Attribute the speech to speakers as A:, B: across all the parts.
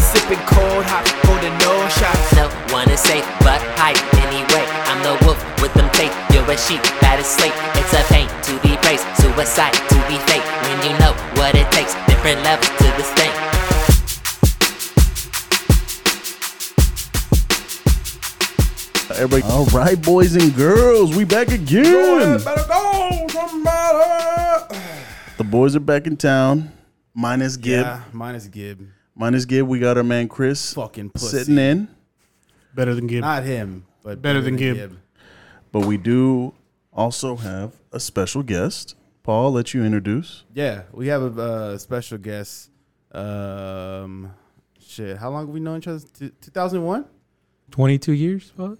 A: Sipping cold hot, holding no shots.
B: No one is safe but hype anyway. I'm the wolf with them fake. You're a sheep that is slate. It's a pain to be praised, suicide to be fake. When you know what it takes, different levels to this thing.
C: Everybody, all right, boys and girls, we back again.
D: better go, somebody.
C: The boys are back in town. Minus Gib,
D: Yeah, minus Uh, Gib.
C: minus Gib, we got our man Chris
D: Fucking pussy.
C: sitting in,
E: Better than Gib.
D: Not him, but
E: Better than Gib.
C: but we do also have a special guest. Paul, I'll let you introduce.
D: Yeah, we have a uh, special guest. Um, shit, how long have we known each other? Two thousand one.
F: 22 years? probably?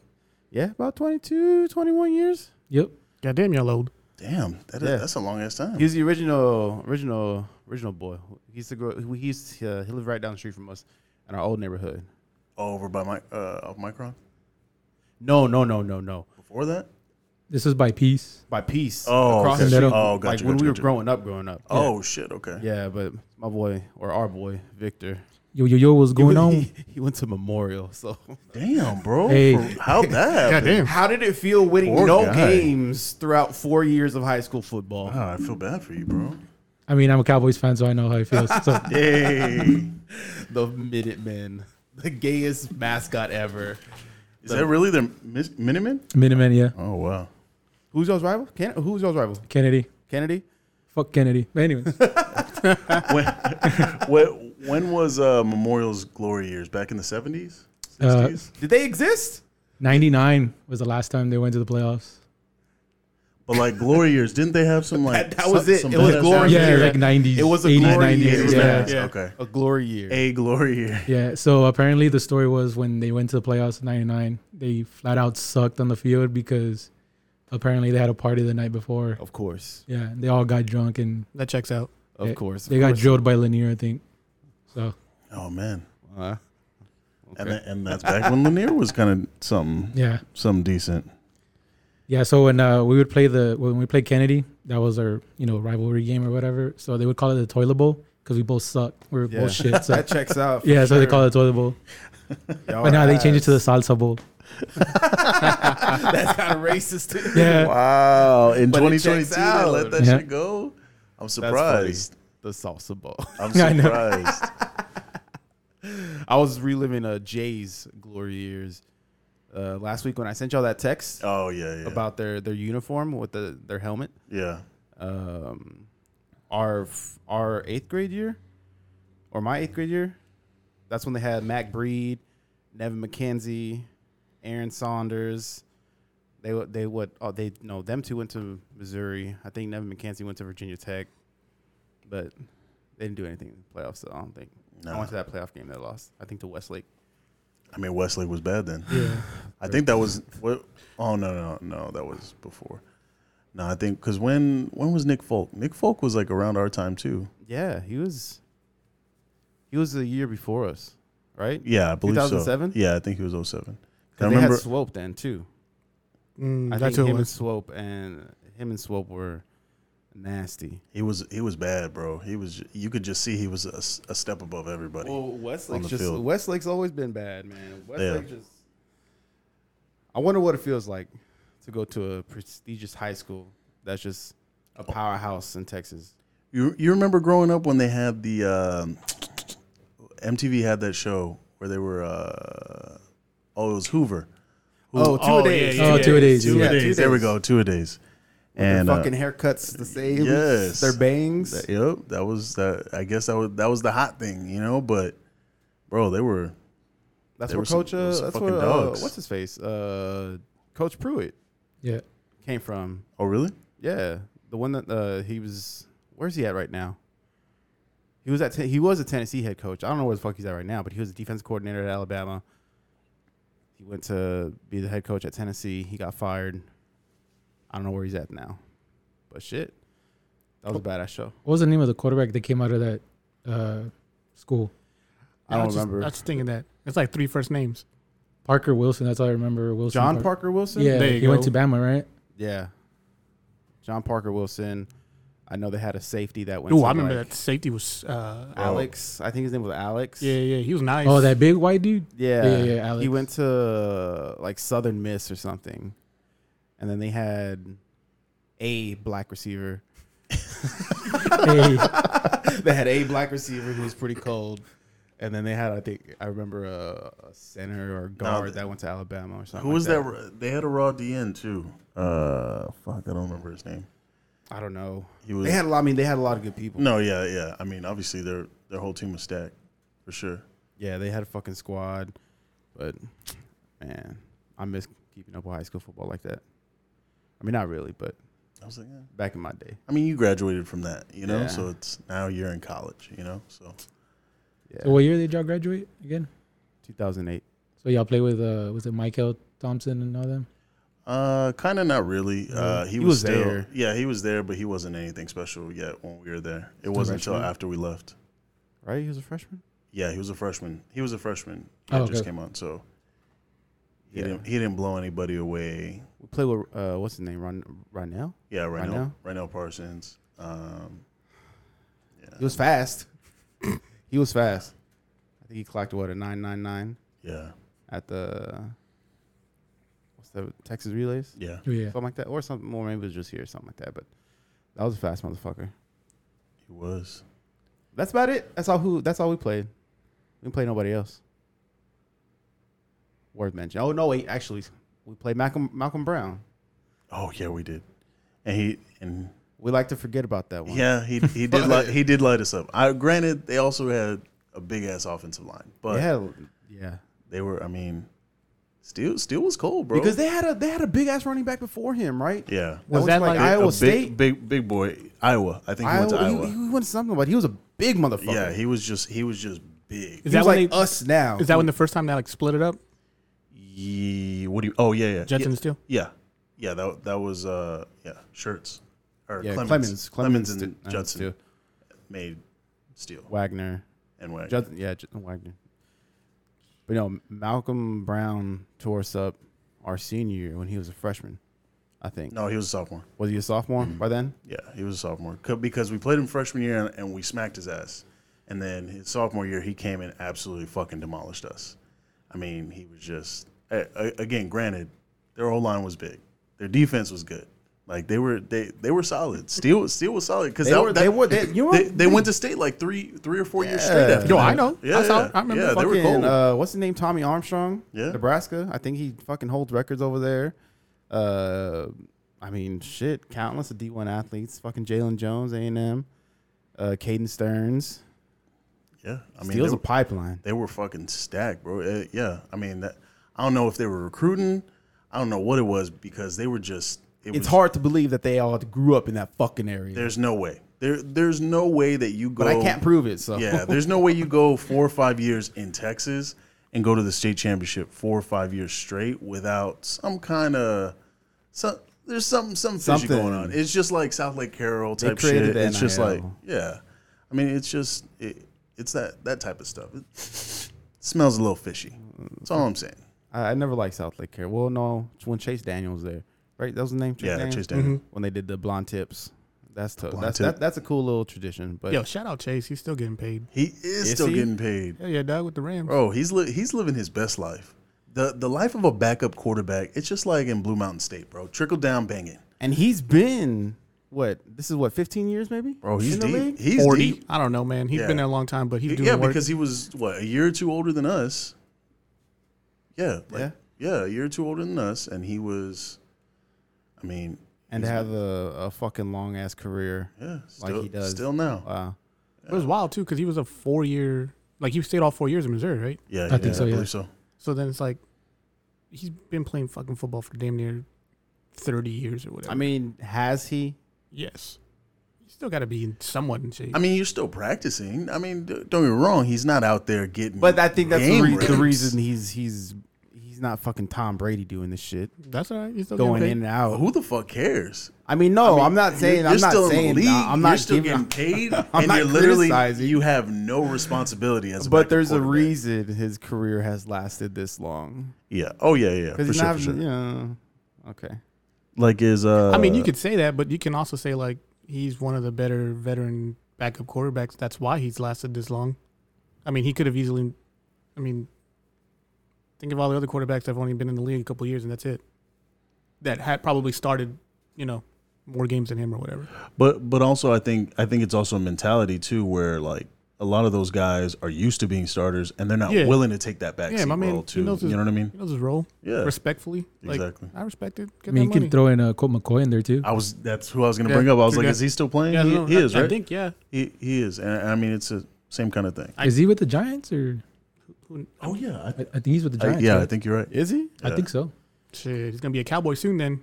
D: Yeah, about 22, 21 years.
F: Yep.
E: Goddamn, y'all old.
C: Damn, that is,
D: Yeah.
C: that's a long ass time.
D: He's the original, original, original boy. He used to grow. He used to, uh, he lived right down the street from us in our old neighborhood.
C: Over by my uh, off Micron.
D: No, no, no, no, no.
C: Before that,
F: This is by piece.
D: By peace.
C: Oh,
D: across the
F: okay.
D: street.
C: Oh, gotcha,
D: Like when
C: gotcha,
D: we were
C: gotcha.
D: growing up, growing up.
C: oh shit, okay.
D: Yeah, but my boy or our boy Victor.
F: Yo, yo, yo, what's
D: he,
F: going on?
D: He went to Memorial. So
C: Damn, bro,
F: Hey.
C: For- how'd that? happen?
E: Goddamn.
D: how did it feel winning
C: Poor
D: no
C: guy.
D: games throughout four years of high school football?
C: Oh, I feel bad for you, bro.
F: I mean, I'm a Cowboys fan, so I know how it feels. So,
C: Hey,
D: The Minutemen, the gayest mascot ever.
C: is that really their mis- Minutemen?
F: Miniman, yeah.
C: Oh wow.
D: Who's y'all's rival? Can- who's y'all's rival?
F: Kennedy.
D: Kennedy.
F: Fuck Kennedy. But anyways,
C: when, when, when was uh, Memorial's glory years? Back in the 70s?
F: Uh,
C: 60s?
D: Did they exist?
F: 99 was the last time they went to the playoffs.
C: but like glory years, didn't they have some like.
D: That, that was it.
C: some
D: It was
C: badass
D: glory
C: albums?
F: Yeah,
D: year.
F: like 90s,
D: It was a
F: 80s,
D: glory
F: 90s,
D: year.
C: yeah.
D: Yeah.
C: Yeah. Okay.
D: A glory year.
C: A glory year.
F: Yeah, so apparently the story was when they went to the playoffs in 99, they flat out sucked on the field because apparently they had a party the night before.
D: Of course.
F: Yeah, they all got drunk and
E: That checks out.
D: Of
F: Yeah,
D: course. Of
F: they got
D: course.
F: drilled by Lanier, I think. So,
C: Oh, man.
D: Uh,
C: And, tha- and that's back when Lanier was kind of something,
F: yeah.
C: something decent.
F: Yeah, so when uh, we would play the when we played Kennedy, that was our you know rivalry game or whatever. So they would call it the toilet bowl because we both sucked. We were
D: Yeah.
F: both shit. So
D: that checks out.
F: yeah, so they call it the toilet bowl.
E: Oh,
F: But now they change it to the salsa bowl.
D: That's kind of racist. Too.
F: Yeah,
C: Wow. In
D: But it
C: 2022,
D: checks out.
C: they let that
F: Yeah.
C: shit go? I'm
D: That's funny.
C: surprised.
D: The salsa ball.
C: I'm
F: I know.
C: surprised.
D: I was reliving uh, Jay's glory years uh, last week when I sent y'all that text
C: oh, yeah, yeah.
D: about their, their uniform with the their helmet.
C: yeah.
D: Um, our f- our eighth grade year, or my eighth grade year, that's when they had Mac Breed, Nevin McKenzie, Aaron Saunders. They wa- they what oh they no them two went to Missouri. I think Nevin McKenzie went to Virginia Tech, but they didn't do anything in the playoffs. So I don't think I went to that playoff game they lost. I think to Westlake.
C: I mean, Westlake was bad then.
F: yeah,
C: I think that was what. Oh no, no, no, that was before. No, I think because when when was Nick Folk? Nick Folk was like around our time too.
D: Yeah, he was. He was the year before us, right?
C: Yeah, I believe so.
D: 2007?
C: Yeah, I think he was 07. I
D: I they
C: remember.
D: had Swope then too.
E: Mm,
D: I think
E: that's who it
D: him and
E: was.
D: Swope and him and Swope were nasty.
C: He was he was bad, bro. He was. You could just see he was a, s- a step above everybody.
D: Well, Westlake's
C: the
D: just
C: field.
D: Westlake's always been bad, man. Westlake just. I wonder what it feels like to go to a prestigious high school that's just
C: Oh.
D: a powerhouse in Texas.
C: You you remember growing up when they had the um, MTV had that show where they were. Uh, oh, it was Hoover.
D: Oh, two
E: oh,
D: a days.
E: yeah, yeah,
F: Oh,
E: yeah.
F: two a days,
D: Two
F: yeah.
D: a days.
C: There we go. Two a days.
D: And
C: And
D: their
C: uh,
D: fucking haircuts the same.
C: yes.
D: Their bangs.
C: That- yep, that was that. I guess that was that was the hot thing, you know. But bro, they were
D: That's
C: They
D: where
C: were some-
D: Coach.
C: they were
D: Uh,
C: some
D: that's
C: fucking
D: where uh,
C: dogs.
D: what's his face? Uh, Coach Pruitt
F: yeah.
D: came from.
C: oh really?
D: Yeah, the one that uh, he was. Where's he at right now? He was at. Ten, he was a Tennessee head coach. I don't know where the fuck he's at right now, but he was a defense coordinator at Alabama. He went to be the head coach at Tennessee. He got fired. I don't know where he's at now, but shit, That was a badass show.
F: What was the name of the quarterback that came out of that uh, school?
D: I don't
E: was just-
D: remember.
E: I was just thinking that. It's like three first names.
F: Parker Wilson. That's all I remember. Wilson.
D: John
F: Park-
D: Parker Wilson.
F: Yeah,
E: There you
F: he went
E: go.
F: to Bama, right?
D: Yeah. John Parker Wilson. I know they had a safety that went.
E: Ooh,
D: to,
E: I remember
D: like,
E: that safety was. Uh,
D: Alex. I think his name was Alex.
E: Yeah, yeah, he was nice.
F: Oh, that big white dude.
D: Yeah.
F: Yeah, yeah, Alex.
D: He went to like Southern Miss or something. And then they had a black receiver.
F: Hey,
D: they had a black receiver who was pretty cold. And then they had, I think, I remember a, a center or guard
C: th-
D: that went to Alabama or something.
C: Who
D: like
C: was that? ra- They had a raw DN too. Uh, fuck, I don't remember his name.
D: I don't know.
C: He was- Mm.
D: they had a lot. I mean, they had a lot of good people.
C: No, yeah, yeah. I mean, obviously their their whole team was stacked for sure.
D: Yeah, they had a fucking squad. But man, I miss keeping up with high school football like that. I mean, not really, but
C: I was like, yeah.
D: back in my day,
C: I mean, you graduated from that, you know.
D: Yeah.
C: So it's now you're in college, you know. So
D: yeah,
F: so what year did y'all graduate again?
D: 2008.
F: So y'all play with uh, was it Michael Thompson and all them?
C: Uh, kind of not really. Uh, he,
D: He
C: was,
D: was
C: still,
D: there.
C: Yeah, he was there, but he wasn't anything special yet when we were there. It wasn't until
D: freshman?
C: after we left.
D: Right? He was a freshman.
C: Yeah, he was a freshman. He was a freshman. He
F: Oh,
C: had just
F: okay.
C: came on, so he
D: Yeah.
C: didn't he didn't blow anybody away.
D: We play with uh, what's his name? Ron Ronell.
C: Yeah, right now,
D: Rynell?
C: right now Parsons. Um,
D: He was fast. he was fast. I think he clocked what a nine nine nine
C: yeah,
D: at the what's the Texas relays,
C: yeah.
F: Oh, yeah.
D: something like that, or something more. Maybe it was just here, something like that. But that was a fast motherfucker.
C: He was.
D: That's about it. That's all. Who? That's all we played. We didn't play nobody else. Worth mention. Oh no, wait. Actually, we played Malcolm Malcolm Brown.
C: Oh yeah, we did. And he and
D: We like to forget about that one.
C: yeah, he he did light, he did light us up. I granted they also had a big ass offensive line, but
D: Yeah. Yeah.
C: they were. I mean, Steele Steele was cold, bro.
D: Because they had a they had a big ass running back before him, right?
C: yeah,
D: Was that like
C: Big-
D: Iowa
C: a big,
D: State?
C: Big big boy, Iowa. I think he went to
D: Iowa,
C: Iowa.
D: he, he went to something, but he was a big motherfucker.
C: yeah, he was just he was just big.
E: is
D: He
E: that
D: was
E: when
D: like
E: they,
D: us now.
E: Is that when the first time they like split it up?
C: Ye- what do you? Oh yeah, yeah.
E: Judson
C: yeah,
E: and Steele?
C: Yeah, yeah. That that was uh yeah shirts or
D: yeah,
C: Clemens, Clemens,
D: Clemens, Clemens
C: and
D: did- uh,
C: Judson
D: too.
C: made Steele
D: Wagner,
C: and Wagner.
D: Judson, yeah, Judson Wagner. But no, Malcolm Brown tore us up our senior year when he was a freshman. I think
C: no, he was a sophomore.
D: was he a sophomore by then?
C: Yeah, he was a sophomore Co- because we played him freshman year and, and we smacked his ass. And then his sophomore year, he came and absolutely fucking demolished us. I mean, he was just a- a- again. Granted, their whole line was big. Their defense was good. Like they were they they were solid. Steel Steel was solid because
D: They were- they were- they- you know
C: they,
D: what?
C: they went to state like three three or four years straight
D: Yeah.
C: after.
D: Yo,
C: that.
E: I know. I
C: Yeah,
E: saw- I remember
C: Yeah, they were
D: Fucking,
C: cold.
D: uh, what's his name? Tommy Armstrong,
C: Yeah.
D: Nebraska. I think he fucking holds records over there. Uh, I mean, shit, countless of D one athletes. Fucking Jalen Jones, A and M, uh, Caden Stearns.
C: yeah, I mean,
D: Steals
C: they
D: a pipeline.
C: they were fucking stacked, bro. Uh, yeah, I mean, that, I don't know if they were recruiting. I don't know what it was because they were just. It
D: it's
C: was,
D: hard to believe that they all grew up in that fucking area.
C: There's no way. There, there's no way that you go.
D: but I can't prove it. So
C: Yeah, there's no way you go four or five years in Texas and go to the state championship four or five years straight without some kind of some. There's something some fishy
D: Something.
C: going on. It's just like South Lake Carroll type
D: created
C: shit.
D: the
C: It's just like
D: NIL.
C: yeah. I mean, it's just it, it's that that type of stuff. It smells a little fishy. That's all I'm saying.
D: I, I never liked South Lake Care. Well, no, it's when Chase Daniels was there, right? That was the name. Chase
C: Yeah,
D: Daniels? Mm-hmm.
C: Chase Daniel.
D: When they did the blonde tips, that's to, that's
C: tip.
D: that, that's a cool little tradition. But
E: Yo, shout out Chase. He's still getting paid.
C: He is,
D: Is
C: still
D: he?
C: getting paid.
E: Hell yeah, dog with the Rams.
C: Bro, he's li- he's living his best life. The the life of a backup quarterback, it's just like in Blue Mountain State, bro. Trickle down banging.
D: and he's been what? This is what 15 years maybe.
C: Bro, he's
D: in the
C: deep.
D: league?
C: He's
E: 40.
C: deep.
E: I don't know, man. He's
C: Yeah.
E: been there a long time, but he's doing
C: yeah,
E: work.
C: because he was what, a year or two older than us. Yeah, like, yeah. a year or two older than us and he was I mean,
D: and to have a, a fucking long ass career.
C: yeah,
D: Like
C: still,
D: he does.
C: still now.
D: Wow.
E: It
D: uh,
E: was wild too because he was a four year, like he stayed all four years in Missouri, right?
C: Yeah,
F: think
C: yeah,
F: so,
C: I
F: yeah.
C: believe so.
E: So then it's like he's been playing fucking football for damn near thirty years or whatever.
D: I mean, has he?
E: yes, you still got to be in somewhat in shape.
C: I mean, you're still practicing. I mean, d- don't get me wrong, he's not out there getting
D: But I think that's the,
C: game
D: re- the
C: reps.
D: reason he's he's he's He's not fucking Tom Brady doing this shit,
E: That's all right. You're still
D: going in
E: getting
D: and
C: But
D: out.
C: Who the fuck cares?
D: I mean, no, I am not saying. I'm not saying. nah, I'm
C: you're
D: not
C: still
D: giving.
C: getting paid,
D: I'm
C: and
D: not
C: you're literally
D: criticizing.
C: you have no responsibility as. A
D: But
C: backup
D: there's a
C: quarterback.
D: reason his career has lasted this long.
C: Yeah. Oh yeah, yeah. For
D: Because he's
C: sure,
D: not.
C: for sure.
D: You know, okay.
C: Like is uh.
E: I mean, you could say that, but you can also say like he's one of the better veteran backup quarterbacks. That's why he's lasted this long. I mean, he could have easily. I mean, think of all the other quarterbacks that've only been in the league a couple years, and that's it. That had probably started, you know, more games than him or whatever.
C: But but also I think I think it's also a mentality too where like a lot of those guys are used to being starters and they're not
E: Yeah.
C: willing to take that backseat
E: Yeah, my man,
C: role
E: he
C: too. You know
E: knows his-
C: what I mean?
E: He knows his role
C: Yeah.
E: respectfully. Like,
C: Exactly.
E: I respect it. Get
F: I mean, you
E: that
F: can
E: money.
F: throw in a Colt McCoy in there too.
C: I was that's who I was going to
E: Yeah,
C: bring up. I was
E: true
C: like,
E: guy.
C: is he still playing?
E: Yeah,
C: he,
E: no,
C: he
E: I-
C: is right.
E: I think yeah.
C: he he is, and I mean it's a same kind of thing.
E: I-
F: Is he with the Giants or?
C: Oh yeah, I,
F: I, I think he's with the
C: I,
F: Giants.
C: yeah, I
F: right?
C: think you're right.
D: Is he?
F: I think so.
E: Shit, he's gonna be a cowboy soon. Then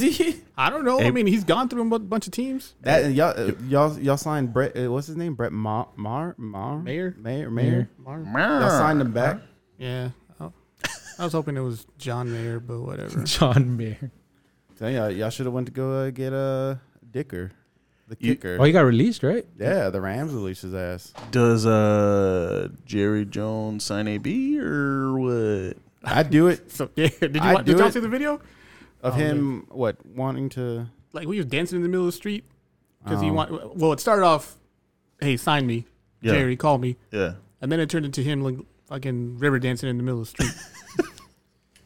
D: he?
E: I don't know. I
C: Hey.
E: mean, he's gone through a bu- bunch of teams.
D: That and y'all, uh, y'all, y'all signed Brett. uh, What's his name? Brett Mar, Mar, Mar,
E: Mayer.
D: Mayor, Mayor.
E: Marv.
D: Y'all signed him back.
E: Yeah. Oh. I was hoping it was John Mayer, but whatever.
F: John Mayer.
D: So y'all, y'all should have went to go uh, get a uh, Dicker, the
C: You-
D: kicker.
F: Oh, he got released, right?
D: yeah, the Rams released his ass.
C: Does uh Jerry Jones sign a B or what?
D: I'd do it
E: So yeah, did you
D: I'd
E: watch, did
D: do
E: y'all
D: it.
E: see the video?
D: of
E: Oh,
D: him. What wanting to?
E: Like we was dancing in the middle of the street because he
D: Oh.
E: want. Well, it started off, hey, sign me,
C: Yeah.
E: Jerry, call me,
C: Yeah,
E: and then it turned into him like fucking river dancing in the middle of the street.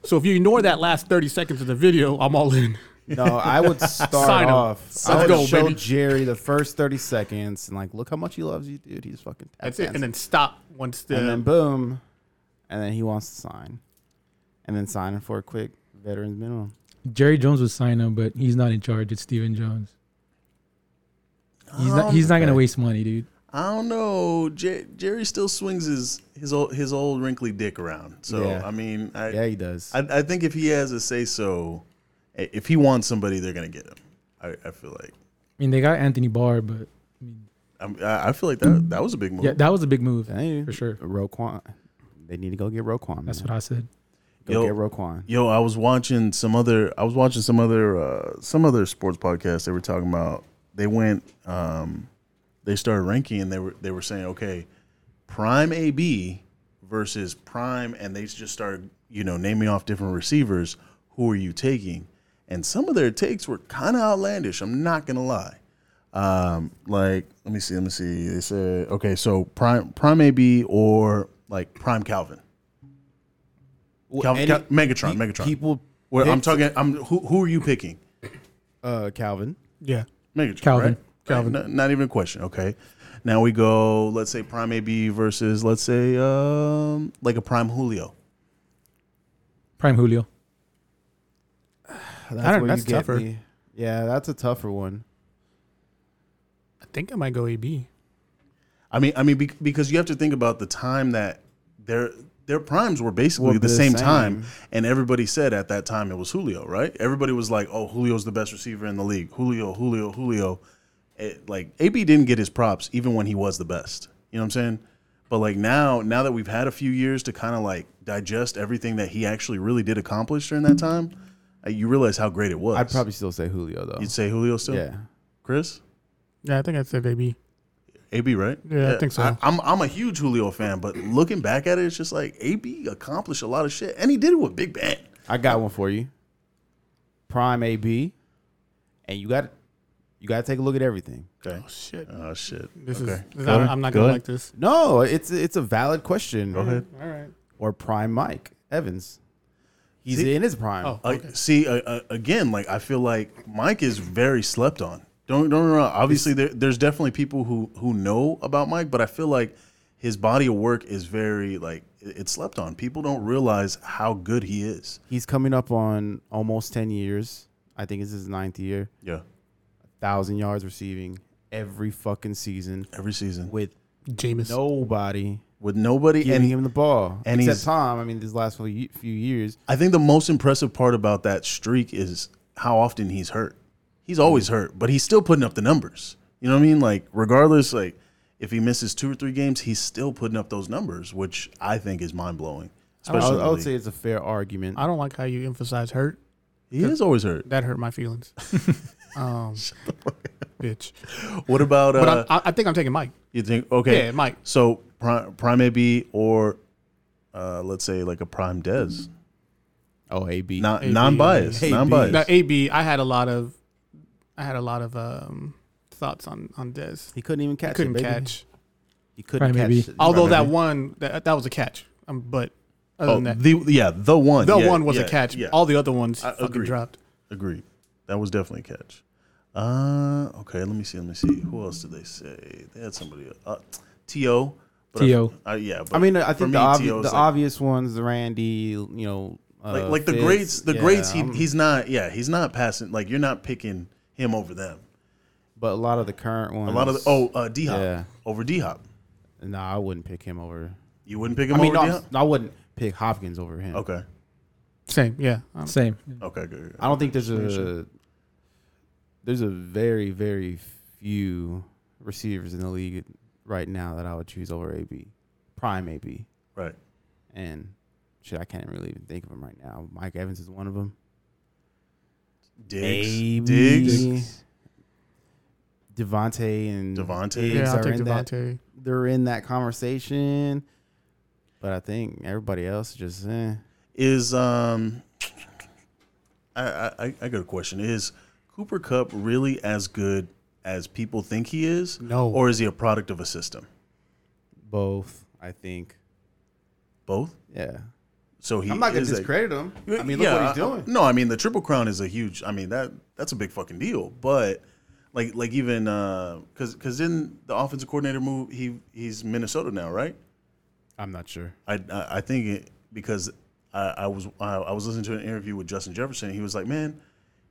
E: so if you ignore that last thirty seconds of the video, I'm all in.
D: No, I would start
E: Sign him.
D: off. I
E: Let's
D: would
E: go,
D: show
E: baby.
D: Jerry the first thirty seconds and like, look how much he loves you, dude. He's fucking. tap
E: That's it, and uh,
D: dancing.
E: then stop once the.
D: and then boom, and then he wants to sign, and then signing for a quick veterans minimum.
F: Jerry Jones was sign him, but he's not in charge. It's Steven Jones. He's not. He's not gonna waste money, dude.
C: I don't know. Jer- Jerry still swings his his old his old wrinkly dick around. So
D: Yeah.
C: I mean, I,
D: Yeah, he does.
C: I, I think if he has a say so, i- if he wants somebody, they're gonna get him. I, I feel like
F: I mean, they got Anthony Barr, but
C: I'm- I, I feel like that that was a big move.
F: yeah, that was a big move
D: Dang.
F: for sure.
D: Roquan. They need to go get Roquan.
F: That's
D: man.
F: what I said.
D: go
C: Yo.
D: get Roquan.
C: Yo, I was watching some other. I was watching some other uh, some other sports podcast. They were talking about they went. Um, they started ranking, and they were they were saying, okay, prime AB versus prime, and they just started you know naming off different receivers. Who are you taking? And some of their takes were kind of outlandish. I'm not gonna lie. Um, like let me see, let me see. They said, okay, so prime prime AB or like prime Calvin. Calvin,
D: any-
C: Cal- Megatron,
D: pe-
C: Megatron.
D: People.
C: Well, I'm
D: picked,
C: talking. I'm who? Who are you picking?
D: Uh, Calvin.
E: yeah,
C: Megatron,
F: Calvin.
C: right? Calvin. Not, not even a question. Okay. Now we go. Let's say Prime AB versus let's say um like a Prime Julio.
F: Prime Julio.
D: That's
E: I don't-
D: where
E: that's
D: you get
E: tougher.
D: me. Yeah, that's a tougher one.
E: I think I might go AB.
C: I mean, I mean bec- because you have to think about the time that their their primes were basically
D: Well,
C: the
D: the
C: same,
D: same.
C: time, and everybody said at that time it was Julio, right? Everybody was like, "Oh, Julio's the best receiver in the league." Julio, Julio, Julio. It, like AB didn't get his props even when he was the best. You know what I'm saying? But like now, now that we've had a few years to kind of like digest everything that he actually really did accomplish during that time, uh, you realize how great it was.
D: I'd probably still say Julio though.
C: you'd say Julio still,
D: yeah.
C: Chris.
E: Yeah, I think I said AB.
C: AB, right?
E: Yeah, I think so.
C: I, am I'm a huge Julio fan, but looking back at it, it's just like AB accomplished a lot of shit, and he did it with Big Ben.
D: I got one for you. Prime AB, and you got you got to take a look at everything.
C: Okay.
E: Shit,
C: Oh shit.
E: this
C: okay.
E: is. this-
C: Go
E: I-
C: ahead.
E: I'm not
C: Go
E: gonna
C: ahead.
E: like this.
D: No, it's it's a valid question. Go ahead.
E: All right.
D: Or Prime Mike Evans. He's
C: See-
D: in his prime.
E: Oh.
C: Like, see, uh, uh, again, like I feel like Mike is very slept on. Don't don't get me wrong. Obviously, there, there's definitely people who who know about Mike, but I feel like his body of work is very like it- it's slept on. People don't realize how good he is.
D: He's coming up on almost ten years. I think it's his ninth year.
C: Yeah.
D: Thousand yards receiving every fucking season
C: Every season with,
D: with
E: Jameis.
D: nobody
C: nobody
D: giving
C: and
D: him the ball.
C: and
D: Except
C: he's-
D: Tom. I mean, these last few ye- few years.
C: I think the most impressive part about that streak is how often he's hurt. He's always hurt, but he's still putting up the numbers. You know what I mean? Like regardless, like If he misses two or three games, he's still putting up those numbers, which I think is mind blowing.
D: I
C: Especially,
D: would, I would
C: in the
D: say
C: league.
D: it's a fair argument.
E: I don't like how you emphasize hurt.
C: he is always hurt.
E: That hurt my feelings. um, bitch.
C: What about
E: But
C: uh,
E: I, I- I think I'm taking Mike.
C: you think? Okay,
E: Yeah, Mike.
C: So Pri- prime AB or uh, let's say like a prime Dez,
D: Oh, AB.
C: not
E: AB.
C: non-biased,
D: AB.
C: non-biased.
E: Now AB, I had a lot of, I had a lot of um, thoughts on on Dez.
D: he couldn't even catch.
E: Couldn't
D: it, baby.
E: catch.
D: He couldn't
F: Prime
D: catch.
F: AB.
D: it.
E: Although
D: Prime
E: that
D: AB.
E: one, that, that was a catch. Um, but other
C: oh,
E: than that,
C: the yeah, the one,
E: the
C: yeah,
E: one was
C: yeah,
E: a catch.
C: Yeah,
E: All the other ones
C: I
E: fucking
C: agree.
E: dropped.
C: Agreed. That was definitely a catch. Uh, okay. Let me see. Let me see. Who else did they say? They had somebody. Uh, To. but I-
F: T.O..
C: I- yeah. But
D: I mean, I
C: for
D: think
C: me,
D: the, obvi-
C: T.O.
D: the
C: is like,
D: obvious ones, the Randy, you know, uh,
C: like, like the
D: Fitz,
C: grades. The
D: yeah,
C: grades. He,
D: I'm-
C: he's not. Yeah, he's not passing. Like you're not picking him over them.
D: but a lot of the current ones.
C: A lot of the, oh uh, D Hop
D: Yeah.
C: over D Hop.
D: no, I wouldn't pick him over.
C: You wouldn't pick him
D: I mean,
C: over
D: no,
C: D
D: I'm-
C: Hop.
D: no, I wouldn't pick Hopkins over him.
C: Okay.
E: Same, yeah. Um,
F: Same. Yeah.
C: Okay. Good. good.
D: I don't think there's a there's a very very few receivers in the league right now that I would choose over AB, prime AB,
C: Right.
D: and shit. I can't really even think of him right now. Mike Evans is one of them.
C: Diggs. Diggs.
D: Devontae and
C: Devontae.
D: Diggs
E: yeah, I'll
D: are
E: take
D: in that-
E: Devontae.
D: They're in that conversation, but I think everybody else just eh.
C: is um I, I I- I got a question. Is Cooper Cup really as good as people think he is?
E: No.
C: Or is he a product of a system?
D: both. I think
C: Both?
D: yeah.
C: So he
D: I'm not gonna
C: is a-
D: discredit him. I mean, look
C: Yeah,
D: what he's doing.
C: No, I mean the Triple Crown is a huge I mean that that's a big fucking deal. But like like even uh cause cause in the offensive coordinator move he he's Minnesota now, right?
D: I'm not sure.
C: I I- I think it, because I, I was I, I was listening to an interview with Justin Jefferson. He was like, man,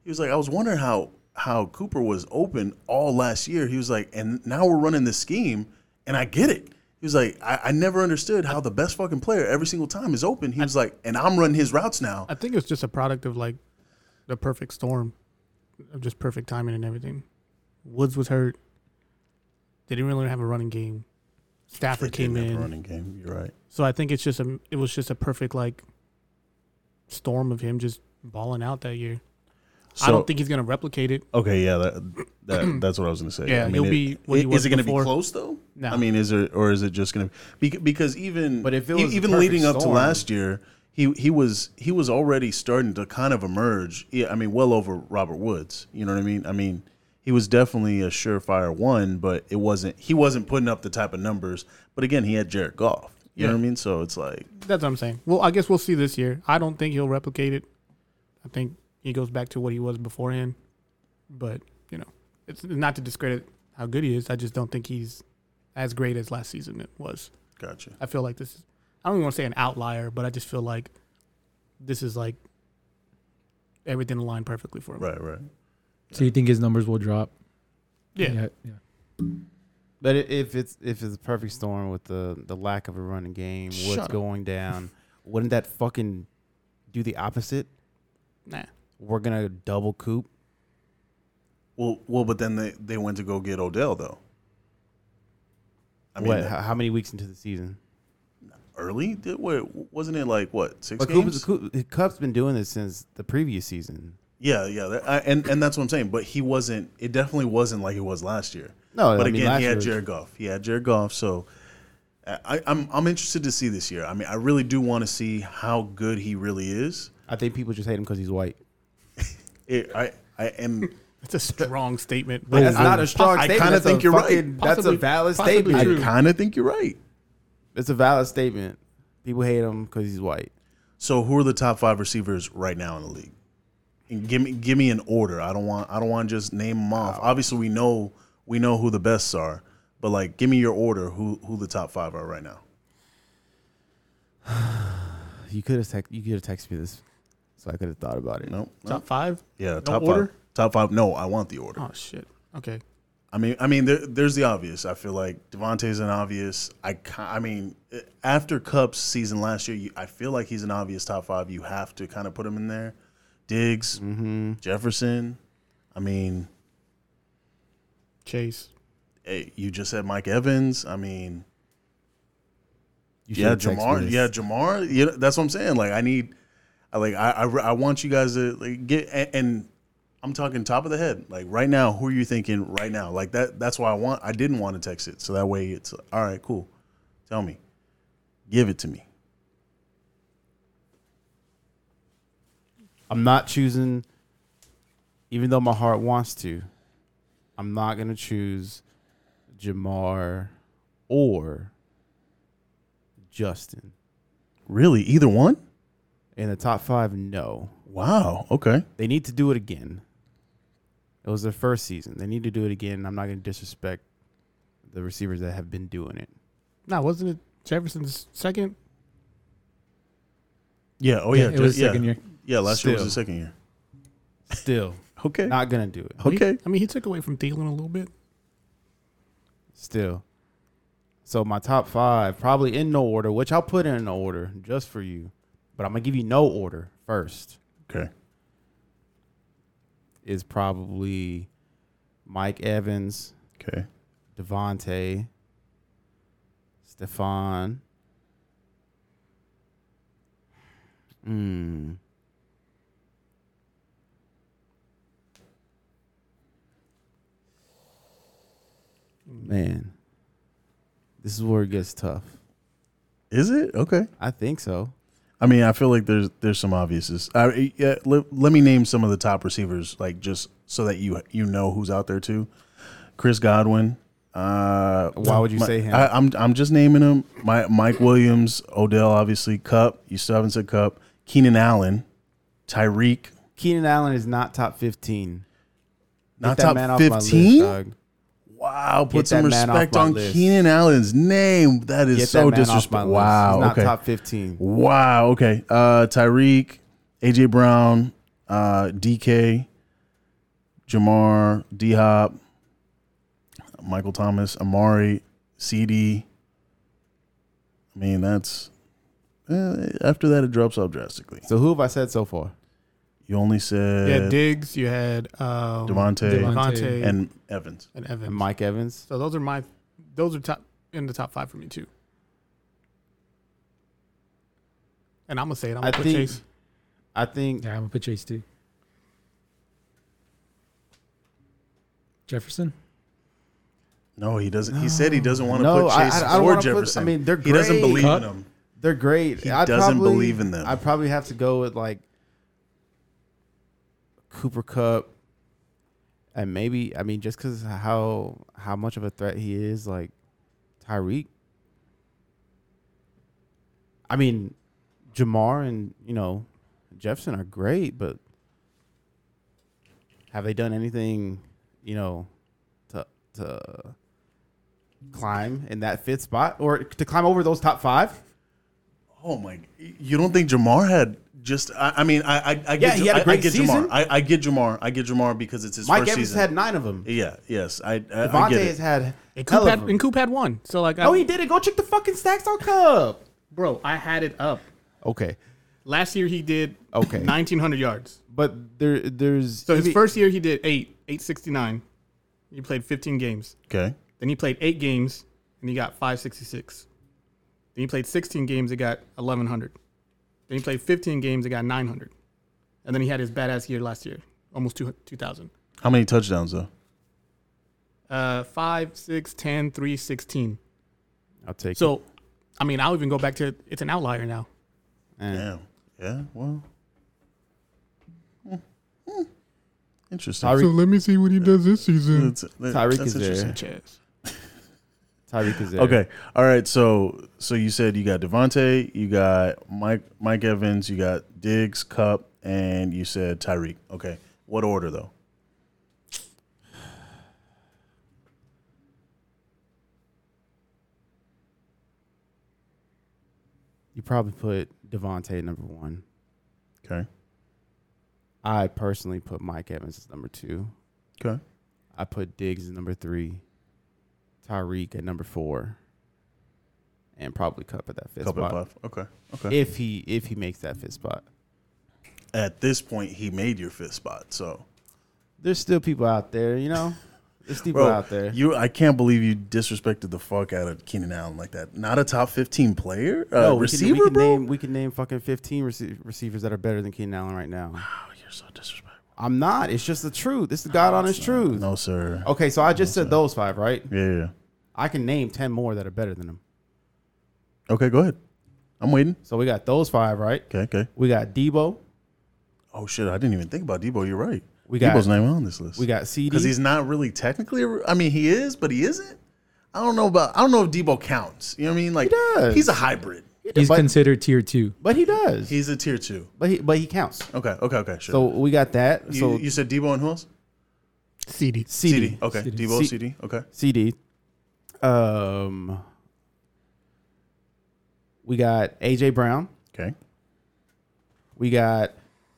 C: he was like, I was wondering how how Cooper was open all last year. He was like, and now we're running this scheme, and I get it. He was like, I, I never understood how the best fucking player every single time is open. He was like, and I'm running his routes now.
E: I think it was just a product of like the perfect storm, of just perfect timing and everything. Woods was hurt. They didn't really have a running game. Stafford came
C: Didn't have a
E: in,
C: running game. You're right.
E: so I think it's just a it was just a perfect like storm of him just balling out that year. I
C: So-
E: don't think he's gonna replicate it.
C: Okay, yeah, that, that that's what I was gonna say.
E: Yeah,
C: I mean,
E: he'll
C: it-
E: be what he
C: it-
E: was
C: Is it gonna
E: before.
C: be close though?
E: No.
C: I mean, is there or is it just gonna be because even
D: But if it
C: e-
D: was the
C: even
D: perfect
C: leading up to
D: storm-
C: last year, he he was he was already starting to kind of emerge. Yeah, I mean, well over Robert Woods. You know what I mean? I mean, he was definitely a surefire one, but it wasn't. He wasn't putting up the type of numbers. But again, he had Jared Goff. You know
E: Yeah.
C: what I mean? So it's like
E: That's what I'm saying. Well, I guess we'll see this year. I don't think he'll replicate it. I think he goes back to what he was beforehand. But, you know, it's not to discredit how good he is. I just don't think he's as great as last season it was.
C: gotcha.
E: I feel like this is, I don't even want to say an outlier, but I just feel like this is like everything aligned perfectly for him.
C: Right, right.
F: So you think his numbers will drop?
E: Yeah.
F: Yeah. yeah.
D: But i- if it's if it's a perfect storm with the the lack of a running game,
E: Shut
D: what's
E: up.
D: going down, wouldn't that fucking do the opposite?
E: Nah.
D: We're gonna double coop.
C: Well, well, but then they they went to go get Odell though. I mean,
D: what? How, how many weeks into the season?
C: early? Did, what, wasn't it like what six
D: But
C: games?
D: Coop's, Coop, Cup's been doing this since the previous season.
C: Yeah, yeah, that, I, and and that's what I'm saying. But he wasn't. It definitely wasn't like he was last year.
D: No,
C: but
D: I mean,
C: again,
D: last
C: he
D: year
C: had
D: was-
C: Jared Goff. He had Jared Goff. So I, I'm I'm interested to see this year. I mean, I really do want to see how good he really is.
D: I think people just hate him because he's white.
C: It, I I am.
E: It's a strong statement.
D: But that's
E: I-
D: not a strong
C: I
D: statement.
C: kinda
D: That's a
C: think you're right.
D: fucking- that's a
E: Possibly-
D: valid
E: possibly
D: statement.
C: I
E: True.
C: kind of think you're right.
D: It's a valid statement. People hate him because he's white.
C: So who are the top five receivers right now in the league? And give me give me an order. I don't want I don't want to just name them off. Obviously, we know we know who the bests are, but like, give me your order. Who who the top five are right now?
D: You could have text. You could have texted me this, so I could have thought about it.
C: No, no.
E: top five?
C: Yeah,
E: No
C: top
E: order?
C: five. Top five. No, I want the order.
E: Oh, shit. Okay.
C: I mean, I mean, there, there's the obvious. I feel like Devontae's an obvious. I, ki- I mean, eh, after Cup's season last year, you, I feel like he's an obvious top five. You have to kind of put him in there. Diggs, Jefferson. I mean,
E: Chase.
C: eh, you just said Mike Evans. I mean,
D: You
C: yeah,
D: should've texted me
C: Jamar.
D: this.
C: Yeah, Jamar. Yeah, that's what I'm saying. Like, I need, I like, I, I, re- I want you guys to like get and, and I'm talking top of the head. Like right now, who are you thinking right now? Like that. That's why I want. I didn't want to text it, so that way it's all right. Cool. Tell me. Give it to me.
D: I'm not choosing, even though my heart wants to, I'm not going to choose Jamar or Justin.
C: Really, either one.
D: In the top five, no.
C: Wow. Okay.
D: They need to do it again. It was their first season. They need to do it again. I'm not going to disrespect the receivers that have been doing it.
E: Nah, wasn't it Jefferson's second?
C: Yeah. Oh yeah.
F: it was
C: just- yeah.
F: second year.
C: Yeah. Last year was the
D: Still.
C: second year.
D: Still,
C: Okay.
D: not going to do it.
C: okay.
E: I mean, he took away from Thielen a little bit.
D: Still. So my top five, probably in no order, which I'll put in an order just for you. But I'm gonna give you no order first.
C: Okay.
D: Is probably Mike Evans,
C: Okay.
D: Devontae, Stefan. Mm. Man, this is where it gets tough.
C: Is it okay?
D: I think so.
C: I mean, I feel like there's there's some obviouses. I, yeah, let, let me name some of the top receivers, like just so that you you know who's out there too. Chris Godwin. Uh,
D: Why would you
C: my-
D: say him?
C: I, I'm I'm just naming him. My Mike Williams, Odell, obviously Cup. You still haven't said Cup. Keenan Allen, Tyreek.
D: Keenan Allen is not top 15. Get
C: Not
D: that man
C: top
D: off my list,
C: fifteen.
D: dog.
C: Wow, put
D: Get
C: some
D: that man off
C: respect
D: my
C: on
D: list.
C: Keenan Allen's name. That is
D: Get
C: so
D: that man off my
C: disrespectful.
D: list.
C: Wow.
D: He's not
C: okay.
D: top 15.
C: Wow. Okay. Uh, Tyreek, AJ Brown, uh, DK, Jamar, D Hop, Michael Thomas, Amari, CD. I mean, that's eh, after that it drops off drastically.
D: So who have I said so far?
C: You only said
E: yeah, Diggs. You had um,
C: Devontae,
E: Devontae, and,
C: and Evans.
E: Evans.
D: And Mike Evans.
E: So those are my, those are top in the top five for me too. And I'm gonna say it. I'm
D: I
E: gonna put
D: think
E: Chase.
D: I think
F: Yeah, I'm gonna put Chase too. Jefferson.
C: No, he doesn't. He said he doesn't want to
D: No,
C: put
D: I-
C: Chase
D: I- I don't
C: or
D: wanna put- I
C: Jefferson.
D: mean, they're
C: He doesn't
D: great.
C: believe
F: Cup.
C: in them.
D: they're great.
C: He
D: I
C: doesn't
D: probably-
C: believe in them.
D: I probably have to go with like Cooper Cup. And maybe I mean just because how how much of a threat he is, like Tyreek. I mean, Jamar and you know Jefferson are great, but have they done anything, you know, to to climb in that fifth spot or to climb over those top five?
C: Oh my! You don't think Jamar had just? I, I mean, I I, I
D: Yeah,
C: get,
D: he had a
C: I- I,
D: great
C: get
D: season.
C: Jamar. I, I get Jamar. I get Jamar because it's his
D: Mike
C: first
D: Evans
C: season.
D: had nine of them.
C: yeah. Yes. I. I, I
D: Devontae
C: get
D: has
C: it.
D: had.
E: And
D: hell
E: Coop,
D: of
E: had,
D: them.
E: and Coop had one. So like,
D: No,
E: I,
D: Oh, he didn't. Go check the fucking stacks on Cup.
E: bro, I had it up.
D: Okay,
E: Last year he did
D: Oh, Okay.
E: 1900 yards.
D: but there, there's
E: So his first year he did eight, 869. He played 15 games.
C: Okay.
E: Then he played eight games and he got 566. Then he played 16 games and got 1100. Then he played 15 games and got 900. And then he had his badass year last year, almost 200 2000.
C: How many touchdowns though?
E: Uh, 5, 6, 10, 3, 16.
D: I'll take.
E: So, I mean, I'll even go back to it's an outlier now.
D: it. Eh.
C: Damn. Yeah. Well. Hmm. Hmm. Interesting.
D: Tyreek, Hmm.
E: let me see what he does this season.
C: That's- that-
D: Tyreek
C: that's
D: is there.
C: interesting.
E: Chaz.
D: Tyreek is there.
C: Okay. All right. So so you said you got Devontae, you got Mike Mike Evans, you got Diggs, Cup, and you said Tyreek. Okay. What order though?
D: you probably put Devontae number one.
C: Okay.
D: I personally put Mike Evans as number two.
C: Okay.
D: I put Diggs as number three. Tyreek at number four, and probably Cup at that fifth
C: Cup at
D: spot.
C: five. Okay. Okay.
D: If he if he makes that fifth spot,
C: at this point he made your fifth spot. So
D: there's still people out there, you know. There's people
C: Bro,
D: out there.
C: You, I can't believe you disrespected the fuck out of Keenan Allen like that. Not a top fifteen player, uh,
D: No, we can-
C: receiver,
D: we can,
C: bro.
D: Name, we can name fucking 15 rece- receivers that are better than Keenan Allen right now.
C: oh, you're so disrespectful.
D: I'm not. It's just the truth. It's the God honest truth.
C: No, sir.
D: Okay, so I just said those five, right?
C: Yeah.
D: I can name 10 more that are better than him.
C: Okay, go ahead. I'm waiting.
D: So we got those five, right?
C: Okay, okay.
D: We got Debo.
C: Oh shit, I didn't even think about Debo. You're right.
D: We got-
C: Debo's not even on this list.
D: We got CD.
C: because he's not really technically. a re- I mean, he is, but he isn't. I don't know about. I don't know if Debo counts. You know what I mean? Like
D: does.
C: he's a hybrid.
F: He's
D: but,
F: considered tier two.
D: but he does.
C: He's a tier two.
D: but he but he counts.
C: Okay, okay, okay. Sure.
D: So we got that.
C: you,
D: so
C: you said Debo and who else?
E: CD.
D: CD.
C: Okay,
F: CD.
C: Debo
D: C-
C: CD. Okay.
D: CD. Um, we got AJ Brown.
C: Okay.
D: We got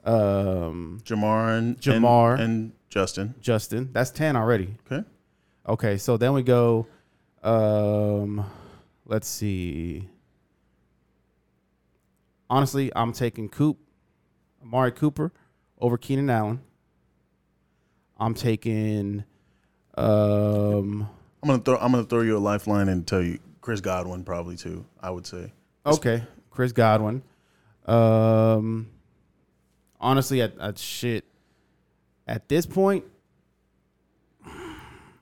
D: um,
C: Jamar and
D: Jamar.
C: and, and Justin.
D: Justin. That's ten already.
C: Okay.
D: Okay, so then we go. Um, let's see. Honestly, I'm taking Coop, Amari Cooper, over Keenan Allen. I'm taking. Um,
C: I'm gonna throw. I'm gonna throw you a lifeline and tell you Chris Godwin probably too. I would say.
D: Okay, Chris Godwin. Um, honestly, at, at shit, at this point,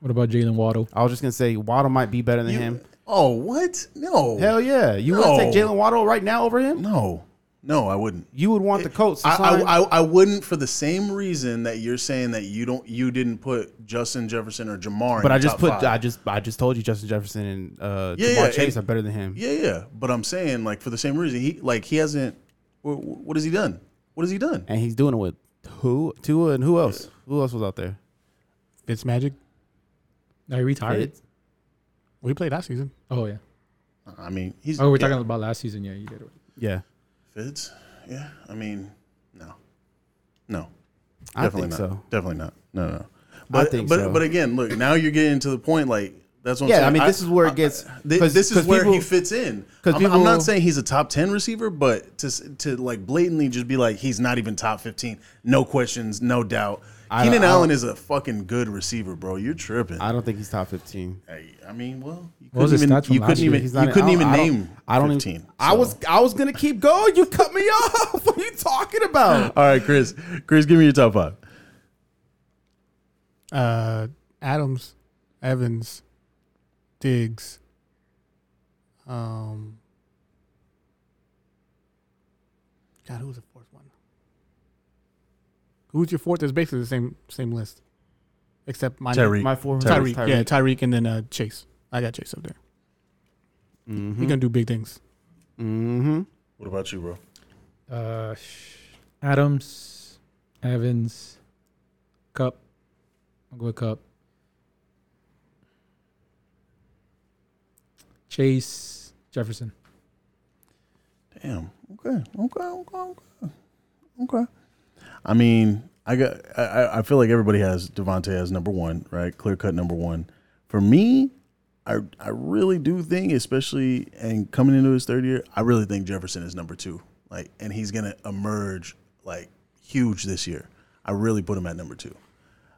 F: What about Jalen Waddle?
D: I was just gonna say Waddle might be better than
C: You-
D: him.
C: Oh what? No.
D: Hell yeah, you would take
C: No.
D: Jalen Waddle right now over him.
C: No. No, I wouldn't.
D: You would want the Colts. To
C: I,
D: sign.
C: I, I, I wouldn't for the same reason that you're saying that you don't you didn't put Justin Jefferson or Jamar.
D: but
C: in
D: I
C: the
D: just
C: top
D: put.
C: five.
D: I just. I just told you Justin Jefferson and uh,
C: Yeah,
D: Jamar
C: yeah,
D: Chase
C: and-
D: are better than him.
C: yeah, yeah. But I'm saying like for the same reason he like he hasn't. wh- wh- What has he done? What has he done?
D: And he's doing it with who? Tua and who else? Who else was out there?
E: It's magic.
F: Are you retired?
D: Fitz.
E: We played last season.
F: Oh yeah.
C: I mean, he's.
F: Oh, we're
C: yeah,
F: talking about last season. Yeah, you did. it.
D: Yeah,
C: Fitz. Yeah, I mean, no, no,
D: I think
C: not.
D: so.
C: Definitely not. No, no. But
D: think
C: but
D: so.
C: but again, look, now you're getting to the point like that's what. I'm
D: Yeah,
C: saying.
D: I mean, this is where it gets-
C: thi-
D: 'cause-
C: this is
D: 'cause
C: where he
D: people-
C: fits in.
D: 'cause
C: I'm, I'm
D: people-
C: not saying he's a top ten receiver, but to s- to like blatantly just be like he's not even top fifteen, no questions, no doubt.
D: don't-
C: Keenan
D: I don't-
C: Allen is a fucking good receiver, bro. You're tripping.
D: I don't think he's top fifteen.
C: Hey, I mean, well, you
F: What
C: couldn't
F: was his
C: even
F: stats from
C: you
F: last
C: couldn't
F: year?
C: even
D: He's
C: you
D: not-
C: couldn't
D: I
C: even
D: don't- I don't-
C: name.
D: I don't
C: 15,
D: even. I
C: so.
D: was I was gonna keep going. You cut me off. what are you talking about?
C: All right, Chris. Chris, give me your top five.
E: Uh, Adams, Evans, Diggs. Um, God, who was the fourth one? Who's your fourth? It's basically the same same list, except mine.
C: Tyreek.
D: My four
E: Tyreek, yeah, Tyreek, and then uh, Chase. I got Chase up there. He
D: Mm-hmm.
E: can do big things.
D: mm-hmm.
C: What about you, bro?
F: Uh, sh- Adams, Evans, Cup. I'll go with Cup. Chase Jefferson.
C: Damn. Okay. Okay. Okay. Okay. Okay. I mean, I got. I- I, I feel like everybody has Devonte as number one, right? Clear cut number one. For me, I I really do think, especially and coming into his third year, I really think Jefferson is number two. Like, and he's gonna emerge like huge this year. I really put him at number two.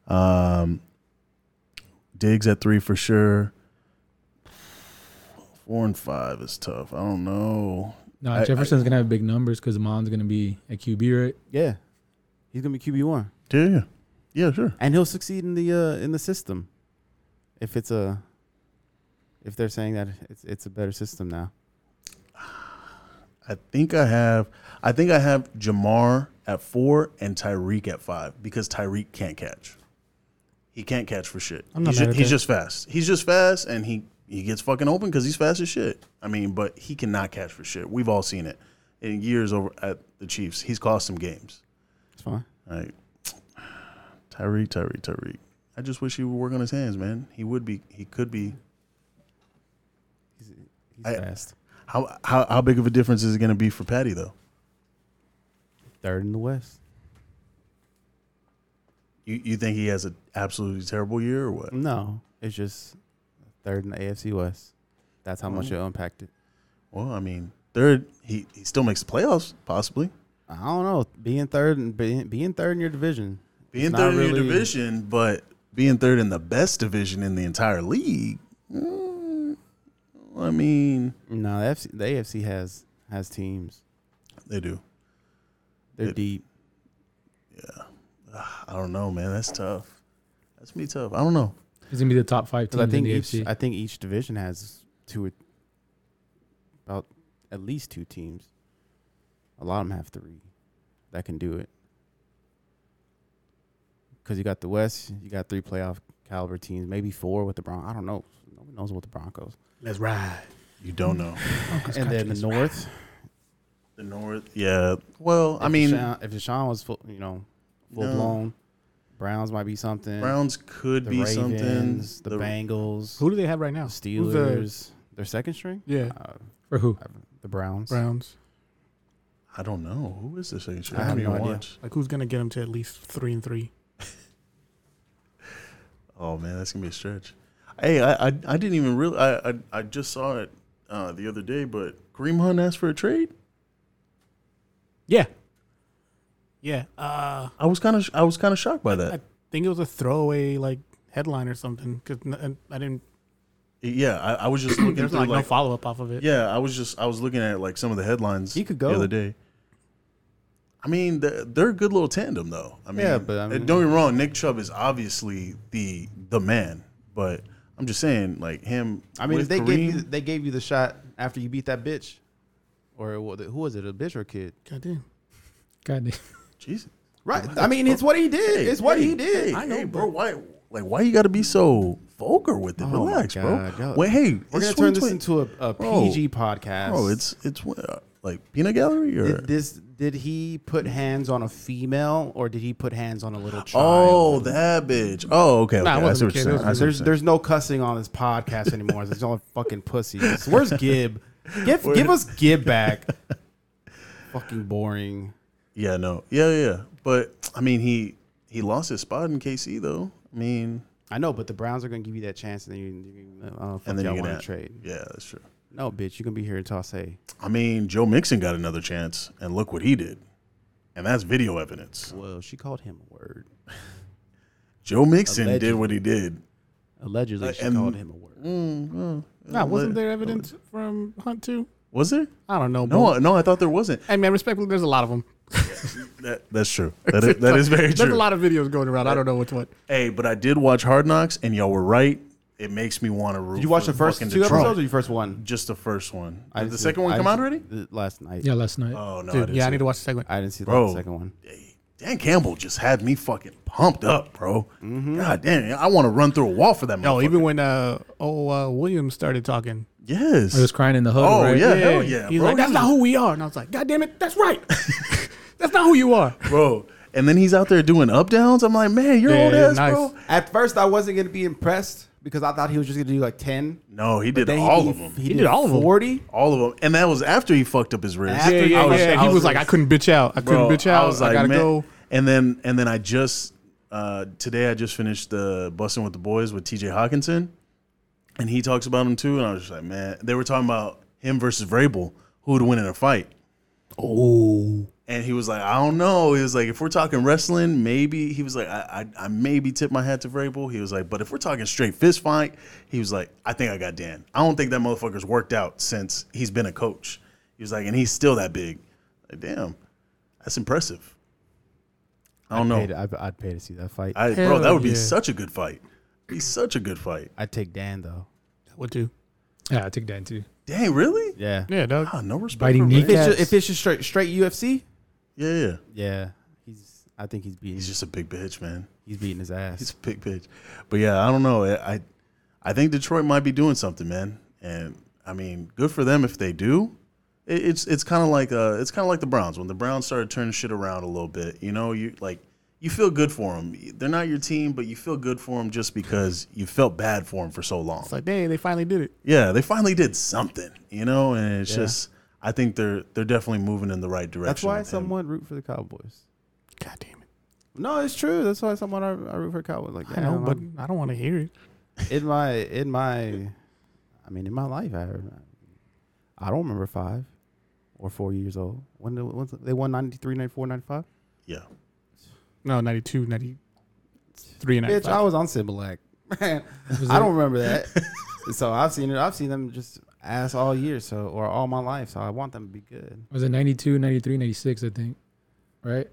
C: Um, Diggs at three for sure. Four and five is tough. I don't know.
F: No,
C: I-
F: Jefferson's gonna have big numbers because Mon's gonna be a QB, right?
D: Yeah, he's gonna be QB one,
C: Yeah, yeah, yeah, sure.
D: and he'll succeed in the uh, in the system. If it's a, if they're saying that it's it's a better system now.
C: I think I have. I think I have Jamar at four and Tyreek at five because Tyreek can't catch. He can't catch for shit.
E: I'm not
C: he's
E: mad
C: ju-
E: at
C: he's
E: that.
C: just fast. He's just fast, and he he gets fucking open because he's fast as shit. I mean, but he cannot catch for shit. We've all seen it in years over at the Chiefs. He's cost some games.
D: It's fine.
C: Like Tyreek, Tyreek, Tyreek. I just wish he would work on his hands, man. He would be. He could be.
D: He's, he's
C: I-
D: fast.
C: How how how big of a difference is it going to be for Patty though?
D: Third in the West.
C: You you think he has an absolutely terrible year or what?
D: No, it's just third in the AFC West. That's how
C: Mm.
D: much it impacted.
C: Well, I mean, third, he, he still makes the playoffs, possibly.
D: I don't know. Being third and being being third in your division.
C: Being
D: It's
C: third in
D: not
C: your
D: really-
C: division, but being third in the best division in the entire league. mm, I mean,
D: No, the, FC, the AFC has has teams.
C: they do.
D: They're
C: It-
D: deep.
C: I don't know, man. That's tough. That's me tough. I don't know.
F: It's gonna be the top five
D: 'Cause
F: teams
D: I think
F: in the
D: each
F: AFC.
D: I think each division has two, or- about at least two teams. A lot of them have three that can do it. Because you got the West, you got three playoff caliber teams, maybe four with the Broncos. I don't know. No one knows what the Broncos.
E: Let's ride.
C: You don't know.
D: and then the North.
C: The North, yeah. Well, I
D: if
C: mean,
D: Deshaun, if Deshaun was full, you know, full
C: No.
D: blown, Browns might be something.
C: Browns could
D: the
C: be
D: Ravens,
C: something.
D: The, Bengals,
E: Who do they have right now?
D: the
E: Who's the-
D: Steelers, their second string.
E: yeah,
D: Uh,
F: for who?
D: the Browns.
E: Browns.
C: I don't know who is this. second string?
D: I
C: I
D: have
C: haven't
D: no
C: even
D: idea.
C: watched.
E: Like, who's gonna get them to at least three and three?
C: Oh man, that's gonna be a stretch. Hey, I I, I didn't even really. I, I I just saw it uh, the other day, but Kareem Hunt asked for a trade.
E: Yeah. Yeah. Uh,
C: I was kind of I was kind of shocked by that.
E: I think it was a throwaway like headline or something because I didn't.
C: yeah, I, I was just looking
E: There's
C: through
E: like, no
C: like
E: follow up off of it.
C: yeah, I was just I was looking at like some of the headlines.
D: He could
C: the
D: go.
C: other day. I mean, they're, they're a good little tandem though. I mean,
D: Yeah, but, I
C: uh,
D: mean-
C: don't get me wrong. Nick Chubb is obviously the the man, but I'm just saying like him.
D: I mean, if
C: with
D: they gave you
C: Kareem-
D: they gave you the shot after you beat that bitch, or what- who was it, a bitch or a kid?
E: God damn.
F: God damn.
C: Jesus.
D: Right. I mean, it's what he did. it's what he did.
C: I know, bro. Why, like, why you got to be so vulgar with it?
D: Oh my
C: Relax, bro.
D: God, y'all-
C: Wait, hey,
D: We're gonna
C: it's
D: turn this
C: 2020.
D: into a, a
C: Bro.
D: PG podcast.
C: Oh, it's it's uh, like peanut gallery or
D: Did this? Did he put hands on a female, or did he put hands on a little child?
C: oh that bitch. Oh, okay, okay.
E: Nah,
C: I
E: it
C: see
E: wasn't
C: what
E: a
C: you're
E: kid.
C: saying.
E: It
C: I
E: was-
C: see what
D: There's
C: you're
D: there's no cussing on this podcast anymore. It's all fucking pussies. Where's Gib? Give give us Gib back. fucking boring.
C: saying. yeah, no, yeah, yeah. But I mean, he he lost his spot in KC though. I mean,
D: I know, but the Browns are gonna give you that chance, and then you, you're gonna oh, fuck
C: and then
D: y'all
C: you're
D: want
C: gonna
D: to trade.
C: Yeah, that's true.
D: No, bitch, you're gonna be here until I say
C: I mean, Joe Mixon got another chance, and look what he did. And that's video evidence.
D: Well, she called him a word.
C: Joe Mixon
D: Allegedly.
C: did what he did.
D: Allegedly,
C: Uh,
D: she
C: and-
D: called him a word. mm.
E: Nah, wasn't there evidence from Hunt too?
C: Was there?
E: I don't know. but-
C: No, no, I thought there wasn't.
E: Hey man, respectfully, there's a lot of them.
C: That, that's true. That is, that is very
E: There's
C: true.
E: a lot of videos going around. I don't know which one.
C: Hey, but I did watch Hard Knocks, and y'all were right. It makes me want to root.
D: Did you watch
C: for
D: the first two
C: fucking
D: episodes
C: Detroit.
D: or the first one?
C: Just the first one.
D: I
C: Did the
D: just-
C: second one
D: I
C: come
D: just-
C: out already?
D: th- Last night.
F: Yeah, last night.
C: Oh no, I
E: Dude,
C: didn't
E: yeah,
C: see
E: I need
C: it.
E: to watch the second one.
D: I didn't see
C: Bro.
D: the second one.
C: Hey, Dan Campbell just had me fucking pumped up, bro.
D: Mm-hmm.
C: God damn, I want to run through a wall for that.
E: No,
C: motherfucker.
E: even when uh oh uh, Williams started talking,
C: yes.
F: I was crying in the hood.
C: oh
F: right?
C: yeah, hell yeah,
E: he's
C: bro.
E: like, "That's
C: He's-
E: not who we are," and I was like, "God damn it, that's right, that's not who you are."
C: bro. And then he's out there doing up downs. I'm like, man, you're
E: Yeah,
C: old
E: yeah,
C: ass,
E: nice.
C: bro.
D: At first, I wasn't gonna be impressed because I thought he was just gonna do like ten.
C: No, he did
D: Then he-
C: all
D: he-
C: of them.
D: He did all of them. Forty.
C: all of them, and that was after he fucked up his wrist.
D: After
E: Yeah,
D: he
E: yeah,
D: fucked
E: yeah.
D: up
E: he
D: his
E: was like, "I
D: wrist.
E: couldn't bitch out. I couldn't
C: Bro,
E: bitch out. I, gotta
C: man.
E: go."
C: And then and then I just uh, today I just finished the busting with the boys with T.J. Hawkinson, and he talks about him too. And I was just like, man, they were talking about him versus Vrabel, who would win in a fight.
E: Oh,
C: And he was like, I don't know. He was like, if we're talking wrestling, maybe he was like, I, I, I maybe tip my hat to Vrabel. He was like, but if we're talking straight fist fight, he was like, I think I got Dan. I don't think that motherfucker's worked out since he's been a coach. He was like, and he's still that big. Like, damn, that's impressive. I don't know.
D: I'd, I'd, I'd pay to see that fight. I,
C: I, bro, that
E: Hell
C: would be
E: yeah.
C: such a good fight. Be such a good fight.
D: would take Dan though.
E: what do?
F: Yeah, I took Dan too.
C: Dang, really?
D: Yeah.
E: Yeah, dog.
C: Ah, no respect.
F: Biting
C: for
D: If it's,
F: kneecap.
D: just, if it's just straight straight UFC,
C: Yeah, yeah.
D: yeah, he's. I think he's beating.
C: He's just a big bitch, man.
D: He's beating his
C: It's
D: ass.
C: a big pitch. But yeah, I don't know. I I- I think Detroit might be doing something, man. And I mean, good for them if they do. It, it's it's kind of like uh, it's kind of like the Browns when the Browns started turning shit around a little bit. You know, you like you feel good for them. They're not your team, but you feel good for them just because you felt bad for them for so long.
E: It's like, dang, they finally did it.
C: yeah, they finally did something. You know, and it's
D: Yeah.
C: just I think they're they're definitely moving in the right direction.
D: That's why
C: with him.
D: someone root for the Cowboys.
E: God damn it.
D: No, it's true. That's why someone I, I root for the Cowboys. Like
E: I know,
D: damn,
E: but
D: I'm-
E: I don't want to hear it.
D: in my in my, I mean, in my life, I I don't remember five or four years old when they, when they won 93, 94, 95.
C: Yeah,
E: No, 92, 90, three and a half.
D: Bitch, I was on Similac. Man, I don't remember that. so I've seen it. I've seen them just ass all year, so or all my life. So I want them to be good.
F: Was it 92, 93, 96, I think. Right?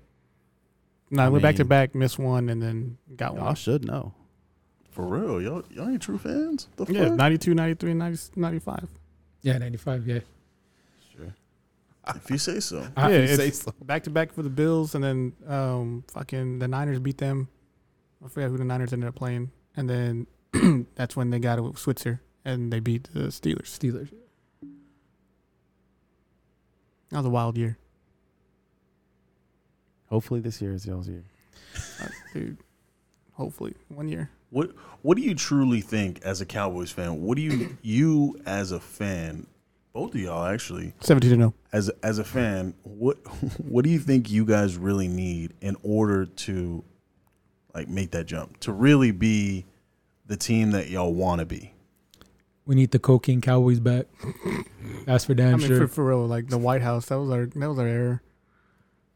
E: No, I
D: I
E: went back to
D: mean-
E: back, missed one, and then got
D: Y'all
E: one.
D: Oh, should know.
C: For real, y'all, y'all ain't true fans. The
E: Yeah,
C: fuck?
E: 92, 93, and 90, 95.
F: Yeah, 95, yeah.
C: if you say so.
F: I-
E: yeah,
D: you say
E: it's
D: so.
E: back to back for the Bills, and then um, fucking the Niners beat them. I forgot who the Niners ended up playing, and then that's when they got it with Switzer, and they beat the Steelers.
F: Steelers.
E: That was a wild year,
D: Hopefully this year is y'all's year.
E: Uh, dude. Hopefully, one year.
C: What What do you truly think as a Cowboys fan? What do you you as a fan, both of y'all actually,
E: 17 to 0.
C: as as a fan, what what do you think you guys really need in order to like make that jump to really be the team that y'all want to be?
F: We need the cocaine Cowboys back. That's for damn
E: I mean,
F: sure.
E: for, for real, like the White House, that was our that was our error.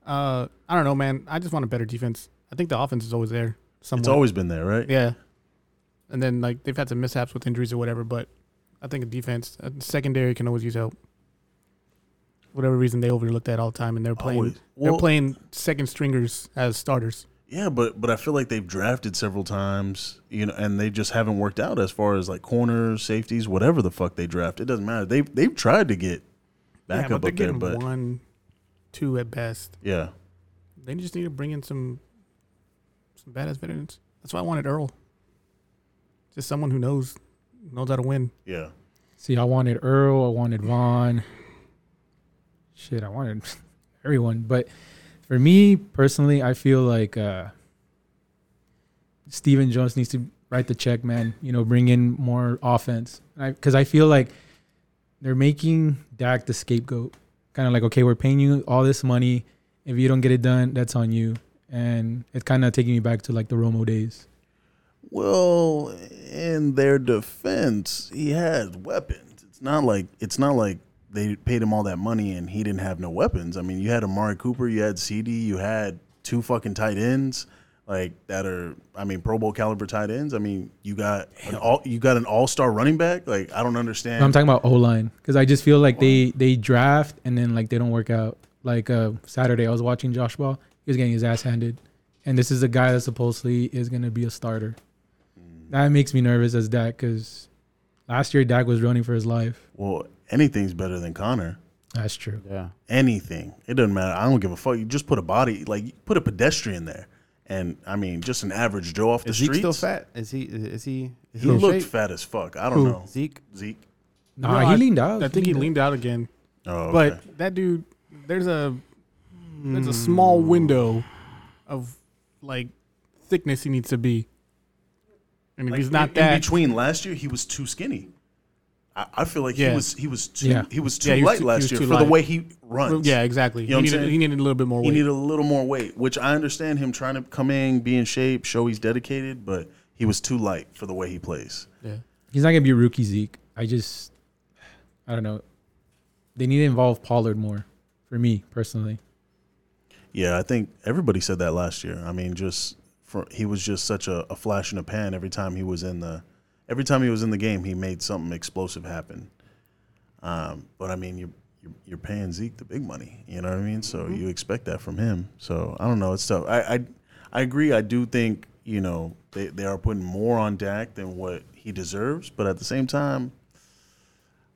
E: Uh, I don't know, man. I just want a better defense. I think the offense is always there. Somewhere.
C: It's always been there, right?
E: yeah. And then like they've had some mishaps with injuries or whatever, but I think a defense, a secondary can always use help. Whatever reason they overlook that all the time, and they're playing
C: Always.
E: they're
C: Well-
E: playing second stringers as starters.
C: Yeah, but but I feel like they've drafted several times, you know, and they just haven't worked out as far as like corners, safeties, whatever the fuck they draft. It doesn't matter. They they've tried to get
E: yeah,
C: backup
E: but they're
C: up there,
E: getting
C: but
E: one, two at best.
C: yeah,
E: They just need to bring in some some badass veterans. That's why I wanted Earl. Just someone who knows knows how to win.
C: yeah.
F: See, I wanted Earl, I wanted Vaughn. Shit, I wanted everyone. But for me personally, I feel like uh Steven Jones needs to write the check, man. You know, bring in more offense. Because I, feel like they're making Dak the scapegoat. Kind of like, okay, we're paying you all this money. If you don't get it done, that's on you. And it's kind of taking me back to like the Romo days.
C: Well, in their defense, he had weapons. It's not like it's not like they paid him all that money and he didn't have no weapons. I mean, you had Amari Cooper, you had CD, you had two fucking tight ends like that are I mean Pro Bowl caliber tight ends. I mean, you got an all you got an all star running back. Like I don't understand.
F: I'm talking about O line because I just feel like they they draft and then like they don't work out. Like uh, Saturday, I was watching Josh Ball. He was getting his ass handed, and this is a guy that supposedly is gonna be a starter.
E: Mm.
F: That makes me nervous as Dak because last year Dak was running for his life.
C: well, anything's better than Connor.
F: That's true.
D: Yeah.
C: anything. It doesn't matter. I don't give a fuck. You just put a body, like you put a pedestrian there, and I mean, just an average Joe off the
D: Is
C: street.
D: Zeke still fat? Is he is he is
C: He
D: in
C: looked
D: shape?
C: fat as fuck. I don't know.
D: Zeke?
C: Zeke.
F: Nah,
E: No,
F: he
E: I-
F: leaned out.
E: I think he leaned out again.
C: Oh, okay.
E: But that dude, there's a there's
C: Hmm.
E: a small window of like thickness he needs to be, and if
C: Like,
E: he's not
C: in,
E: that,
C: in between last year, he was too skinny. I, I feel like
E: Yeah.
C: he was he was too
F: Yeah.
C: he was too
E: Yeah, he was
C: light
E: too- he
C: last
E: was
C: year
E: too
C: for
E: light.
C: the way he runs.
E: yeah, exactly.
C: You know what I'm
E: he, needed,
C: saying?
E: he needed a little bit more
C: he
E: weight.
C: needed a little more weight, which I understand him trying to come in, be in shape, show he's dedicated, but he was too light for the way he plays.
E: yeah.
F: He's not gonna be a rookie Zeke. I just, I don't know. They need to involve Pollard more, for me personally.
C: Yeah, I think everybody said that last year. I mean, just for, he was just such a, a flash in the pan every time he was in the every time he was in the game, he made something explosive happen. Um, but I mean, you're, you're you're paying Zeke the big money, you know what I mean? So you expect that from him. So I don't know, it's tough. I I, I agree. I do think you know they, they are putting more on Dak than what he deserves, but at the same time,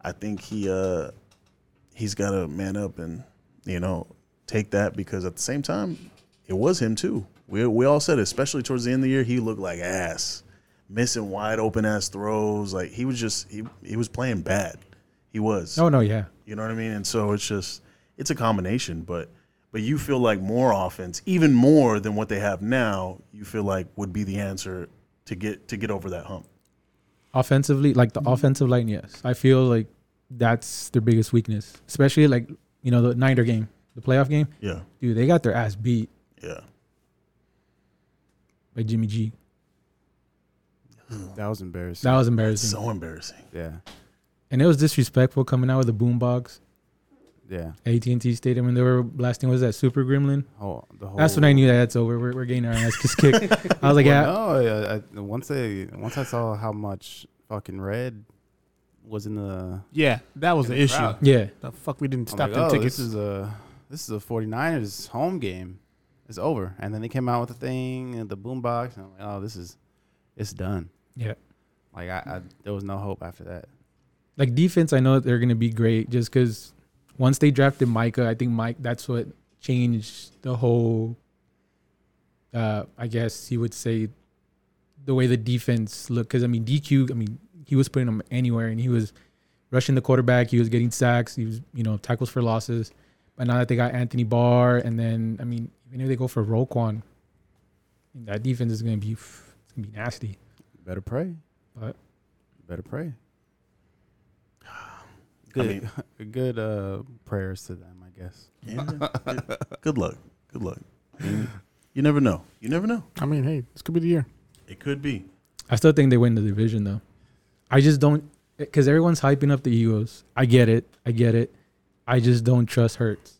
C: I think he uh he's got to man up and you know take that because at the same time it was him too. We we all said it, especially towards the end of the year, he looked like ass, missing wide open ass throws. Like he was just he he was playing bad. He was.
F: Oh no, yeah.
C: You know what I mean? And so it's just it's a combination, but but you feel like more offense, even more than what they have now, you feel like would be the answer to get to get over that hump.
F: offensively, like the offensive line, yes. I feel like that's their biggest weakness, especially like you know the Niner game, the playoff game.
C: Yeah.
F: Dude, they got their ass beat
C: Yeah.
F: by Jimmy G.
D: That was embarrassing.
F: That was embarrassing,
C: So embarrassing.
D: Yeah.
F: and it was disrespectful coming out with a boombox.
D: Yeah.
F: AT and T Stadium when they were blasting was that Super Gremlin.
D: Oh, the whole.
F: That's when I knew that that's over. We're, we're getting our asses kicked. I was like, yeah,
D: Well, no, I, I, once I once I saw how much fucking red was in the
E: Yeah, that was the,
D: the
E: issue.
D: crowd.
F: yeah.
E: The fuck, we didn't
D: I'm
E: stop
D: like,
E: them
D: oh,
E: tickets.
D: This is a this is a 49ers home game. It's over, and then they came out with the thing and the boombox, and I'm like, oh, this is it's done.
F: Yeah.
D: Like I, I there was no hope after that.
F: Like defense, I know they're gonna be great just because once they drafted Micah, I think Mike that's what changed the whole. Uh, I guess you would say, the way the defense looked. Because I mean, DQ, I mean, he was putting them anywhere, and he was rushing the quarterback. He was getting sacks. He was, you know, tackles for losses. But now that they got Anthony Barr, and then I mean, even if they go for Roquan, that defense is gonna be, it's gonna be nasty.
D: Better pray.
F: But-
D: Better pray. Good, good uh, prayers to them, I guess.
C: Yeah. Good luck. Good luck. You never know. You never know.
E: I mean, hey, this could be the year.
C: It could be.
F: I still think they win the division though. I just don't because everyone's hyping up the Eagles. I get it. I get it. I just don't trust Hurts.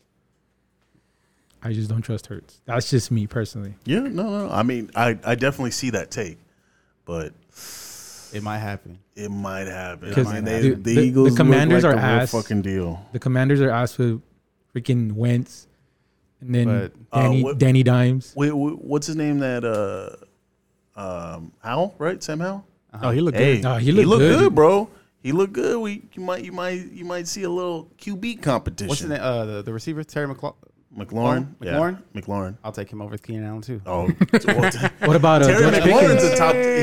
F: I just don't trust Hurts. That's just me personally.
C: Yeah, no, no. I mean, I, I definitely see that take, but
D: It might happen.
C: it might happen. I
F: Because,
C: mean, they,
F: dude,
C: the,
F: the- the
C: Eagles look
F: Commanders
C: like
F: are
C: the real
F: ass.
C: fucking deal.
F: The Commanders are asked for freaking Wentz, and then
D: But,
C: uh,
F: Danny,
C: what-
F: Danny Dimes.
C: Wait, wh- what's his name? That uh, um, Howell, right? Sam Howell.
D: Uh-huh.
E: Oh, he looked
C: Hey,
E: good.
F: Nah, he looked good.
C: bro. He looked good. We you might you might you might see a little QB competition.
D: What's the name? Uh, the, the receiver Terry McLaurin.
C: McLaurin.
D: Oh, McLaurin?
C: Yeah, McLaurin.
D: I'll take him over Keenan Allen too.
C: Oh, well, t-
F: What about uh,
C: Terry
F: George
C: McLaurin's
F: Pickens?
C: a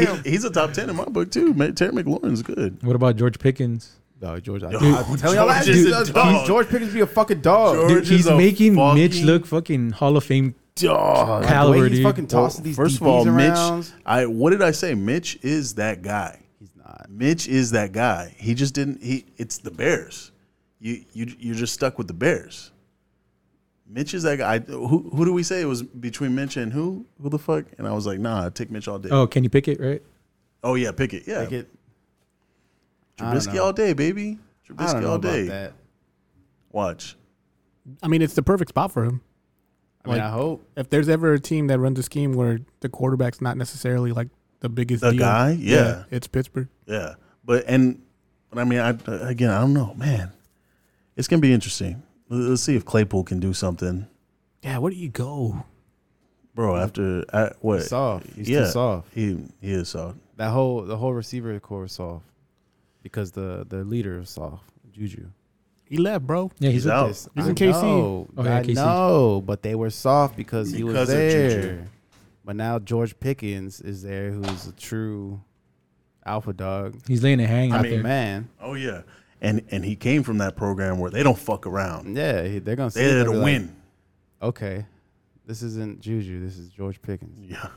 C: top. he- he's a top ten in my book too. Man, Terry McLaurin's good.
F: What about George Pickens?
D: No, George. I,
C: Dude,
D: I'm telling y'all,
C: George
D: I-
C: is a
D: dude,
C: dog.
D: George Pickens be a fucking dog.
C: George-
F: Dude,
C: is
F: he's
C: a
F: making Mitch
C: fucking-
F: look fucking Hall of Fame.
C: Dog.
D: The way
F: Caliber,
D: he's
F: dude.
D: fucking tossing
C: Well,
D: these
C: first of
D: DBs
C: all,
D: around.
C: Mitch. I what did I say? Mitch is that guy.
D: He's not.
C: Mitch is that guy. He just didn't. He it's the Bears. You you you're just stuck with the Bears. Mitch is that guy. I- who who do we say it was between Mitch and who? Who the fuck? And I was like, nah, take Mitch all day. Oh,
F: Oh, Kenny Pickett, right?
C: yeah, pick it. Yeah,
D: Like it, I don't
C: Trubisky
D: know.
C: all day, baby.
D: I don't
C: Trubisky
D: know
C: all
D: about
C: day.
D: that.
C: Watch.
E: I mean, it's the perfect spot for him.
D: I mean,
E: Like-
D: I hope.
E: If there's ever a team that runs a scheme where the quarterback's not necessarily like the biggest
C: The
E: deal,
C: guy? Yeah.
E: it's Pittsburgh.
C: Yeah, but and but I mean, I again, I don't know, man. It's gonna be interesting. Let's see if Claypool can do something,
E: Yeah, where do you go?
C: bro.
E: Mm-hmm.
C: After I, what?
D: He's soft. He's
C: yeah.
D: too soft.
C: He he is soft.
D: That whole the whole receiver core is soft because the the leader is soft. Juju.
E: He left, bro.
F: Yeah,
C: He's
F: he's,
C: out.
D: Yes,
E: He's
D: I
E: in KC.
D: Know,
F: Oh, yeah,
D: I
F: KC.
D: know, but they were soft because he was
C: Because of Juju.
D: there. But now George Pickens is there, who's a true alpha dog.
F: he's laying a hang
D: I
F: out
D: mean,
F: there.
D: man,
C: Oh yeah, and and he came from that program where they don't fuck
E: Mm-hmm.
C: around.
D: yeah, he- they're gonna see.
C: They
D: it,
C: had
D: they'll
C: to
D: be like,
C: win.
D: okay, this isn't Juju. This is George Pickens.
C: Yeah,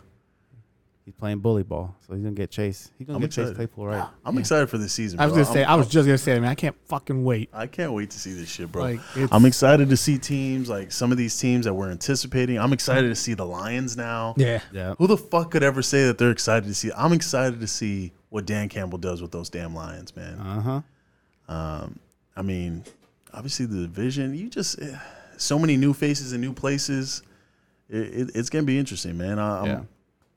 D: He's playing bully ball, so he's gonna get chased. He's gonna
C: I'm
D: get
C: excited.
D: chased Claypool, right?
C: I'm excited for this season.
E: I was
C: bro.
E: gonna say,
C: I'm-
E: I was just gonna say, man, I can't fucking wait.
C: I can't wait to see this shit, bro.
E: Like, it's,
C: I'm excited to see teams like some of these teams that we're anticipating. I'm excited to see the Lions now.
F: Yeah,
D: Yeah.
C: Who the fuck could ever say that they're excited to see? I'm excited to see what Dan Campbell does with those damn Lions, man.
D: Uh huh.
C: I mean, obviously the division. You just eh, so many new faces and new places. It, it, it's gonna be interesting, man. I, I'm,
D: Yeah.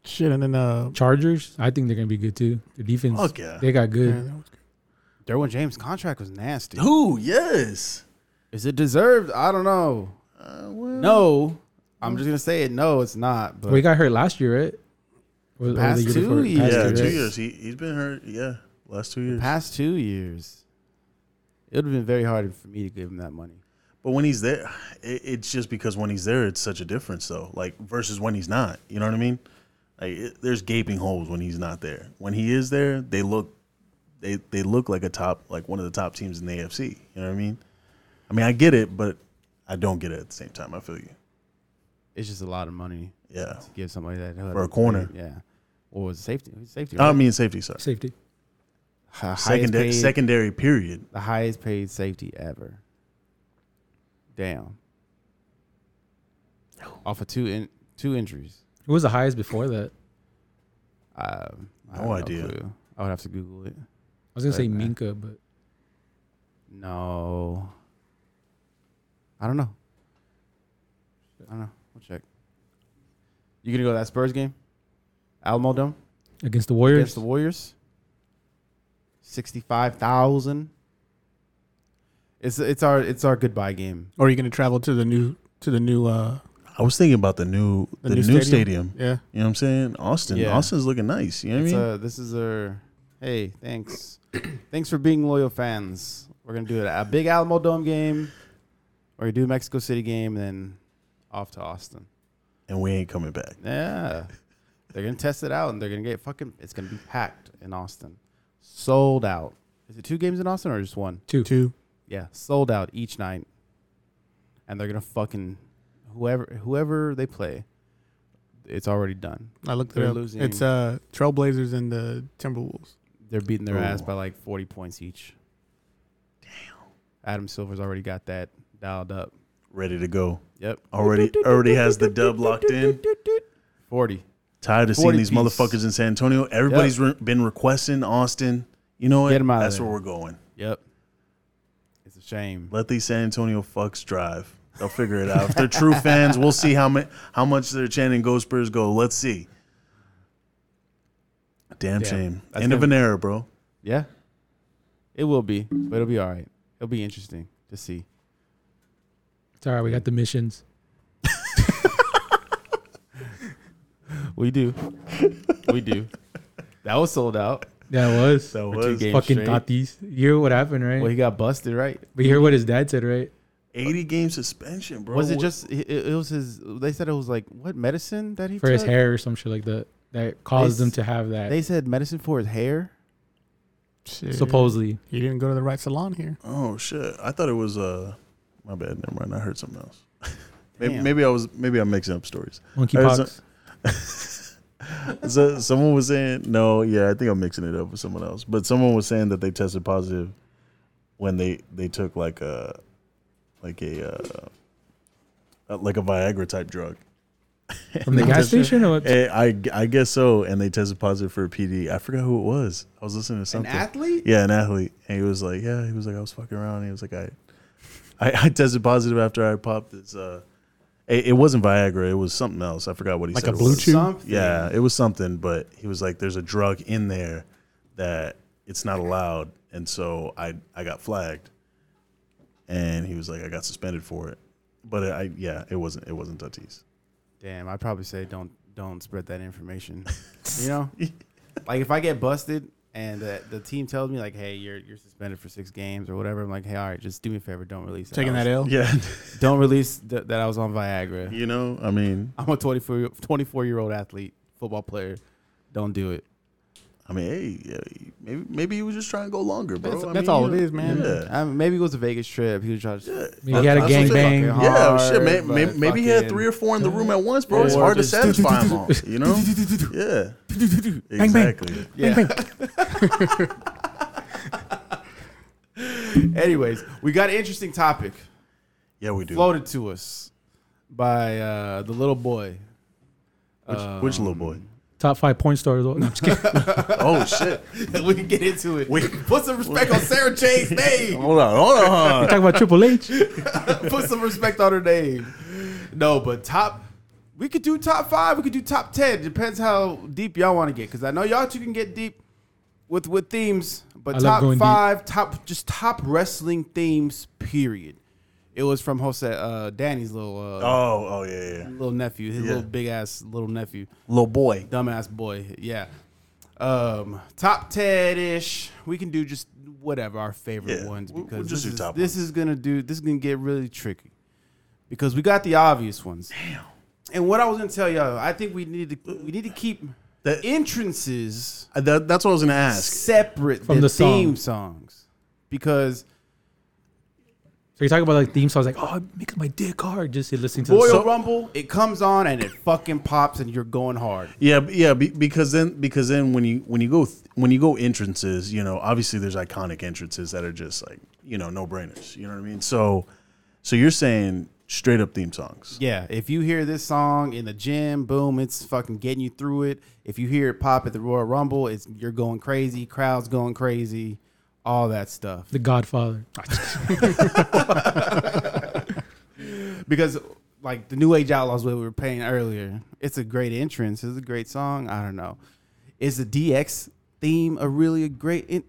E: shit, and then uh,
F: Chargers. I think they're gonna be good too. Their defense,
C: Fuck yeah.
F: they got good.
E: man, that was good.
D: Derwin James' contract was nasty.
C: Who? Yes.
D: Is it deserved? I don't know.
C: Uh, well,
D: No, I'm just gonna say it. No, it's not. But
F: Well, he got hurt last year, right? Or- or the
D: Past
F: year
D: two
F: before-
D: years.
C: Yeah,
D: Yes.
C: two
F: right?
C: years. He he's been hurt. Yeah, last two years.
D: past two years, it would have been very hard for me to give him that money.
C: But when he's there, it, it's just because when he's there, it's such a difference, though. Like versus when he's not. You know what I mean? Like it, there's gaping holes when he's not there. When he is there, they look they they look like a top like one of the top teams in the AFC. You know what I mean? I mean, I get it, but I don't get it at the same time. I feel you.
D: It's just a lot of money
C: Yeah.
D: to give somebody that
C: For a corner. Um,
D: Yeah, or was it safety? It was safety.
C: I
D: Right?
C: mean, safety sorry.
F: Safety.
D: Hi- highest
C: Secondary,
D: paid-
C: secondary period.
D: the highest paid safety ever. Damn. Off of two in, two injuries.
F: Who was the highest before that?
D: Um, I
C: No
D: have
C: idea.
D: clue. I would have to Google it.
F: I was gonna say
D: Right, man.
F: Minka, but
D: No. I don't know. I don't know. We'll check. You gonna go to that Spurs game? Alamo Dome
F: against the Warriors.
D: against the Warriors. Sixty-five thousand. It's it's our it's our goodbye game.
E: Or are you going to travel to the new to the new uh
C: I was thinking about the new the, new, stadium.
E: Yeah.
C: You know what I'm saying? Austin.
D: Yeah.
C: Austin's looking nice. You know what I
D: It's
C: mean?
D: uh this is our hey thanks thanks for being loyal fans. We're gonna do it a big Alamo Dome game. We're gonna do Mexico City game, and then off to Austin.
C: and we ain't coming back.
D: Yeah. they're gonna test it out and they're gonna get fucking it's gonna be packed in Austin. Sold out. Is it two games in Austin or just one?
F: two.
E: Two.
D: Yeah, sold out each night. And they're gonna fucking whoever whoever they play, it's already done.
E: I looked
D: They're
E: it up.
D: losing.
E: It's uh Trailblazers and the Timberwolves.
D: They're beating their ass
C: Ooh.
D: by like forty points each. Damn. Adam Silver's already got that dialed up.
C: Ready to go.
D: Yep.
C: Already already has the dub locked in.
D: Forty.
C: Tired of
D: 40
C: seeing these
D: piece.
C: motherfuckers in San Antonio. Everybody's re- been requesting Austin. You know what?
D: Get 'em outta
C: That's
D: there.
C: where we're going.
D: Yep. It's a shame.
C: Let these San Antonio fucks drive. They'll figure it out. If they're true fans, we'll see how much how much they're chanting "Go Spurs, go." Let's see. Damn
D: Yeah.
C: shame.
D: That's
C: End of
D: gonna-
C: an era, bro.
D: Yeah. It will be, but it'll be all right. It'll be interesting to see.
F: It's all right. We got the missions.
D: We do. we do. That was sold out.
F: That was
C: That
D: For two
C: was
D: games.
F: fucking
D: straight.
F: Tatis. You hear what happened, right?
D: Well, he got busted, right?
F: but you hear what his dad said, right?
C: eighty game suspension, bro.
D: was it just it, it was his they said it was like what medicine that he
F: For his
D: took?
F: hair or some shit like that that caused
D: They
F: him
D: s-
F: to have that.
D: They said medicine for his hair?
E: Shit.
F: supposedly.
E: You didn't go to the right salon here.
C: Oh shit! I thought it was uh, my bad. Never mind. I heard something else. maybe,
D: Damn.
C: maybe I was maybe I'm mixing up stories.
F: Monkeypox.
C: So someone was saying no. Yeah, I think I'm mixing it up with someone else. But someone was saying that they tested positive when they they took like a like a uh, uh, like a Viagra type drug.
F: From the gas station or what?
C: Eh, I I guess so. And they tested positive for a PD. I forgot who it was. I was listening to something.
D: athlete?
C: Yeah, an athlete. And he was like, yeah, he was like, I was fucking around. He was like, I, I, I tested positive after I popped this. Uh, it, it wasn't Viagra. It was something else. I forgot what he
E: Like
C: said.
E: a
C: it
E: blue
C: was.
E: chew?
D: Something.
C: Yeah, it was something. But he was like, there's a drug in there that it's not allowed, and so I I got flagged. And he was like, I got suspended for it. But I yeah, it wasn't it wasn't Tatis.
D: Damn, I'd probably say don't don't spread that information. you know, like if I get busted and the, the team tells me like, hey, you're you're suspended for six games or whatever, I'm like, hey, all right, just do me a favor, don't release
C: Oh,
E: Taking
D: I
E: that
D: was-
E: L.
C: Yeah,
D: Don't release th- that I was on Viagra.
C: you know, I mean,
D: I'm a 24 24 year old athlete, football player. Don't do it.
C: I mean, hey, yeah, maybe maybe he was just trying to go longer, bro.
E: That's-
C: I
E: that's
C: mean,
E: all
C: you
E: it
C: know,
E: is, man.
C: Yeah.
D: I mean, maybe it was a Vegas trip. He was trying to.
C: Yeah.
F: Maybe he had a
C: That's what I'm saying.
F: gangbang.
C: Yeah,
D: Hard,
C: shit. May, may,
D: but
C: maybe he had
D: fucking-
C: three or four in the room at once, bro. It's
D: Or
C: hard to
D: just-
C: satisfy them all. You know? Yeah. Exactly.
D: Yeah. Anyways, we got an interesting topic
C: Yeah, we do.
D: floated to us by uh, the little boy.
C: Which, which little boy?
F: Top five point stars. No, I'm just kidding.
C: Oh shit!
D: we can get into it.
C: Wait.
D: Put some respect on Sarah Jane's name.
C: Hold on, hold on.
F: Talk about Triple H.
D: Put some respect on her name. No, but top. We could do top five. We could do top ten. Depends how deep y'all want to get. Because I know y'all two can get deep with with themes. But
F: I love
D: top
F: going deep.
D: five, top just top wrestling themes. Period. It was from Jose uh, Danny's little uh,
C: Oh, oh yeah, yeah.
D: little nephew, his
C: yeah.
D: little big ass little nephew,
C: Little boy.
D: dumbass boy. Yeah. Um, top ten ish. We can do just whatever our favorite
C: Yeah,
D: ones
C: we'll-
D: because
C: we'll just
D: this,
C: do
D: is,
C: top
D: this is gonna do this is gonna get really tricky because we got the obvious ones. Damn. And what I was gonna tell y'all, I think we need to we need to keep
C: That-
D: entrances
C: Uh, That, that's what I was gonna ask.
D: separate
F: From
D: than
F: the song.
D: theme songs because
F: So you talk about like theme songs, like oh, I'm making my dick hard just listening to.
D: Royal
F: the song.
D: Rumble it comes on and it fucking pops and you're going hard.
C: Yeah, b- yeah. Be, because then, because then, when you when you go th- when you go entrances, you know, obviously there's iconic entrances that are just like you know no brainers. You know what I mean? So, so you're saying straight up theme songs.
D: Yeah, if you hear this song in the gym, boom, it's fucking getting you through it. If you hear it pop at the Royal Rumble, it's you're going crazy, crowds going crazy, all that stuff.
F: The Godfather.
D: because like the New Age Outlaws what we were playing earlier, it's a great entrance. It's a great song. I don't know. Is the DX theme a really a great in-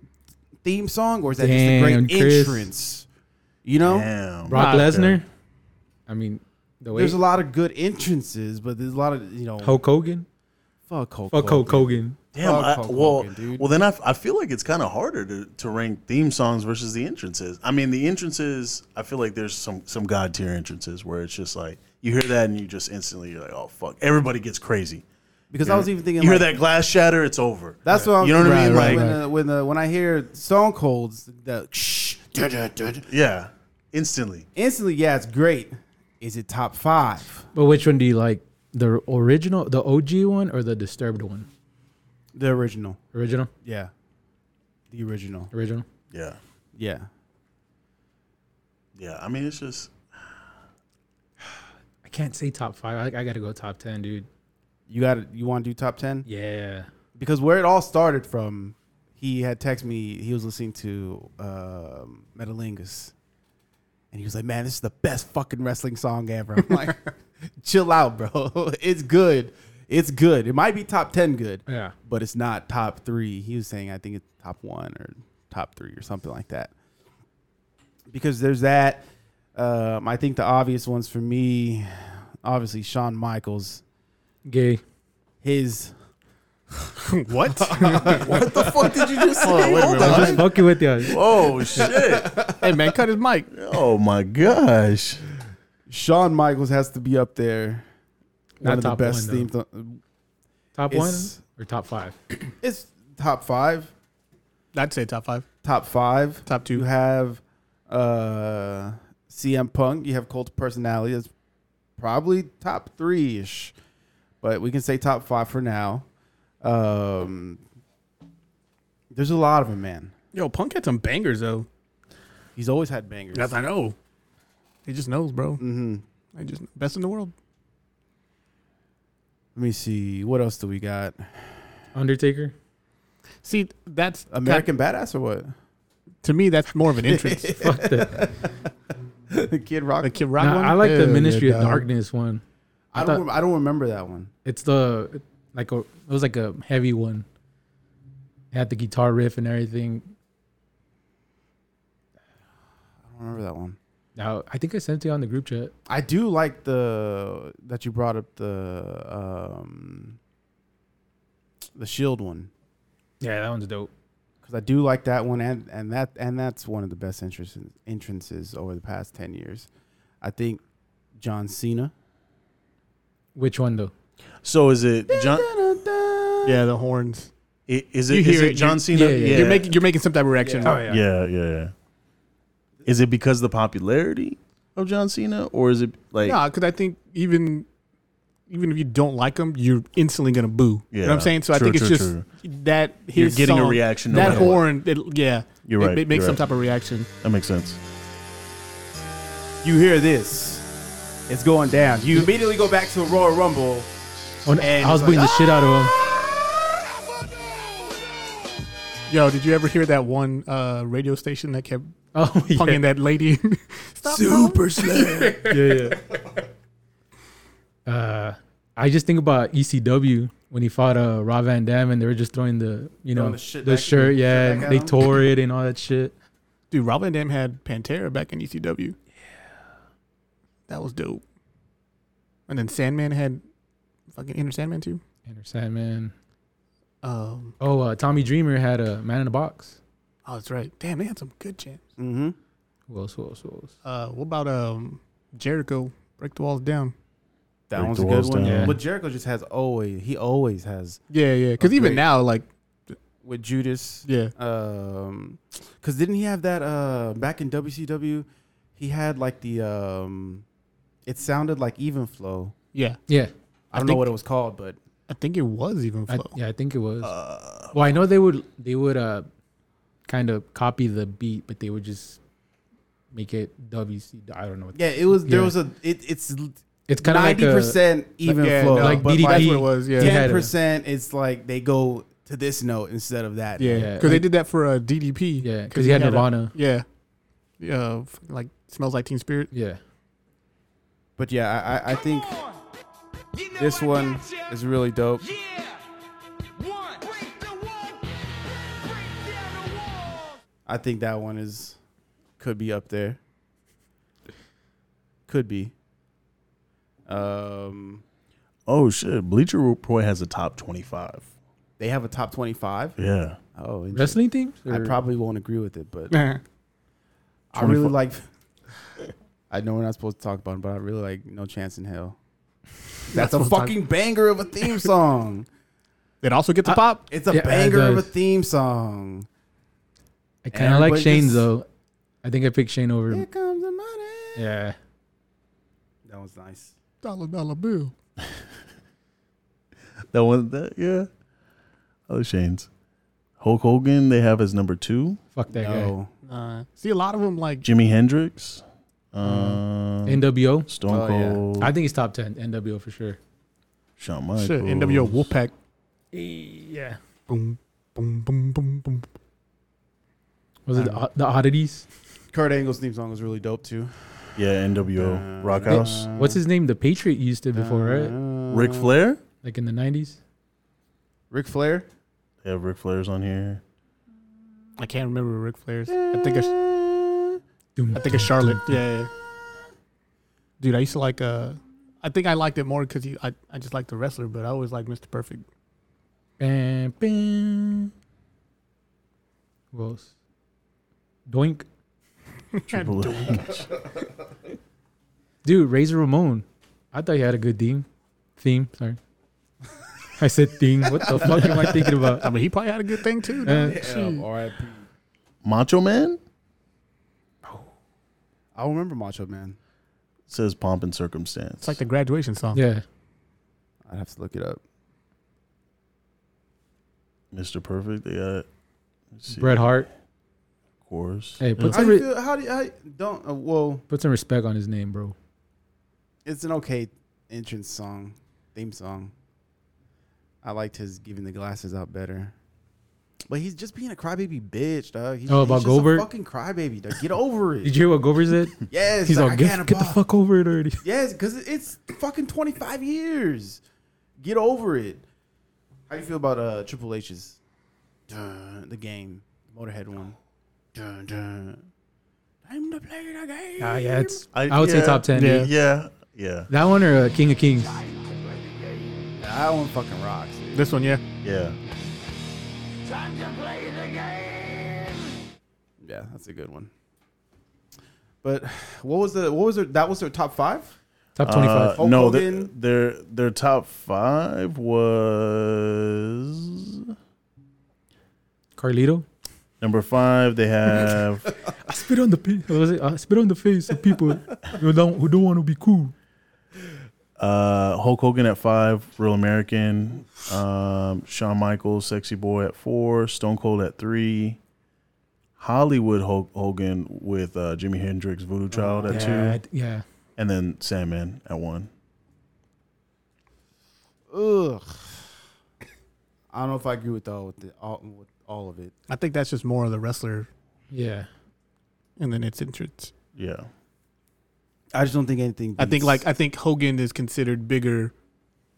D: theme song, or is that just a
F: Damn,
D: great
F: Chris.
D: entrance? You know,
C: Damn.
F: Brock
D: Nah,
F: Lesnar. I mean, the way
D: there's a lot of good entrances, but there's a lot of you know,
F: Hulk Hogan.
D: fuck Hulk.
F: Fuck Hulk Hogan.
C: Damn. I,
D: Hulk
C: well,
D: Hogan, dude.
C: well, then I, f- I feel like it's kind of harder to, to rank theme songs versus the entrances. I mean, the entrances, I feel like there's some some god tier entrances where it's just like you hear that and you just instantly you're like, oh fuck, everybody gets crazy.
D: Because I was even thinking
C: you
D: like,
C: hear that glass shatter, it's over.
D: That's what I'm,
C: you know what I mean. like,
D: Right, when, uh, when, uh, when I hear Stone Cold's the shh, duh, duh, duh, duh,
C: yeah, instantly.
D: instantly, yeah, it's great. Is it top five?
F: But which one do you like? The original, the OG one, or the disturbed one?
D: The original,
F: Original,
D: yeah, the original,
F: original.
C: Yeah,
D: yeah.
C: yeah. I mean, it's just
F: I can't say top five. I, I gotta go top ten, dude.
D: You got to You want to do top ten?
F: Yeah.
D: Because where it all started from, he had texted me. He was listening to um, Metalingus, and he was like, "Man, this is the best fucking wrestling song ever." I'm like, "Chill out, bro. It's good. It's good. It might be top ten good.
F: Yeah.
D: but it's not top three. He was saying I think it's top one or top three or something like that. Because there's that. Um, I think the obvious ones for me, obviously Shawn Michaels,
F: Gay.
D: his
E: what?
C: what the fuck did you just say? Hold
F: I'm just
C: on.
F: fucking with uh, you.
C: Oh shit!
E: hey man, cut his mic.
C: Oh my gosh!
D: Shawn Michaels has to be up there.
F: Not
D: one of the
F: top
D: best
F: one,
D: themes.
F: though. Top one
D: It's-
F: or top five?
D: It's top five.
E: I'd say top five.
D: Top five.
E: Top two.
D: You have uh, CM Punk. You have Colt's personality. That's probably top three ish, but we can say top five for now. Um, there's a lot of them, man.
E: Yo, Punk had some bangers though.
D: He's always had bangers.
E: Yes, I know. He just knows, bro.
D: hmm
E: I just best in the world.
D: Let me see. What else do we got?
F: Undertaker.
E: See, that's
D: American Badass or what?
E: to me, that's more of an entrance.
F: Fuck that.
D: The Kid Rock.
E: the Kid Rock
F: Nah,
E: one.
F: I like the
E: Hell
F: Ministry
E: yeah,
F: of
E: dog.
F: Darkness one.
D: I,
F: I
D: don't.
F: thought-
D: rem- I don't remember that one.
F: It's the like a, it was like a heavy one. It had the guitar riff and everything.
D: I don't remember that one.
F: Now I think I sent it on the group chat.
D: I do like the that you brought up the um the shield one
F: Yeah, that one's dope.
D: because I do like that one and and that and that's one of the best entrance, entrances over the past ten years. I think John Cena.
F: Which one though?
C: So is it John?
E: Yeah, the horns.
C: i- Is
E: You
C: it,
E: hear
C: is
E: it,
C: it John
E: you-
C: Cena?
F: yeah, yeah, yeah.
E: You're making you're making some type of reaction.
F: yeah.
C: yeah, yeah, yeah. Is it because of the popularity of John Cena, or is it like
E: No, because I think even even if you don't like him, you're instantly gonna boo. You know what I'm
C: Yeah.
E: saying? So I
C: True,
E: think it's
C: true,
E: just
C: true.
E: that his
C: you're getting a
E: song,
C: reaction? No
E: That
C: matter what?
E: horn, it, yeah,
C: You're
E: it,
C: right,
E: ma-
C: you're
E: makes some
C: right.
E: type of reaction.
C: That makes sense.
D: You hear this? It's going down. You immediately go back to a Royal Rumble.
F: On,
D: And
F: Oh, I was
D: it's
F: beating
D: like, "Ah!"
F: the shit out of him.
E: Yo, did you ever hear that one uh, radio station that kept
F: Oh yeah.
E: punking that lady? Super Slam.
F: yeah, yeah. Uh, I just think about ECW when he fought uh, Rob Van Dam and they were just throwing the you know
D: Throwing
F: the,
D: the shit back- the
F: shirt,
D: shit
F: yeah,
D: back
F: and
D: at
F: they
D: him.
F: tore it and all that shit.
E: Dude, Rob Van Dam had Pantera back in ECW. Yeah, that was dope. And then Sandman had fucking Inner Sandman too.
F: Enter Sandman.
E: Um,
F: Oh, uh, Tommy Dreamer had a man in a box.
E: oh, that's right. Damn, they had some good champs.
D: Mm-hmm.
F: Who else? Who else? Who else?
E: Uh, what about um Jericho? Break the walls down.
D: That
C: Break
D: one's
C: the
D: a good
C: walls
D: one.
C: down.
F: Yeah.
D: But Jericho just has always he always has
E: Yeah, yeah. Because
D: Oh,
E: even
D: great.
E: now, like,
D: with Judas.
E: yeah,
D: um because didn't he have that uh back in wcw he had like the um it sounded like even flow
E: yeah.
F: Yeah,
D: i,
E: I
D: don't know
E: think-
D: what it was called but
E: I think it was even
F: I,
E: flow.
F: yeah, I think it was.
D: Uh,
F: well, I know they would they would uh kind of copy the beat, but they would just make it WC. I don't know. What
D: yeah it was there
F: Yeah.
D: was a it, it's
F: It's kind of like a,
D: 90% even
E: yeah,
D: flow
E: no,
F: like
E: but
F: DDP.
E: that's what it was. Yeah,
F: Yeah.
E: yeah.
F: had a-
D: 10% it's like they go to this note instead of that
E: Because
F: Yeah,
E: they
F: like-
E: did that for uh, DDP.
F: yeah because he had
E: a-
F: Nirvana.
E: Yeah, yeah. Uh, f- like smells like Teen Spirit.
F: yeah,
D: But yeah, I, I, I think this one is really dope. I think that one is could be up there. Could be. Um,
C: Oh shit! Bleacher Report has a top twenty-five.
D: they have a top twenty-five.
C: Yeah,
D: Oh, interesting.
F: Wrestling teams?
D: I
F: Or- Uh-huh.
D: probably won't agree with it, but
E: That's
D: I really
C: 24.
D: like. I know we're not supposed to talk about it, but I really like "No Chance in Hell." That's, a
E: what I'm talking-
D: fucking banger of a theme song.
E: It also gets a pop.
D: It's a
F: Yeah, it
D: banger of a
F: does.
D: theme song.
F: I kind of like
D: Everybody
F: Shane
D: just-
F: though. I think I picked Shane over.
D: Here
F: him.
D: comes the money.
F: Yeah.
D: That was nice.
E: Dollar dollar bill.
C: that one. That, yeah, other Shane's. Hulk Hogan they have as number two.
F: Fuck that
D: No,
E: Uh, see, a lot of them like
C: Jimi Hendrix.
E: Mm-hmm.
C: Um,
F: guy. NWO.
D: Oh,
C: Stone
D: yeah.
C: Cold.
F: I think he's top ten. NWO for sure.
C: Shawn Michaels.
E: shit. NWO Wolfpack. Yeah. Boom, boom, boom, boom, boom.
F: Was it the, the oddities?
D: Kurt Angle's theme song was really dope too.
C: Yeah,
E: Uh,
C: NWO. Rockhouse.
F: What's his name? The Patriot used it before,
D: Uh-huh.
F: right?
D: Uh,
E: uh,
C: Ric Flair.
F: Like in the nineties.
D: Ric Flair.
C: They have Ric Flair's on here.
E: I can't remember Ric Flair's. I think it's I think it's Charlotte. Yeah, yeah. Dude, I used to like. Uh, I think I liked it more because I I just liked the wrestler, but I always liked Mr. Perfect.
F: Bam, bam. Who else? Doink.
C: Triple H.
F: Dude, Razor Ramon. I thought you had a good theme. Theme, sorry. I said theme. What the fuck am I thinking about?
E: I mean, he probably had a good thing too.
F: Uh,
E: dog. Shit.
D: R.I.P.
C: Macho Man
D: I remember Macho Man.
C: says pomp and circumstance.
E: It's like the graduation song.
F: Yeah.
D: I'd have to look it up.
C: Mr. Perfect. They got let's see,
F: Bret Hart.
C: chorus.
F: Hey, put
D: How
F: some,
D: do you
F: re-
D: feel? How do you? How, you- don't. Uh, well,
F: put some respect on his name, bro.
D: it's an okay entrance song, theme song. I liked his giving the glasses out better. But he's just being a crybaby bitch, dog. He's,
F: Oh,
D: he's
F: about
D: just a
F: Goldberg?
D: fucking crybaby, dog. Get over it.
F: Did you hear what Gober said?
D: yes,
F: He's
D: like,
F: all,
D: I
F: get,
D: can't
F: get the
D: abide."
F: fuck over it already.
D: Yes, because it's fucking 25 years. Get over it. How do you feel about uh, Triple H's? Dun, the game, the Motorhead one. Dun, dun. Time to play the game.
F: Ah, yeah, it's, I, would say top 10.
C: Yeah,
F: Yeah.
C: yeah, yeah,
F: That one or uh, King of Kings?
D: That one fucking rocks. dude.
E: This one, yeah.
C: yeah.
D: Yeah, that's a good one. But what was the what was their that was their top five?
F: Top 25.
C: Uh,
D: Hulk
C: no, their,
D: Hogan.
C: their their top five was
F: Carlito?
C: number five. They have
F: I spit on the face. What was it? I spit on the face of people who don't, who don't want to be cool.
C: uh, Hulk Hogan at five, Real American, um, Shawn Michaels, Sexy Boy at four, Stone Cold at three, Hollywood Hulk Hogan with uh, Jimi Hendrix, Voodoo Child at
F: Yeah,
C: two,
F: I- yeah.
C: and then Sandman at one.
D: Ugh. I don't know if I agree with all with the, all with all of it.
E: I think that's just more of the wrestler,
F: Yeah.
E: and then its entrance.
C: Yeah,
D: I just don't think anything.
E: I think
D: beats-
E: like I think Hogan is considered bigger,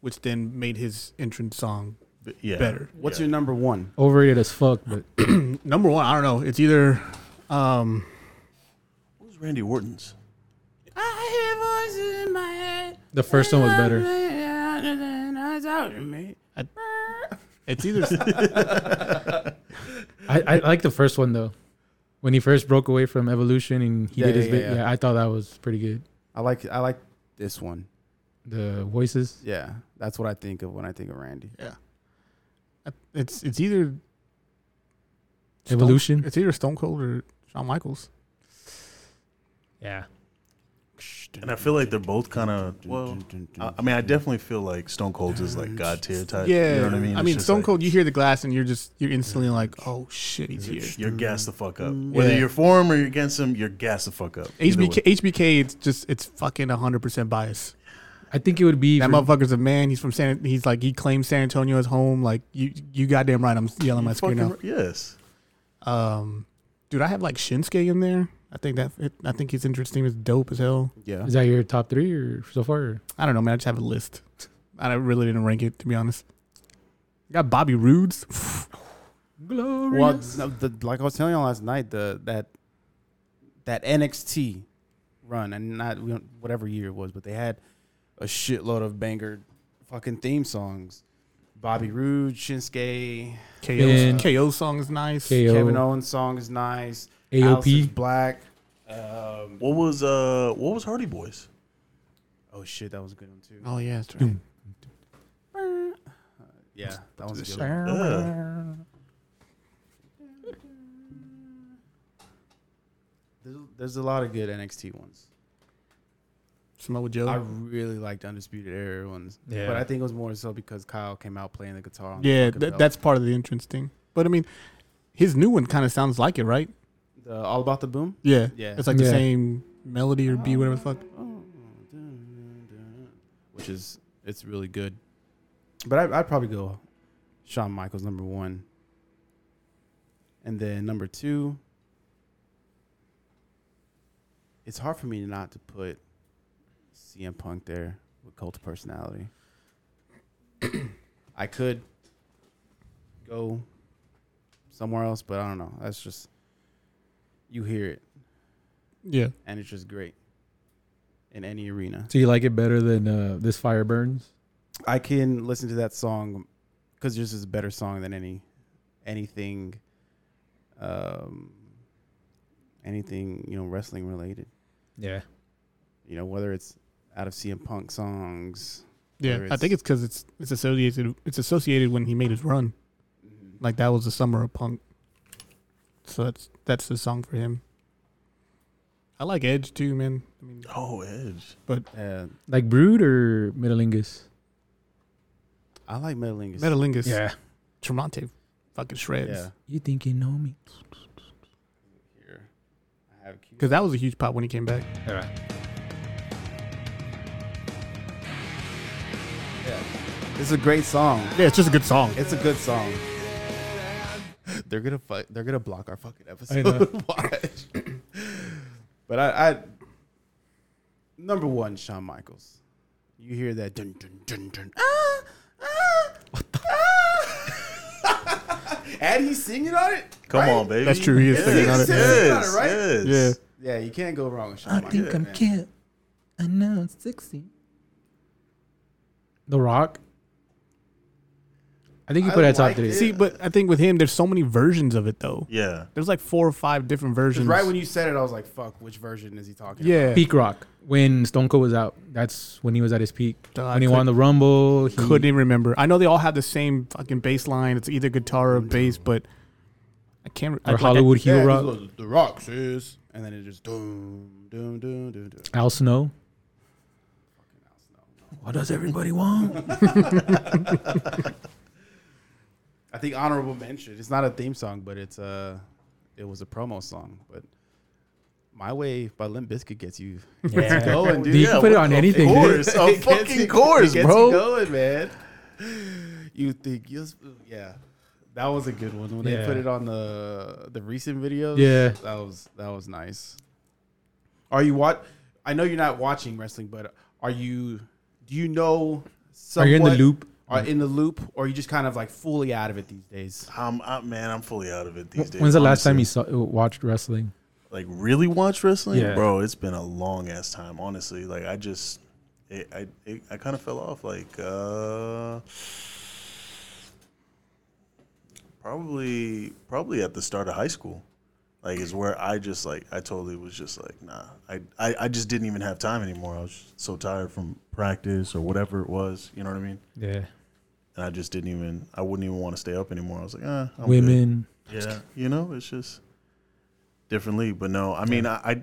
E: which then made his entrance song
C: But yeah.
E: better.
D: what's your number one?
F: Overrated as fuck, but
E: Number one, I don't know. It's either um,
C: Who's Randy Orton's?
D: I hear voices in my head.
F: the first one was better.
E: it's either
F: I, I like the first one though. When he first broke away from Evolution and he
D: Yeah,
F: did his
D: yeah,
F: bit,
D: yeah,
F: yeah,
D: yeah.
F: I thought that was pretty good.
D: I like I like this one.
F: The voices.
D: Yeah, that's what I think of when I think of Randy.
E: it's it's either Stone-
F: Evolution?
E: It's either Stone Cold or Shawn Michaels.
F: Yeah.
C: And I feel like they're both kind of well. I I mean, I definitely feel like Stone Cold's is like god tier type.
E: Yeah,
C: you know what I mean.
E: I
C: It's
E: mean,
C: just
E: Stone
C: like,
E: Cold. You hear the glass, and you're just you're instantly like, oh shit, he's here.
C: You're gassed the fuck up. Whether
F: Yeah.
C: you're for him or you're against him, you're gassed the fuck up. Either
E: HBK, HBK, it's just it's fucking 100 percent bias.
F: I think it would be
E: That
F: for-
E: motherfucker's a man. He's from San. He's like he claims San Antonio as home. Like you, you goddamn right. I'm yelling
C: way.
E: my
C: Fucking
E: screen now.
C: right- Yes.
E: Um, dude, I have like Shinsuke in there. I think that it, I think his interest team is dope as hell.
D: Yeah.
F: Is that your top three or so far? Or?
E: I don't know, man. I just have a list. I really didn't rank it to be honest. Got Bobby Roodes.
D: Well, no, the, like I was telling you all last night, the that that NXT run and not we don't- whatever year it was, but they had a shitload of banger fucking theme songs. Bobby Roode, Shinsuke,
E: KO
F: Finn.
E: KO song is nice.
F: KO,
D: Kevin Owens song is nice. Alice is
F: AOP.
D: Black. Um,
C: What was uh what was Hardy Boys?
D: oh shit, that was a good one too.
E: Oh yeah, that's right.
D: Yeah, that was a good. One.
C: Yeah.
D: There's, there's a lot of good NXT ones.
E: Samoa Joe.
D: I really liked Undisputed Era ones,
F: Yeah.
D: but I think it was more so because Kyle came out playing the guitar. On the
E: yeah,
D: fucking
E: that,
D: belt.
E: that's part of the entrance thing. But I mean, his new one kind of sounds like it, right?
D: the All About the Boom.
E: Yeah,
D: Yeah.
E: It's like the
F: Yeah.
E: same melody or beat, whatever the fuck.
D: which is it's really good. But I, I'd probably go Shawn Michaels number one, and then number two. It's hard for me not to put CM Punk there with cult of personality. I could go somewhere else, but I don't know. That's just you hear it
E: Yeah,
D: and it's just great in any arena.
F: So you like it better than uh, this fire burns?
D: I can listen to that song because this is a better song than any anything, um, anything you know wrestling related.
F: Yeah.
D: You know whether it's out of CM Punk songs.
E: yeah.
D: Whether
E: I think it's because it's it's associated it's associated when he made his run. Like that was the summer of punk. So that's that's the song for him. I like Edge too, man. I mean,
C: Oh Edge.
D: Uh,
F: Like Brood or Metalingus?
D: I like Metalingus.
E: Metalingus, Tremonte, fucking shreds.
D: Yeah.
F: You think you know me?
D: Here, I have it queued
E: Because that was a huge pop when he came back.
F: Yeah.
D: up. Yeah. It's a great song.
E: Yeah, it's just a good song.
D: It's a good song. They're gonna fu- they're gonna block our fucking
F: I know.
D: episode. Watch. but I, I number one, Shawn Michaels. You hear that? Dun, dun, dun, dun. Ah, ah, what the? Ah. and he's singing on it.
C: Come
D: right?
C: on, baby.
E: That's true, he is singing on
D: Yes,
E: it.
C: Yes,
D: right?
C: yes.
E: Yeah.
D: Yeah, you can't go wrong with Shawn Michaels. man.
F: cute. I know I'm sexy. The Rock. I think you
D: I
F: put that top
D: like
F: three.
D: it.
E: See, but I think with him, there's so many versions of it though.
C: Yeah.
E: There's like four or five different
D: 'Cause
E: versions.
D: Right when you said it, I was like, "Fuck, which version is he talking?" about?
E: yeah,
F: Peak Rock when Stone Cold was out. That's when he was at his peak.
E: Duh, I
F: when he won
E: couldn't-
F: the Rumble, he,
E: couldn't even remember. I know they all have the same fucking bass line. It's either guitar or bass, but I can't. I,
F: or
E: like,
F: Hollywood
D: Yeah,
F: Hero
D: he
F: Rock,
D: goes, the Rock says, and then it just doom, doom, doom, doom, doom.
F: Al Snow. What does everybody want?
D: I think honorable mention. It's not a theme song, but it's uh it was a promo song. But My Way by Limp Bizkit gets you
F: Yeah.
D: going, dude.
F: You can put it on
C: of
F: anything, dude.
C: course. Of
D: It gets
C: fucking
D: you-
C: course,
D: it gets
C: bro.
D: You going, man. You think you yeah. That was a good one when they
F: Yeah.
D: put it on the the recent videos.
F: Yeah.
D: That was that was nice. Are you what I know you're not watching wrestling, but are you do you know
F: Are
D: somewhat,
F: you in the loop?
D: Are in the loop or are you just kind of like fully out of it these days?
C: I'm, I, man, I'm fully out of it these days.
F: When's the last time you
C: honestly.
F: saw, watched wrestling?
C: like really watch wrestling,
F: Yeah.
C: bro? It's been a long ass time, honestly. Like I just, it, I, it, I kind of fell off. Like uh, probably, probably at the start of high school, like is where I just like I totally was just like nah. I, I, I just didn't even have time anymore. I was just so tired from practice or whatever it was. You know what I mean?
F: Yeah,
C: And I just didn't even. I wouldn't even want to stay up anymore. I was like, ah, I'm good.
F: women.
C: Yeah, you know, it's just differently. But no, I mean, I, I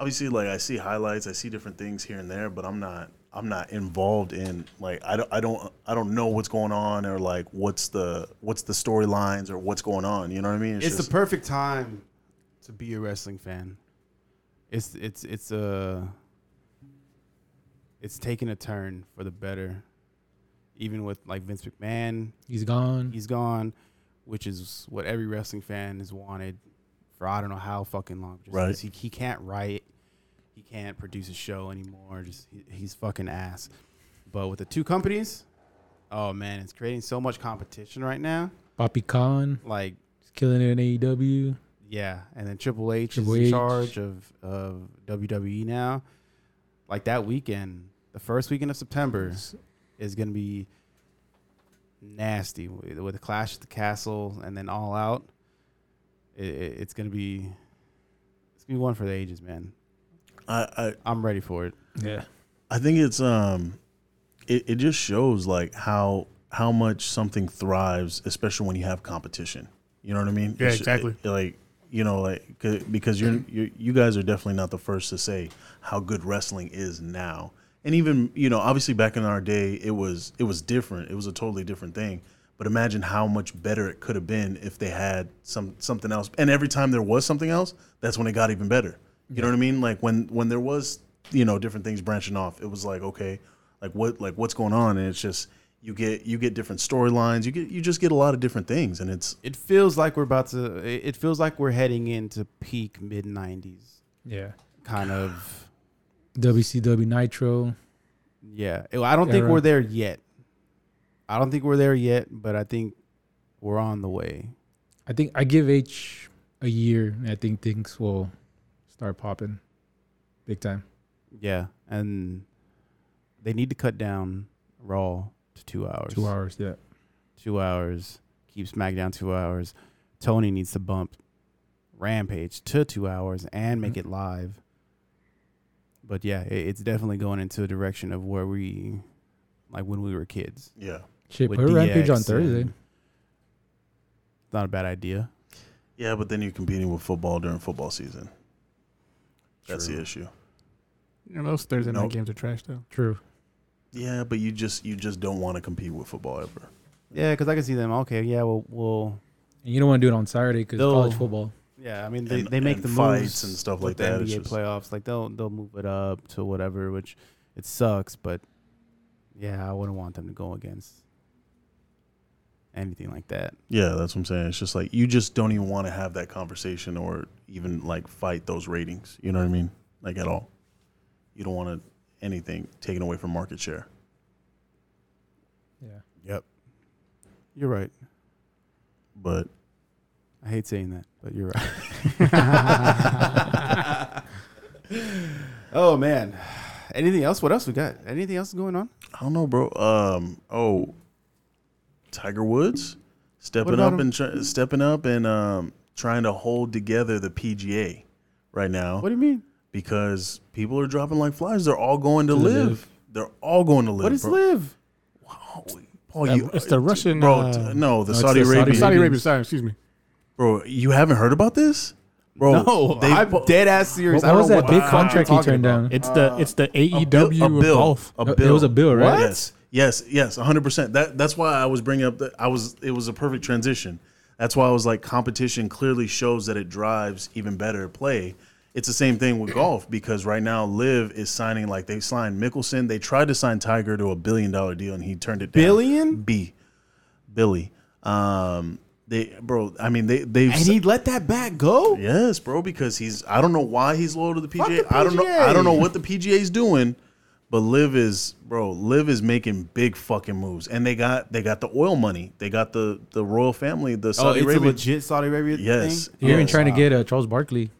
C: obviously like I see highlights, I see different things here and there, but I'm not, I'm not involved in like I don't, I don't, I don't know what's going on or like what's the what's the storylines or what's going on. You know what I mean?
D: it's
C: just,
D: the perfect time to be a wrestling fan. It's it's it's uh, it's taking a turn for the better, even with like Vince McMahon,
F: He's gone.
D: he's gone, which is what every wrestling fan has wanted for I don't know how fucking long. Just
C: Right.
D: 'cause He, he can't write. He can't produce a show anymore. Just he, he's fucking ass. But with the two companies, oh man, it's creating so much competition right now.
F: Bobby Khan
D: Like
F: is killing it in E AEW.
D: yeah, and then Triple H
F: Triple
D: is in
F: H.
D: charge of of WWE now. Like that weekend, the first weekend of September is gonna be nasty with, with the Clash at the Castle and then All Out. It, it, it's gonna be it's gonna be one for the ages, man.
C: I, I
D: I'm ready for it.
F: Yeah.
C: I think it's um, it, it just shows like how how much something thrives, especially when you have competition. You know what I mean?
E: Yeah,
C: It's-
E: exactly.
C: it- like you know, like c- because you're, you you guys are definitely not the first to say how good wrestling is now. And even you know, obviously back in our day, it was it was different. It was a totally different thing. But imagine how much better it could have been if they had some something else. And every time there was something else, that's when it got even better. You know what I mean? Like when when there was you know different things branching off, it was like okay, like what like what's going on? And it's just you get you get different storylines. You get you just get a lot of different things, and it's
D: It feels like we're about to. It it feels like we're heading into peak mid '90s
F: Yeah.
D: kind of.
F: WCW Nitro.
D: Yeah. It- I don't think
F: Era.
D: we're there yet. I don't think we're there yet, but I think we're on the way.
F: I think I give H a year, and I think things will start popping big time.
D: Yeah. And they need to cut down Raw to two hours.
F: Two hours, yeah.
D: Two hours. Keep SmackDown two hours. Tony needs to bump Rampage to two hours and
F: Mm.
D: make it live. But yeah, it, it's definitely going into a direction of where we, like when we were kids.
C: yeah.
F: Shit,
D: with
F: put Rampage
D: DX
F: on Thursday.
D: and- Not a bad idea.
C: Yeah, but then you're competing with football during football season. That's
D: True.
C: the issue.
E: You know, those Thursday
C: Nope.
E: night games are trash though.
F: True.
C: Yeah, but you just you just don't want to compete with football ever.
D: Yeah, because I can see them. Okay, yeah, well, we'll
F: And you don't want to do it on Saturday because
D: No.
F: college football.
D: Yeah, I mean they,
C: And-
D: they make
C: and
D: the
C: fights
D: moves
C: and stuff
D: with
C: like
D: the
C: that, it's
D: NBA
C: just-
D: playoffs, like they'll they'll move it up to whatever, which it sucks, but yeah, I wouldn't want them to go against anything like that.
C: Yeah, that's what I'm saying. It's just like you just don't even want to have that conversation or even like fight those ratings. You know what I mean? Like at all. You don't want to anything taken away from market share.
F: Yeah.
D: Yep, you're right.
C: But
D: I hate saying that, but you're right. oh man, anything else? What else we got? Anything else going on?
C: I don't know, bro. Um, oh, Tiger Woods stepping
D: about
C: up
D: him?
C: and try, stepping up and um, trying to hold together the PGA right now.
D: What do you mean?
C: because people are dropping like flies. They're all going to,
F: To
C: live.
F: live.
C: They're all going to live.
D: What is
C: bro.
D: live?
C: Paul,
E: Uh,
C: you,
E: it's the Russian,
C: bro.
E: uh,
C: t- no, the
F: it's
C: Saudi
F: the Saudi-
C: Arabian,
E: Saudi
F: Indians.
E: Arabia, sorry, excuse me.
C: bro. You haven't heard about this, bro?
D: No,
C: they
D: Oh, I'm
C: pu-
D: dead ass serious.
F: What,
D: I
F: what
D: don't
F: was
D: know
F: that
D: what
F: big
D: the fuck you're
F: contract he
D: talking
F: turned
D: about.
F: down?
E: It's the it's the
C: a bill-
D: E
E: AEW
C: a
E: of
C: bill,
E: golf.
C: A
F: No, it
C: bill.
F: was a bill, right? What?
C: Yes, yes, yes, hundred percent. That that's why I was bringing up that I was. It was a perfect transition. That's why I was like, competition clearly shows that it drives even better play. It's the same thing with golf because right now Live is signing like they signed Mickelson. They tried to sign Tiger to a billion dollar deal and he turned it down.
D: Billion?
C: B, Billy. Um, they bro. I mean they they've
D: And he let that back go.
C: Yes, bro, because he's I don't know why he's loyal to the PGA.
D: the
C: I don't know I don't know
D: PGA.
C: what the PGA's doing, but Live is bro, Live is making big fucking moves. And they got they got the oil money. They got the the royal family, the
D: Oh,
C: Saudi
D: it's a
C: Arabia.
D: legit Saudi Arabia
C: Yes.
D: thing.
F: You're even
C: Yes.
F: trying to get uh, Charles Barkley.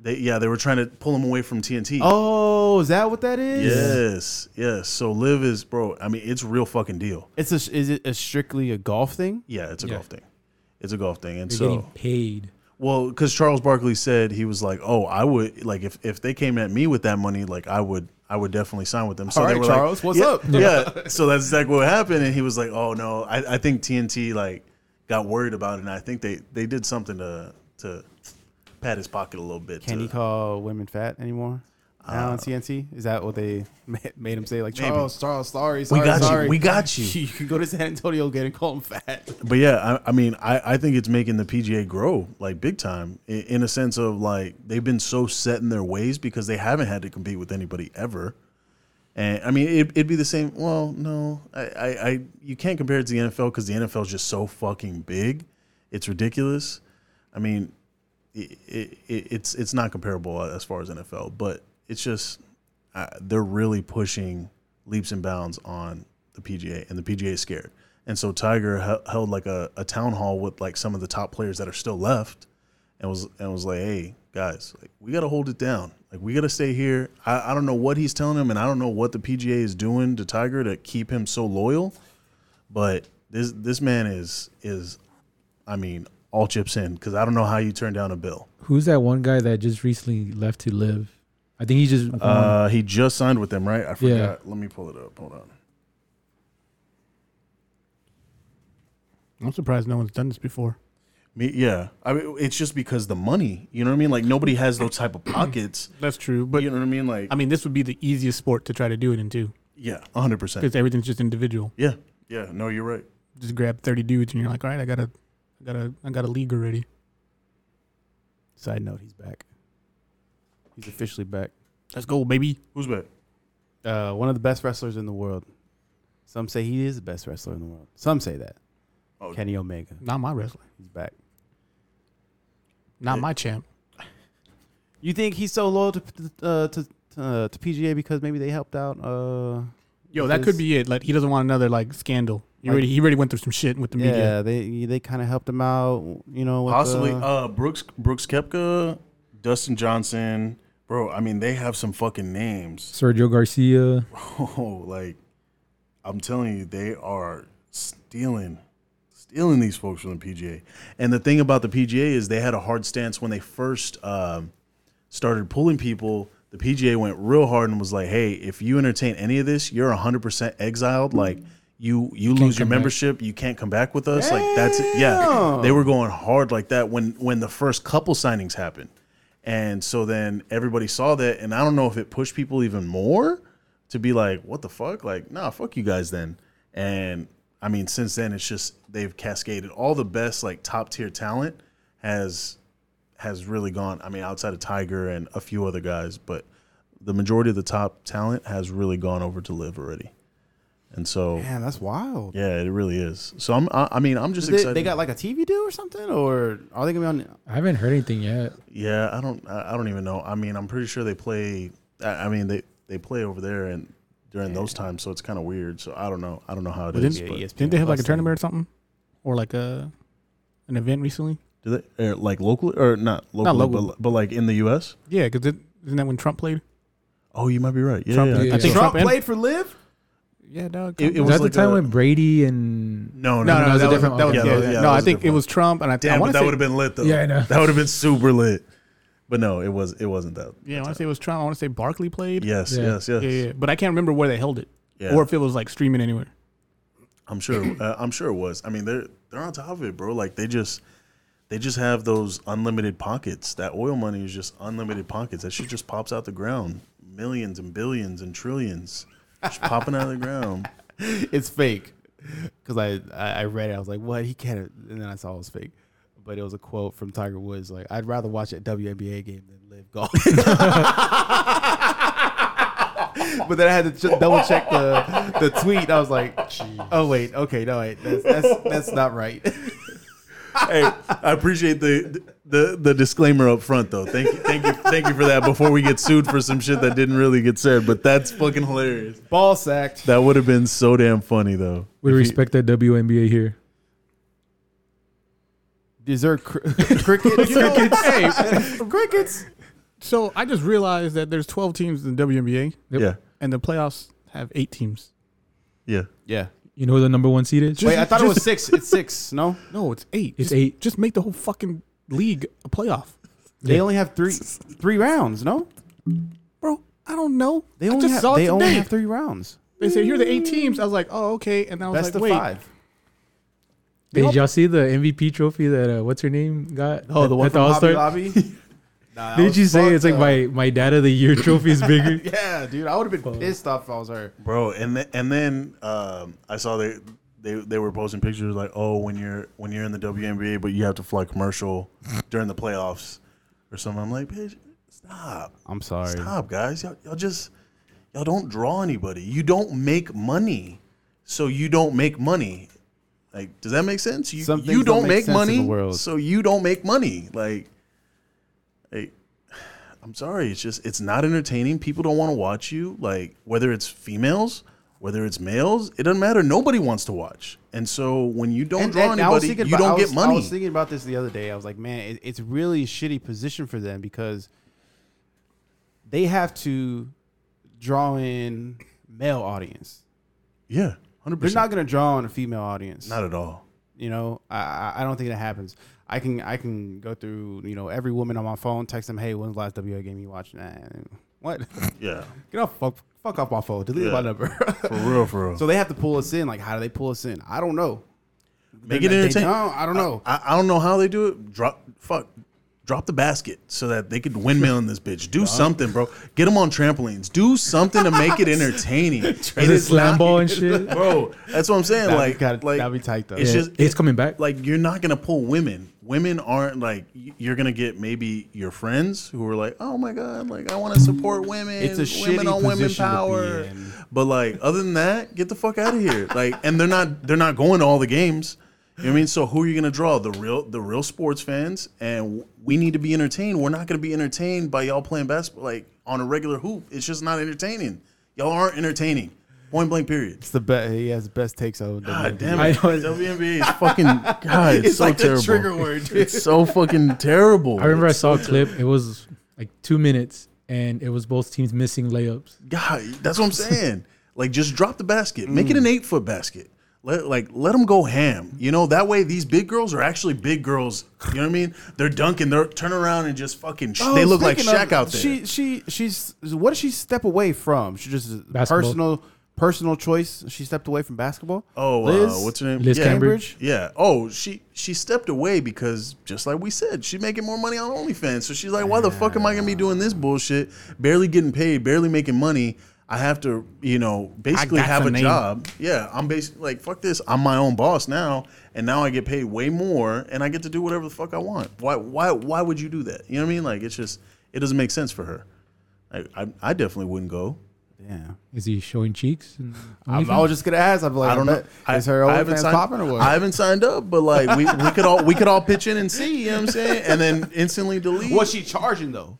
C: They, yeah, they were trying to pull him away from TNT.
D: Oh, is that what that is?
C: Yes, yes. So Live is bro, I mean it's a real fucking deal.
D: It's a is it a strictly a golf thing?
C: Yeah, it's a
F: Yeah.
C: golf thing. It's a golf thing. And
F: They're
C: so
F: getting paid.
C: Well, because Charles Barkley said he was like, "Oh, I would like if if they came at me with that money, like I would, I would definitely sign with them." So
D: All
C: they
D: right,
C: were
D: Charles,
C: like,
D: what's
C: yeah,
D: up?
C: yeah. So that's exactly what happened, and he was like, "Oh no, I, I think TNT like got worried about it, and I think they they did something to to pat his pocket a little bit."
D: Can
C: to,
D: you call women fat anymore? now on TNT, is that what they ma- made him say? Like
C: Uh, Maybe.
D: Charles, Charles, sorry,
C: We
D: sorry,
C: got
D: sorry.
C: you. We got you.
D: You can go to San Antonio again and call him fat.
C: But yeah, I, I mean, I, I think it's making the PGA grow like big time in, in a sense of like they've been so set in their ways because they haven't had to compete with anybody ever. And I mean, it, it'd be the same. Well, no, I, I, I you can't compare it to the NFL because the NFL is just so fucking big. It's ridiculous. I mean, it, it, it's it's not comparable as far as NFL, but it's just uh, they're really pushing leaps and bounds on the PGA, and the PGA is scared. And so Tiger he- held like a, a town hall with like some of the top players that are still left, and was and was like, hey guys, like we got to hold it down. Like we got to stay here. I, I don't know what he's telling them, and I don't know what the PGA is doing to Tiger to keep him so loyal, but this this man is is, I mean, all chips in because I don't know how you turn down a bill.
F: Who's that one guy that just recently left to live? I think he just
C: Uh, he just signed with them, right? I forgot.
F: Yeah.
C: Let me pull it up. Hold on.
E: I'm surprised no one's done this before.
C: Me, yeah. I mean, it's just because the money. You know what I mean? Like nobody has those type of pockets.
E: That's true, but
C: you know what I mean? Like,
E: I mean, this would be the easiest sport to try to do it in too,
C: yeah, hundred percent.
E: because everything's just individual.
C: Yeah, yeah. No, you're right.
E: Just grab 30 dudes, and you're like, all right, I got a, I got a, I got a league already.
D: Side note, he's back. He's officially back.
E: Let's go, baby.
C: Who's back?
D: Uh, one of the best wrestlers in the world. Some say he is the best wrestler in the world. Some say that.
C: Oh.
D: Kenny Omega.
E: Not my wrestler.
D: He's back.
E: Not my champ.
D: You think he's so loyal to uh, to uh, to PGA because maybe they helped out? Uh,
E: Yo, that could be it. Like he doesn't want another like scandal. He
D: Like-
E: already he already went through some shit with the
D: yeah,
E: media.
D: they they kind of helped him out. You know, with
C: Possibly.
D: the-
C: Uh, Brooks Brooks Kepka, Dustin Johnson, bro. I mean, they have some fucking names.
F: Sergio Garcia.
C: Oh, like I'm telling you, they are stealing, stealing these folks from the PGA. And the thing about the PGA is they had a hard stance when they first um, started pulling people. The PGA went real hard and was like, "Hey, if you entertain any of this, you're 100 percent exiled. Like you, you lose your
F: come back.
C: membership. You can't come back with us. Like that's it. yeah. They were going hard like that when when the first couple signings happened." And so then everybody saw that, and I don't know if it pushed people even more to be like, "What the fuck? Like, nah, fuck you guys." Then, and I mean, since then, it's just they've cascaded all the best, like top tier talent has has really gone. I mean, outside of Tiger and a few other guys, but the majority of the top talent has really gone over to live already. And so,
D: man, that's wild.
C: yeah, it really is. So I'm, I, I mean, I'm just
D: They,
C: excited.
D: they got like a TV deal or something, or are they gonna be on?
F: I haven't heard anything yet.
C: Yeah, I don't. I I don't even know. I mean, I'm pretty sure they play. I I mean, they they play over there and during those times, so it's kind of weird. So I don't know. I don't know how it
E: Well,
C: is.
D: Yeah,
C: but
D: ESPN
E: Didn't they have like a
D: Plus
E: tournament or something, or like a an event recently?
C: do they or like locally or not locally,
E: local.
C: But, but like in the U.S.
E: Yeah, because isn't that when Trump played?
C: Oh, you might be right. Yeah,
E: Trump-
C: yeah, I
F: yeah.
C: think
E: Trump
C: so.
D: Trump
E: and-
D: played for Live.
E: Yeah, dog.
C: It- it
F: Was
C: was
F: that
C: like
F: the time
C: a-
F: when Brady and
C: No,
E: no, no,
F: that was a
E: that was
F: different-
E: that was
C: Oh, yeah,
E: yeah,
C: that was- yeah, that
E: no. I
C: was a
E: think it
C: different
E: was Trump, and I, think I
C: Damn, but
E: want to
C: that
E: say
C: would have been lit though.
F: Yeah, I know.
C: That would have been super lit. But no, it was. It wasn't that.
E: yeah, I want to say it was Trump. I want to say Barkley played.
C: Yes,
F: Yeah.
C: yes,
E: yeah,
C: yes.
E: yeah, but I can't remember where they held it,
C: Yeah.
E: or if it was like streaming anywhere.
C: I'm sure. Uh, I'm sure it was. I mean, they're they're on top of it, bro. Like they just they just have those unlimited pockets. That oil money is just unlimited pockets. That shit just pops out the ground, millions and billions and trillions, just popping out of the ground.
D: it's fake. Because I, I I read it, I was like, what? He can't. And then I saw it was fake. But it was a quote from Tiger Woods, like, I'd rather watch a WNBA game than live golf. but then I had to ch- double check the the tweet. I was like, oh wait, okay, no wait, that's that's, that's not right.
C: Hey, I appreciate the, the the disclaimer up front though. Thank you, thank you, thank you for that. Before we get sued for some shit that didn't really get said, but that's fucking hilarious.
D: Ball sacked.
C: That would have been so damn funny though. If
F: we
C: you-
F: respect the WNBA here.
D: Dessert cr- crickets. crickets. crickets.
E: So I just realized that there's 12 teams in the WNBA,
C: Yeah,
E: and the playoffs have eight teams.
C: yeah.
D: Yeah.
F: You know who the number one seed is?
D: Wait, I thought it was six. It's six. No,
E: No, it's eight.
F: It's
E: just,
F: eight.
E: Just make the whole fucking league a playoff,
D: they only have three three rounds. No,
E: bro. I don't know.
D: they
E: I
D: only
E: just
D: have,
E: saw it
D: they only
E: today.
D: have three rounds.
E: They said here are the eight teams. I was like, oh okay, and I was
D: Best
E: like,
D: of
E: wait,
D: five.
F: Did y'all see the MVP trophy that uh, what's her name got?
D: Oh,
F: at-
D: the one
F: at the
D: from Hobby
F: All-Star?
D: Lobby. Nah, that
F: Didn't
D: was
F: you say
D: fucked
F: it's like
D: up.
F: my my dad of the year trophy is bigger?
D: Yeah, dude, I would have been pissed off if I was her.
C: bro. And th- and then um, I saw they they they were posting pictures like, oh, when you're when you're in the WNBA, but you have to fly commercial during the playoffs or something. I'm like, bitch, stop,
D: I'm sorry.
C: stop, guys, y'all, y'all just y'all don't draw anybody. You don't make money, so you don't make money. Like, does that make sense? You
D: Some
C: you
D: things
C: don't,
D: don't make
C: make,
D: sense in
C: money,
D: the world.
C: so you don't make money. Like, Hey, I'm sorry. It's just it's not entertaining. People don't want to watch you. Like whether it's females, whether it's males, it doesn't matter. Nobody wants to watch. And so when you don't draw
D: I was
C: anybody,
D: thinking
C: you
D: about-
C: don't
D: I was-
C: get money.
D: I was thinking about this the other day. I was like, man, it, it's really a shitty position for them because they have to draw in male audience.
C: yeah, hundred
D: They're not
C: percent.
D: going to draw in a female audience.
C: Not at all.
D: You know, I- I I don't think that happens. I can I can go through you know every woman on my phone, text them, hey, when's the last WA game you watched? Nah, what?
C: Yeah,
D: Get off fuck fuck off my phone. Delete
C: Yeah.
D: my number.
C: for real, for real.
D: so they have to pull us in. Like, how do they pull us in? I don't know.
C: Make
D: They-
C: it
D: they
C: entertaining.
D: don't, I don't know.
C: I, I don't know how they do it. Drop fuck. Drop the basket so that they could windmill in this bitch. Do something, bro. Get them on trampolines. Do something to make it entertaining. It
F: Is it
C: is
F: slam
C: not-
F: ball and shit?
C: bro. That's what I'm saying.
D: That'd be
C: like,
D: kinda-
C: like
D: that'd be tight, though.
C: It's
F: Yeah,
C: just
F: it's coming back.
C: Like, you're not gonna pull women. Women aren't like y- you're gonna get maybe your friends who are like, oh my god, like I want to support women.
D: It's a
C: women
D: shitty
C: on women
D: position to be
C: power.
D: in.
C: But like, other than that, get the fuck out of here. Like, and they're not they're not going to all the games. You know what I mean, so who are you gonna draw? The real the real sports fans, and w- we need to be entertained. We're not gonna be entertained by y'all playing basketball like on a regular hoop. It's just not entertaining. Y'all aren't entertaining. Point blank. Period.
D: It's the best. He has the best takes on
C: God
D: WNBA.
C: damn
F: I
C: it.
F: know.
C: WNBA is fucking God, it's, so
D: like the
C: terrible.
D: trigger word, dude.
C: It's so fucking terrible.
F: I remember I
C: It's
F: saw a
C: so
F: clip. It was like two minutes, and it was both teams missing layups.
C: ter- God, that's what I'm saying. like just drop the basket. Make
D: Mm.
C: it an eight foot basket. Let like let them go ham. You know, that way these big girls are actually big girls. You know what I mean? They're dunking, they're turn around and just fucking sh- they look like
D: Oh, Speaking
C: Shaq
D: of-
C: out there.
D: She she she's what did she step away from? She just
F: Basketball.
D: personal personal choice. She stepped away from basketball.
C: oh, uh, what's her name?
F: Liz
C: yeah.
F: Cambridge.
C: Yeah. Oh, she she stepped away because just like we said, she's making more money on OnlyFans. So she's like, why the fuck am I gonna be doing this bullshit? Barely getting paid, barely making money. I have to, you know, basically
D: got
C: have
D: the
C: a
D: name.
C: job. Yeah, I'm basically like, fuck this. I'm my own boss now, and now I get paid way more, and I get to do whatever the fuck I want. Why? Why? Why would you do that? You know what I mean? Like, it's just, it doesn't make sense for her. I, I, I definitely wouldn't go.
D: Yeah,
F: Is he showing cheeks? and
D: I, I was just gonna ask. I'm like,
C: I don't know. I-
D: Is her
C: I
D: OnlyFans
C: haven't signed-
D: popping or what?
C: I haven't signed up, but like we, we could all we could all pitch in and see. You know what I'm saying? And then instantly delete.
D: What's she charging though?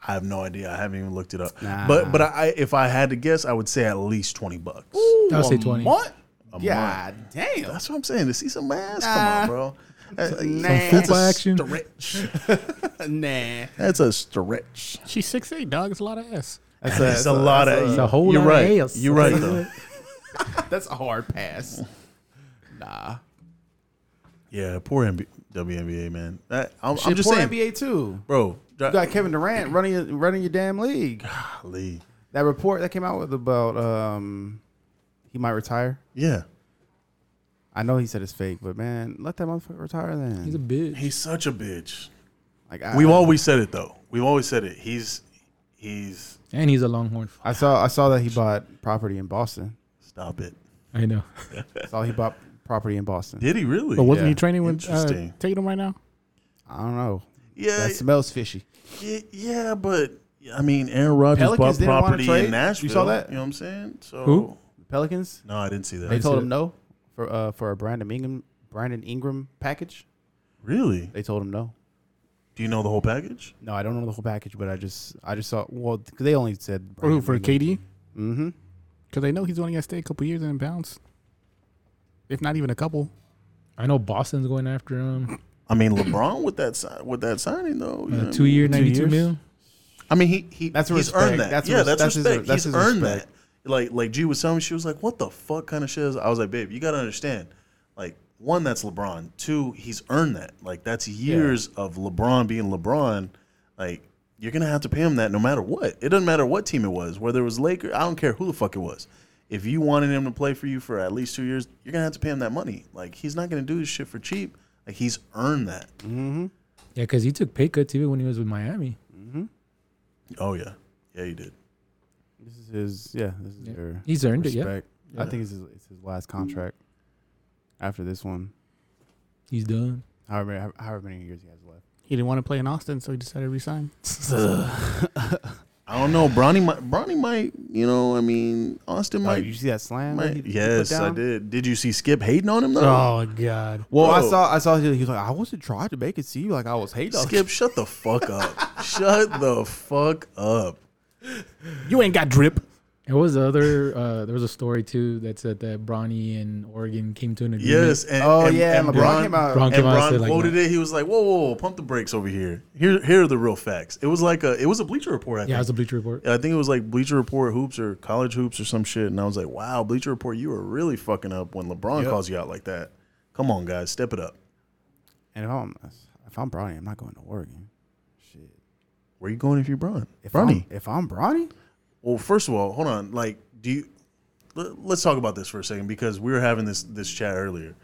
C: I have no idea. I haven't even looked it up.
D: Nah.
C: But but I, I if I had to guess, I would say at least twenty bucks.
F: I'll say
D: A
F: 20.
D: month? God damn.
C: That's what I'm saying. To see some ass,
D: Nah.
C: come on, bro. Uh,
D: Nah.
C: that's a
F: Fupa action.
C: Stretch.
D: nah.
C: That's a stretch.
E: She's six eight, dog. It's a lot of ass.
D: That's
C: That's a lot of.
F: a whole
C: you're
F: lot of
C: right.
F: ass.
C: You're right though.
D: That's a hard pass. Nah.
C: yeah, poor MB, WNBA man. That, I'm, I'm
D: Shit,
C: just
D: poor
C: saying,
D: NBA too.
C: bro.
D: You got Kevin Durant running your, running your damn league.
C: golly.
D: That report that came out with about um, he might retire.
C: Yeah,
D: I know he said it's fake, but man, let that motherfucker retire then.
F: He's a bitch.
C: he's such a bitch.
D: like I,
C: We've always said it though. We've always said it. He's he's
F: And he's a Longhorn.
D: I saw I saw that he bought property in Boston.
C: stop it.
F: I know.
D: I saw he bought property in Boston.
C: Did he really?
E: But wasn't
D: Yeah.
E: he training with uh,
C: Interesting.
E: Tatum right now?
D: I don't know.
C: yeah,
D: That smells fishy.
C: yeah, yeah, but I mean, Aaron Rodgers
D: Pelicans
C: bought
D: didn't wanna
C: property
D: trade?
C: in Nashville.
D: You saw that?
C: You know what I'm saying? So
F: Who?
D: Pelicans.
C: No, I didn't see that.
D: They
F: It's
D: told
F: a-
D: him no for uh for a Brandon Ingram Brandon Ingram package.
C: really?
D: They told him no.
C: Do you know the whole package?
D: No, I don't know the whole package, but I just I just saw well 'cause they only said
E: Or who for KD?
D: Mm-hmm.
E: Because they know he's only gonna stay a couple years and then bounce. If not even a couple.
F: I know Boston's going after um, him.
C: I mean, LeBron with that si- with that signing though. you know
F: Uh,
C: what I
F: two
C: mean?
F: year,
D: Two
F: 92
D: years?
F: mil.
C: I mean, he he
D: That's
C: he's
D: respect.
C: earned that.
D: That's
C: yeah,
D: res-
C: that's,
D: that's his-
C: respect.
D: that's
C: he's
D: his
C: earned
D: respect.
C: that. Like like G was telling me, she was like, "What the fuck kind of shit?" Is? I was like, "Babe, you gotta understand. Like, one, that's LeBron. Two, he's earned that. Like, that's years of LeBron being LeBron. Like, you're gonna have to pay him that no matter what. It doesn't matter what team it was, whether it was Lakers. I don't care who the fuck it was. If you wanted him to play for you for at least two years, you're gonna have to pay him that money. Like, he's not gonna do this shit for cheap. Like, he's earned that.
D: Mm-hmm.
F: Yeah, because he took pay cuts even when he was with Miami.
C: Oh yeah, yeah, you did.
D: This is his yeah, this is their
F: He's earned it, yeah.
D: respect. I think it's his, it's his last contract after this one.
F: He's done.
D: However, many- however many years he has left.
E: He didn't want to play in Austin, so he decided to resign.
C: I don't know. Bronny might. Bronny might. You know. I mean, Austin
D: Oh,
C: might.
D: you see that slam? that
C: might-
D: he- he put
C: yes, I
D: down?
C: did. Did you see Skip hating on him though?
E: Oh God.
D: Well, I
C: Bro.
D: saw I saw he he was like, I wasn't trying to make it seem like I was hating. on
C: Skip, shut the fuck up. shut the fuck up.
D: Mm-hmm.
E: You ain't got drip.
F: It was the other. Uh, there was a story too that said that Bronny and Oregon came to an agreement.
C: Yes. And,
D: Oh,
C: and-
D: yeah,
C: And
D: LeBron
C: Bron,
D: came out-
F: Bron
C: and
F: came out and
C: Bron
F: said like
C: quoted
F: that.
C: it. He was like, whoa, whoa, whoa, pump the brakes over here. Here, here are the real facts. It was like a. It was a Bleacher Report. I
F: Yeah, it
C: think.
F: was a Bleacher Report.
C: I think it was like Bleacher Report hoops or college hoops or some shit. And I was like, wow, Bleacher Report, you were really fucking up when LeBron calls you out like that. Come on, guys, step it up.
D: And if I'm if I'm Bronny, I'm not going to Oregon. Shit.
C: Where you going if you're Bron?
D: If
C: Bronny.
D: I'm, if I'm Bronny,
C: Well, first of all, hold on. Like, do you? let- Let's talk about this for a second because we were having this this chat earlier.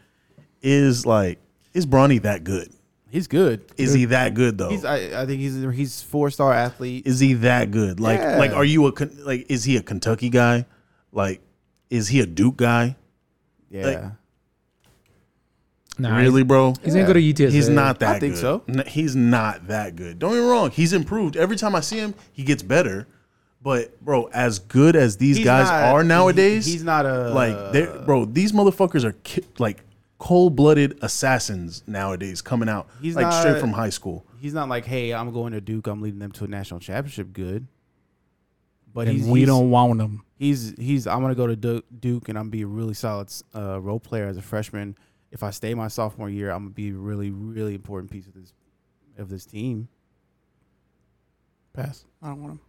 C: Is like, is Bronny that good?
D: he's good.
C: Is he that good though?
D: He's I, I think he's he's four star athlete.
C: is he that good? Like,
D: Yeah.
C: like, are you a Ken- like? Is he a Kentucky guy? Like, is he a Duke guy?
D: Yeah.
C: like-
F: Nah,
C: really, bro?
F: He's, he's gonna go to UTSA.
C: He's not that.
D: I think
C: good.
D: so.
C: N- he's not that good. Don't get me wrong. He's improved. Every time I see him, he gets better. But bro, as good as these
D: He's
C: guys
D: not-
C: are
D: he-
C: nowadays,
D: he's not a-
C: like they
D: Uh.
C: bro. These motherfuckers are ki- like cold-blooded assassins nowadays, coming out
D: He's
C: like
D: not-
C: straight from high school.
D: he's not like, hey, I'm going to Duke. I'm leading them to a national championship. Good. But
E: And
D: he's,
E: we
D: he's-
E: don't want them.
D: He's he's. I'm gonna go to Du- Duke and I'm be a really solid uh, role player as a freshman. If I stay my sophomore year, I'm gonna be a really really important piece of this of this team.
E: Pass. I don't want them.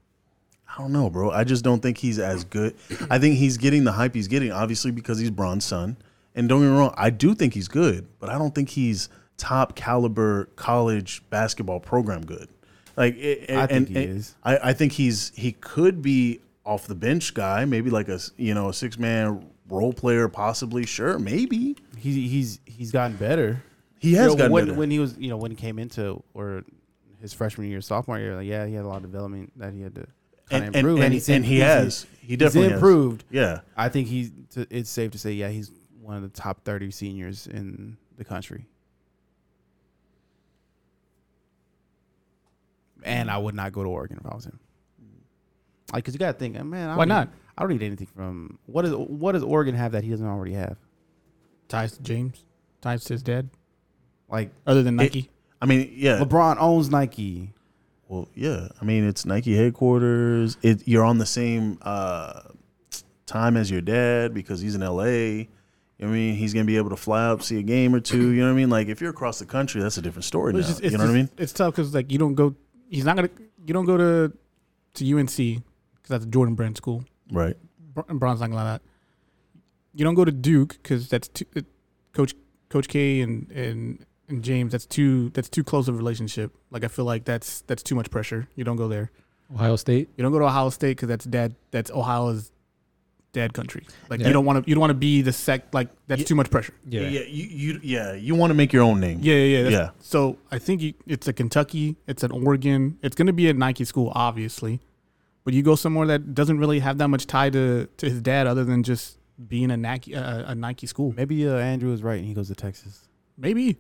C: I don't know, bro. I just don't think he's as good. I think he's getting the hype he's getting, obviously because he's Bron's son. And don't get me wrong, I do think he's good, but I don't think he's top caliber college basketball program good. Like, it,
D: I
C: and-
D: think he
C: and-
D: is.
C: I, I think he's he could be off the bench guy, maybe like a s- you know a six man role player, possibly. Sure, maybe
D: He he's he's gotten better.
C: he has
D: you know,
C: gotten
D: when,
C: better.
D: when he was you know when he came into or his freshman year sophomore year like yeah he had a lot of development that he had to
C: and,
D: kind of
C: and,
D: improve
C: and,
D: he's
C: and
D: in-
C: he
D: he's-
C: has. He
D: he's
C: definitely has.
D: improved
C: Yeah.
D: I think he's to, it's safe to say yeah he's one of the top thirty seniors in the country and I would not go to Oregon if I was him like because you gotta think man I
E: Why
D: don't
E: not?
D: need- I don't need anything from what is what does Oregon have that he doesn't already have
E: Ties to James. Ties to his dad.
D: like
E: Other than Nike.
C: I mean, yeah.
D: LeBron owns Nike.
C: Well, yeah. I mean, it's Nike headquarters. It you're on the same uh, time as your dad because he's in LA. You know what I mean, he's gonna be able to fly up, see a game or two. You know what I mean? Like if you're across the country, that's a different story now.
E: It's just-
C: you
E: it's
C: know what I mean?
E: just- It's tough because like you don't go. He's not gonna. You don't go to to UNC because that's a Jordan Brand school.
C: Right.
E: Br- and Bron's not gonna allow that. You don't go to Duke because that's too, uh, Coach Coach K and and and James. That's too that's too close of a relationship. Like I feel like that's that's too much pressure. You don't go there.
F: Ohio State.
E: You don't go to Ohio State because that's dad. That's Ohio's dad country. Like
F: Yeah.
E: you don't want to. You don't want to be the sec. Like that's
C: Yeah.
E: too much pressure.
C: Yeah. yeah you, you yeah you want to make your own name.
E: Yeah, yeah, yeah. that's-
C: Yeah.
E: So I think you, it's a Kentucky, it's an Oregon, it's going to be a Nike school, obviously, but you go somewhere that doesn't really have that much tie to, to his dad, other than just being a Nike uh, a Nike school.
D: Maybe uh, Andrew is right and he goes to Texas.
E: Maybe.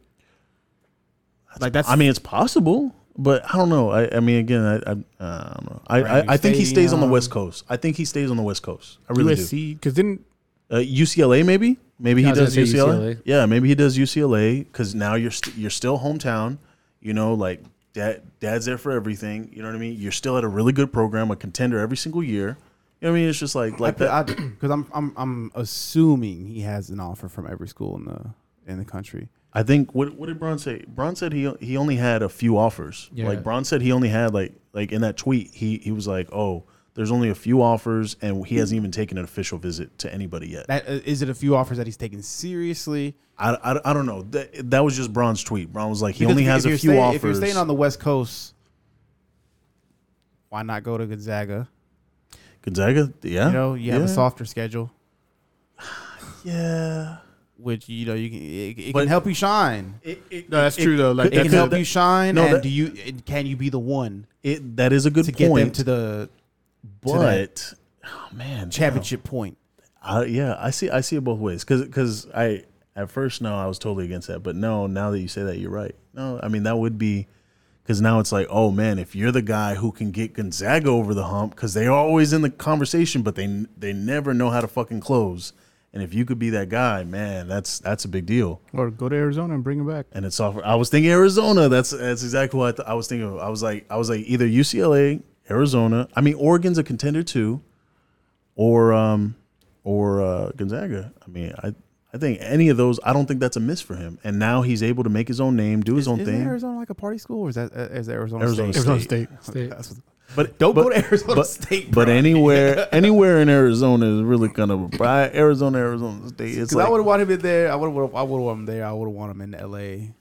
E: Like that's.
C: I mean, it's possible, but I don't know. I, I mean, again, I, I, I don't know. I, I,
D: Brand new
C: I think he stays on the
D: stadium.
E: um,
C: West Coast. I think he stays on the West Coast. I really do.
E: USC because then
C: uh, UCLA maybe maybe
F: Yeah,
C: he
F: I was
C: does
F: gonna say
C: UCLA.
F: UCLA.
C: yeah maybe he does UCLA because now you're st- you're still hometown you know like dad dad's there for everything you know what I mean you're still at a really good program a contender every single year you know what I mean it's just like like that
D: because I'm I'm I'm assuming he has an offer from every school in the in the country.
C: I think what what did Bron say Bron said he he only had a few offers
F: Yeah.
C: like Bron said he only had like like in that tweet he he was like oh there's only a few offers and he hasn't even taken an official visit to anybody yet
D: That uh, is it a few offers that he's taken seriously?
C: I, I, I don't know that that was just Bron's tweet Bron was like he
D: Because
C: only
D: if-
C: has
D: if
C: a
D: you're
C: few
D: staying-
C: offers
D: If you're staying on the West Coast, why not go to Gonzaga?
C: Gonzaga, yeah.
D: You know, you have
C: yeah.
D: a softer schedule,
C: Yeah.
D: which you know you can it, it
C: But-
D: can help you shine.
C: It, it,
E: no, that's true though. Like
C: could-
D: It
E: that's
D: can
C: a-
D: help
C: that-
D: you shine.
C: no,
D: and
C: that-
D: do you and can you be the one
C: it- that is a good
D: to get them
C: point.
D: to the
C: but oh man,
D: championship point?
C: I, yeah, I see. I see it both ways. Because I at first no, I was totally against that. But no, now that you say that, you're right. No, I mean that would be Because now it's like, oh man, if you're the guy who can get Gonzaga over the hump, because they are always in the conversation, but they they never know how to fucking close. And if you could be that guy, man, that's that's a big deal.
E: Or go to Arizona and bring him back.
C: And it's off. I was thinking Arizona. That's that's exactly what I, th- I was thinking. Of. I was like, I was like either UCLA, Arizona. I mean, Oregon's a contender too, or um, or uh, Gonzaga. I mean, I I think any of those. I don't think that's a miss for him. And now he's able to make his own name, do his own
D: Isn't
C: thing.
D: Arizona like a party school, or is that uh, is Arizona,
C: Arizona
D: State?
E: Arizona
C: State.
E: State.
F: State.
D: That's what-
C: But
D: Don't
C: but,
D: go to Arizona
C: but,
D: State,
C: But
D: bro.
C: anywhere anywhere in Arizona is really kind of a pri- Arizona Arizona State. It's
D: Because
C: like
D: I would have wanted him in there. I would have. I would have wanted him there. I would have wanted him in L.A.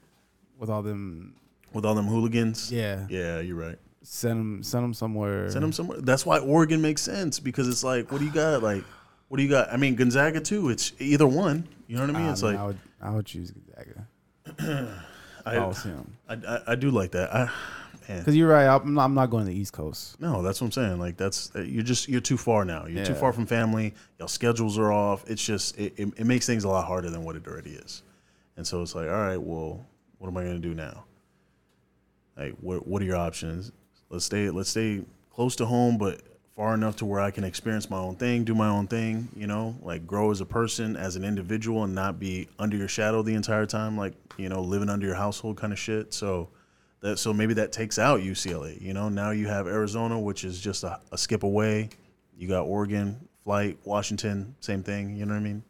D: with all them.
C: with all them hooligans.
D: Yeah.
C: yeah, you're right.
D: Send him. Send him somewhere.
C: Send them somewhere. That's why Oregon makes sense because it's like, what do you got? Like, what do you got? I mean, Gonzaga too. It's either one. You know what I mean?
D: I
C: It's
D: mean,
C: like
D: Ah, Um, I would. I would choose Gonzaga.
C: I,
D: I
C: I,
D: was him.
C: I, I do like that. I, man,
D: Because you're right. I'm not, I'm not going to the East Coast.
C: no, that's what I'm saying. Like, that's you're just you're too far now. You're too
D: Yeah.
C: far from family. Y'all schedules are off. It's just it, it, it makes things a lot harder than what it already is. And so it's like, all right, well, what am I gonna do now? Like, what what are your options? Let's stay let's stay close to home, but far enough to where I can experience my own thing, do my own thing. You know, like grow as a person, as an individual, and not be under your shadow the entire time. Like you know, living under your household kind of shit. So that so maybe that takes out UCLA. You know, now you have Arizona, which is just a, a skip away. You got Oregon, flight, Washington, same thing. You know what I mean?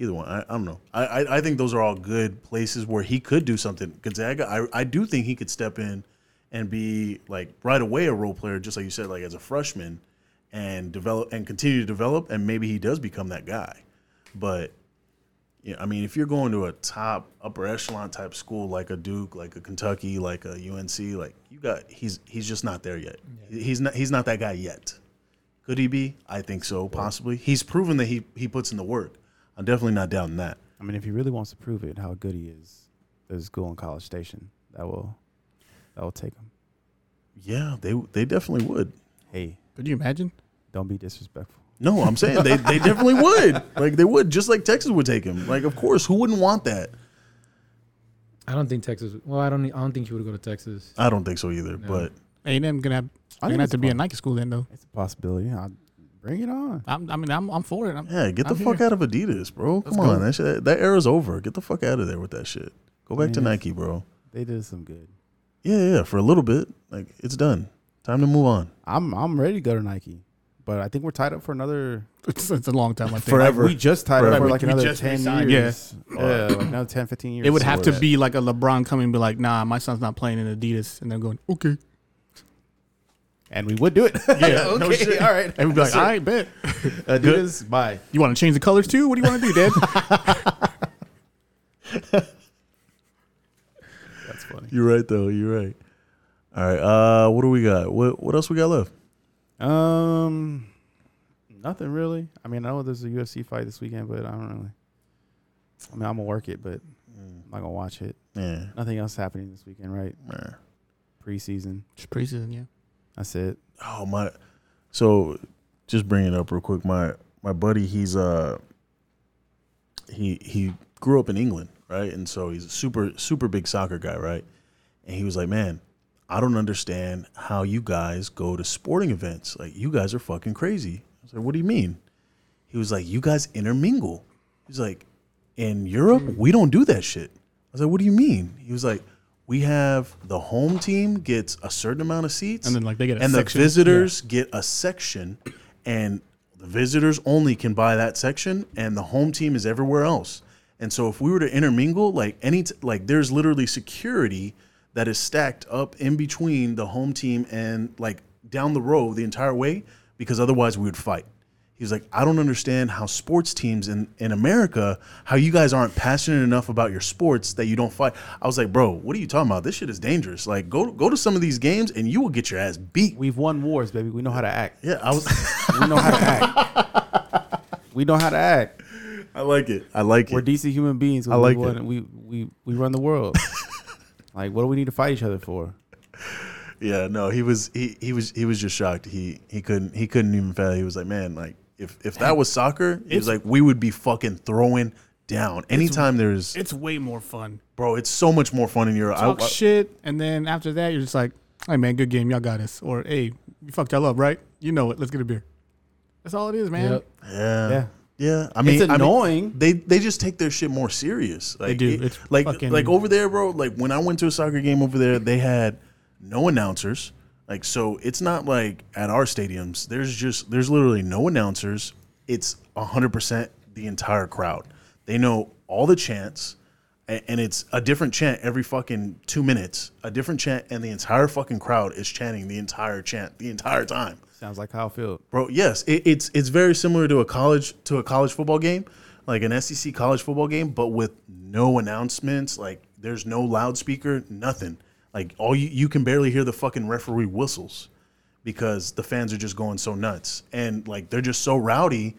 C: either one. I, I don't know. I, I I think those are all good places where he could do something. Gonzaga, I I do think he could step in and be like right away a role player, just like you said, like as a freshman, and develop and continue to develop, and maybe he does become that guy. But yeah, I mean, if you're going to a top upper echelon type school like a Duke, like a Kentucky, like a UNC, like you got he's he's just not there yet. He's not he's not that guy yet. Could he be? I think so, possibly. He's proven that he he puts in the work. I'm definitely not doubting that.
D: I mean, if he really wants to prove it, how good he is, there's a school in College Station that will, that will take him.
C: Yeah, they they definitely would.
D: Hey,
E: Could you imagine?
D: don't be disrespectful.
C: No, I'm saying they, they definitely would. Like they would, just like Texas would take him. Like of course, who wouldn't want that?
F: I don't think Texas. Well, I don't. I don't think he would go to Texas.
C: I don't think so either.
F: No.
C: But
E: A and M gonna have,
D: I
E: gonna
D: think
E: have
D: it's
E: to be a
D: fun.
E: Nike school then though.
D: It's a possibility. I'll bring it on.
E: I'm, I mean, I'm, I'm for it. I'm,
C: yeah, get the
E: I'm
C: fuck
E: here.
C: out of Adidas, bro. Come
D: go.
C: on, that shit, that era's over. Get the fuck out of there with that shit. Go back to
D: Yeah.
C: Nike, bro.
D: They did some good.
C: Yeah, yeah, for a little bit. Like it's done. Time to move on.
D: I'm I'm ready to go to Nike, but I think we're tied up for another.
E: It's, it's a long time. I think.
C: Forever.
D: We just tied up
C: Forever.
D: for like
E: We
D: another
E: just
D: ten
E: resigned.
D: years. Yeah, like another 10, 15 years.
E: It would have to
C: Yeah.
E: be like a LeBron coming and be like, nah, my son's not playing in Adidas. And they're going, okay.
D: and we would do it. Yeah, okay,
C: no shit.
D: all right.
E: And we'd be like, all right, bet.
D: Uh, do this. Bye.
E: You want to change the colors too? What do you want to do, Dad?
D: That's funny.
C: You're right though. You're right. All right. Uh, what do we got? What what else we got left?
D: Um, nothing really. I mean, I know there's a UFC fight this weekend, but I don't really. I mean, I'm gonna work it, but I'm not gonna watch it.
C: Yeah.
D: Nothing else happening this weekend, right?
C: meh.
D: Preseason.
E: it's preseason, yeah.
D: That's it.
C: Oh my! So, just bring it up real quick. My my buddy, he's uh, he he grew up in England, right? And so he's a super super big soccer guy, right? And he was like, man, I don't understand how you guys go to sporting events. Like, you guys are fucking crazy. I was like, what do you mean? He was like, you guys intermingle. He's like, in Europe,
E: Hmm.
C: we don't do that shit. I was like, what do you mean? He was like, we have the home team gets a certain amount of seats,
E: And then, like, they get a
C: and
E: section.
C: the visitors get a section, and the visitors only can buy that section, and the home team is everywhere else. And so, if we were to intermingle, like any, t- like there's literally security that is stacked up in between the home team and like down the row the entire way, because otherwise we would fight. He's like, I don't understand how sports teams in, in America, how you guys aren't passionate enough about your sports that you don't fight. I was like, bro, what are you talking about? This shit is dangerous. Like, go go to some of these games and you will get your ass beat.
D: We've won wars, baby. We know how to act.
C: yeah, I was.
D: We know how to act. We know how to act.
C: I like it. I like
D: We're
C: it.
D: decent human beings. I
C: like
D: we,
C: it.
D: won, we we we run the world. like, what do we need to fight each other for?
C: yeah, no, he was he he was he was just shocked. He he couldn't he couldn't even fathom. He was like, man, like if if that was soccer, he was like, we would be fucking throwing down. Anytime there's
E: It's way more fun.
C: bro, it's so much more fun in Europe. I,
E: Talk
C: I,
E: shit, and then after that, you're just like, "Hey man, good game, y'all got us." Or, "Hey, you fucked y'all up, right? You know it. Let's get a beer." That's all it is, man.
F: Yep.
C: yeah,
D: Yeah.
C: yeah, I mean,
D: it's
C: I mean,
D: annoying.
C: they they just take their shit more serious. Like,
E: do.
C: it-
E: It's
C: like
E: fucking-
C: like over there, bro. Like when I went to a soccer game over there, they had no announcers. Like so, it's not like at our stadiums. There's just there's literally no announcers. It's hundred percent the entire crowd. They know all the chants, a- and it's a different chant every fucking two minutes. A different chant, and the entire fucking crowd is chanting the entire chant the entire time
D: Sounds like Kyle Field.
C: bro. Yes, it, it's it's very similar to a college to a college football game, like an SEC college football game, but with no announcements. Like there's no loudspeaker, nothing. Like all you you can barely hear the fucking referee whistles because the fans are just going so nuts and like they're just so rowdy,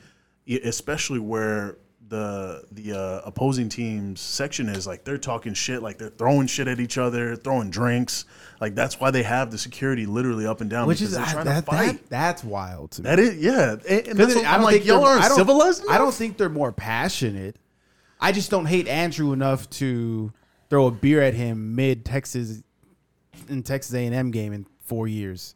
C: e- especially where the the uh, opposing team's section is like they're talking shit like they're throwing shit at each other throwing drinks like that's why they have the security literally up and down
D: Which
C: because
D: is
C: they're
D: I-
C: trying
D: that,
C: to fight.
D: that- that's wild to me.
C: That is, yeah. And, and that's
D: Because
C: what
D: I
C: I'm
D: don't
C: like,
D: think
C: y'all
D: they're-
C: aren't
D: I don't-
C: civilized.
D: I don't think they're more passionate. I just don't hate Andrew enough to throw a beer at him mid Texas in Texas A and M game in four years.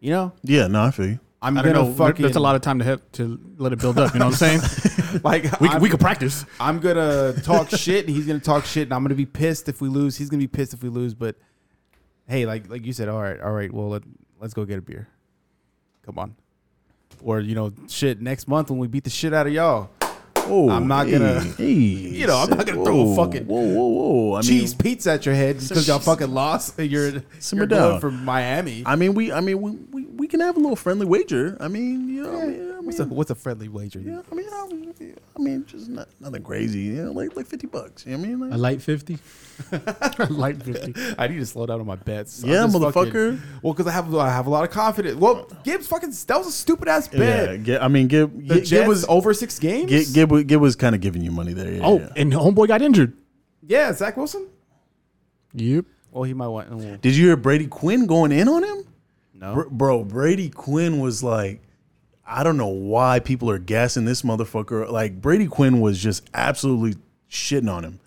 D: You know,
C: Yeah, no, I feel you.
D: I'm
E: I
D: gonna
E: don't know. there-
D: fucking
E: That's a lot of time to have, to let it build up. You know what I'm saying?
D: like
E: we could, we
D: I'm-
E: could practice.
D: I'm gonna talk shit, and he's gonna talk shit, and I'm gonna be pissed if we lose. He's gonna be pissed if we lose. But hey, like like you said, all right, all right. Well, let let's go get a beer. Come on, or you know, shit. Next month when we beat the shit out of y'all,
C: Oh,
D: I'm not gonna-
C: you
D: know, I'm not gonna throw a fucking
C: whoa, whoa, whoa. I mean,
D: cheese pizza at your head just because y'all fucking lost. And you're
C: Simmer
D: you're going
C: down.
D: from Miami.
C: I mean, we, I mean, we, we, we can have a little friendly wager. I mean, you know, I mean, I mean,
D: What's a what's a friendly wager?
C: yeah, I mean, I, I mean, just not, nothing crazy. You know, like like fifty bucks. You know what I mean? Like,
F: A light fifty.
E: Light fifty.
D: I need to slow down on my bets. I'm
C: Yeah,
D: just fucking-
C: motherfucker.
D: well, because I have I have a lot of confidence. Well, Gibbs fucking that was a stupid ass bet.
C: yeah, get, I mean, give
D: The
C: give
D: Jets was
C: was
D: over six games.
C: give give, give was kind of giving you money there. Yeah,
E: Oh,
C: yeah.
E: and homeboy got injured.
D: yeah, Zach Wilson.
E: Yep.
D: Well, he might want. mm. well,
C: did you hear Brady Quinn going in on him?
D: No.
C: Br- bro, Brady Quinn was like, I don't know why people are gassing this motherfucker. Like Brady Quinn was just absolutely shitting on him.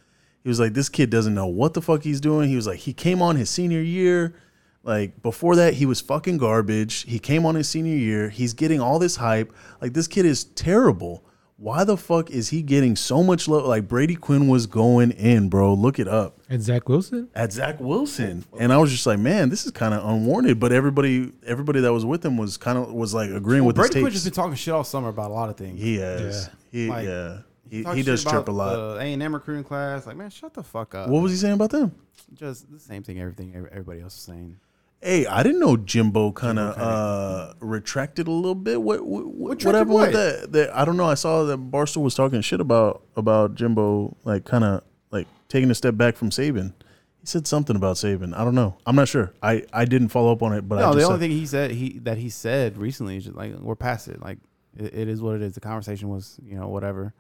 C: He was like, this kid doesn't know what the fuck he's doing. He was like, he came on his senior year. Like before that, he was fucking garbage. He came on his senior year. He's getting all this hype. Like this kid is terrible. Why the fuck is he getting so much love? Like Brady Quinn was going in, bro. Look it up
F: At Zach Wilson.
C: at Zach Wilson, and I was just like, man, this is kind of unwarranted. But everybody, everybody that was with him was kind of was like agreeing with
D: Brady Quinn
C: his
D: just
C: takes.
D: been talking shit all summer about a lot of things.
C: He has, he
D: Like,
C: yeah, he,
D: Talked
C: he
D: shit
C: does
D: about uh,
C: chirp a lot.
D: The A and M recruiting class, like man, shut the fuck up.
C: what was he saying about them?
D: Just the same thing, everything ev- everybody else is saying.
C: Hey, I didn't know Jimbo kind of uh, retracted a little bit. What what, what, what
D: Retracted
C: happened with
D: what?
C: that? that? I don't know. I saw that Barstool was talking shit about about Jimbo, like kind of like taking a step back from Saban. He said something about Saban. I don't know. I'm not sure. I, I didn't follow up on it, but I
D: No,
C: just
D: the only
C: saw-
D: thing he said he that he said recently is just like we're past it. Like it, it is what it is. The conversation was you know whatever.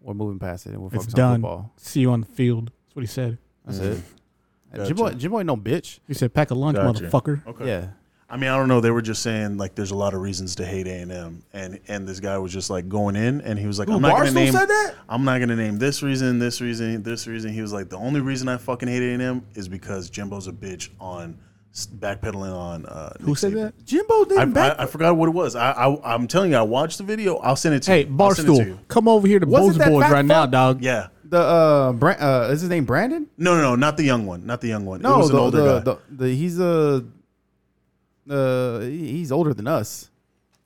D: We're moving past it and we're
E: It's
D: focused on
E: done.
D: football.
E: See you on the field. That's what he said.
D: That's it.
C: Mm-hmm. Gotcha.
D: Jimbo, Jimbo ain't no bitch.
E: He said, "Pack a lunch,
C: Gotcha.
E: motherfucker."
C: Okay.
D: Yeah.
C: I mean, I don't know. They were just saying like there's a lot of reasons to hate A and M, and and this guy was just like going in, and he was like,
D: Who,
C: I'm not gonna
D: Barstool
C: name.
D: said that?
C: I'm not gonna name this reason, this reason, this reason. He was like, the only reason I fucking hate A and M is because Jimbo's a bitch on s- backpedaling on. Uh,
E: Who said that?
D: Jimbo didn't
C: I,
D: back.
C: I, I forgot what it was. I, I I'm telling you, I watched the video. I'll send it to
E: Hey,
C: you. I'll send it to
E: Barstool,
C: you.
E: come over here to
D: Wasn't
E: Bose
D: that
E: Boys
D: fat
E: right now,
D: fuck?
E: dog.
C: Yeah.
D: the uh, Bran- uh, is his name Brandon?
C: No, no, no, not the young one, not the young one.
D: No,
C: it was
D: the,
C: an older
D: the,
C: guy.
D: the the he's a uh, he- he's older than us.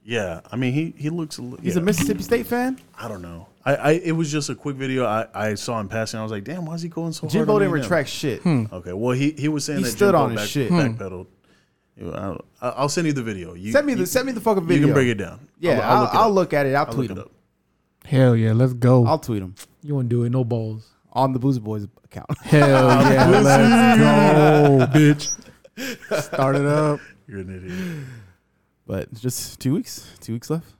C: yeah, I mean, he he looks. a little.
D: He's
C: yeah.
D: a Mississippi State fan.
C: I don't know. I, I it was just a quick video I, I saw him passing. I was like, damn, why is he going so hard?
D: Jimbo
C: on
D: didn't
C: A&M?
D: retract shit.
C: Okay, well he he was saying
D: He
C: that
D: stood
C: Jimbo
D: on his
C: back,
D: shit. Hmm.
C: backpedaled. You know, I don't- I- I'll send you the video. You,
D: Send me the
C: you-
D: send me the fucking video.
C: You can break it down.
D: Yeah, I'll, I'll, look, at it. I'll,
C: I'll
D: tweet
C: look it
D: him.
C: up.
E: Hell yeah, let's go.
D: I'll tweet him
F: You won't do it. No balls.
D: on the Boozy Boys account.
E: Hell yeah, let's go, bitch. Start it up.
C: You're an idiot.
D: but just two weeks, two weeks left.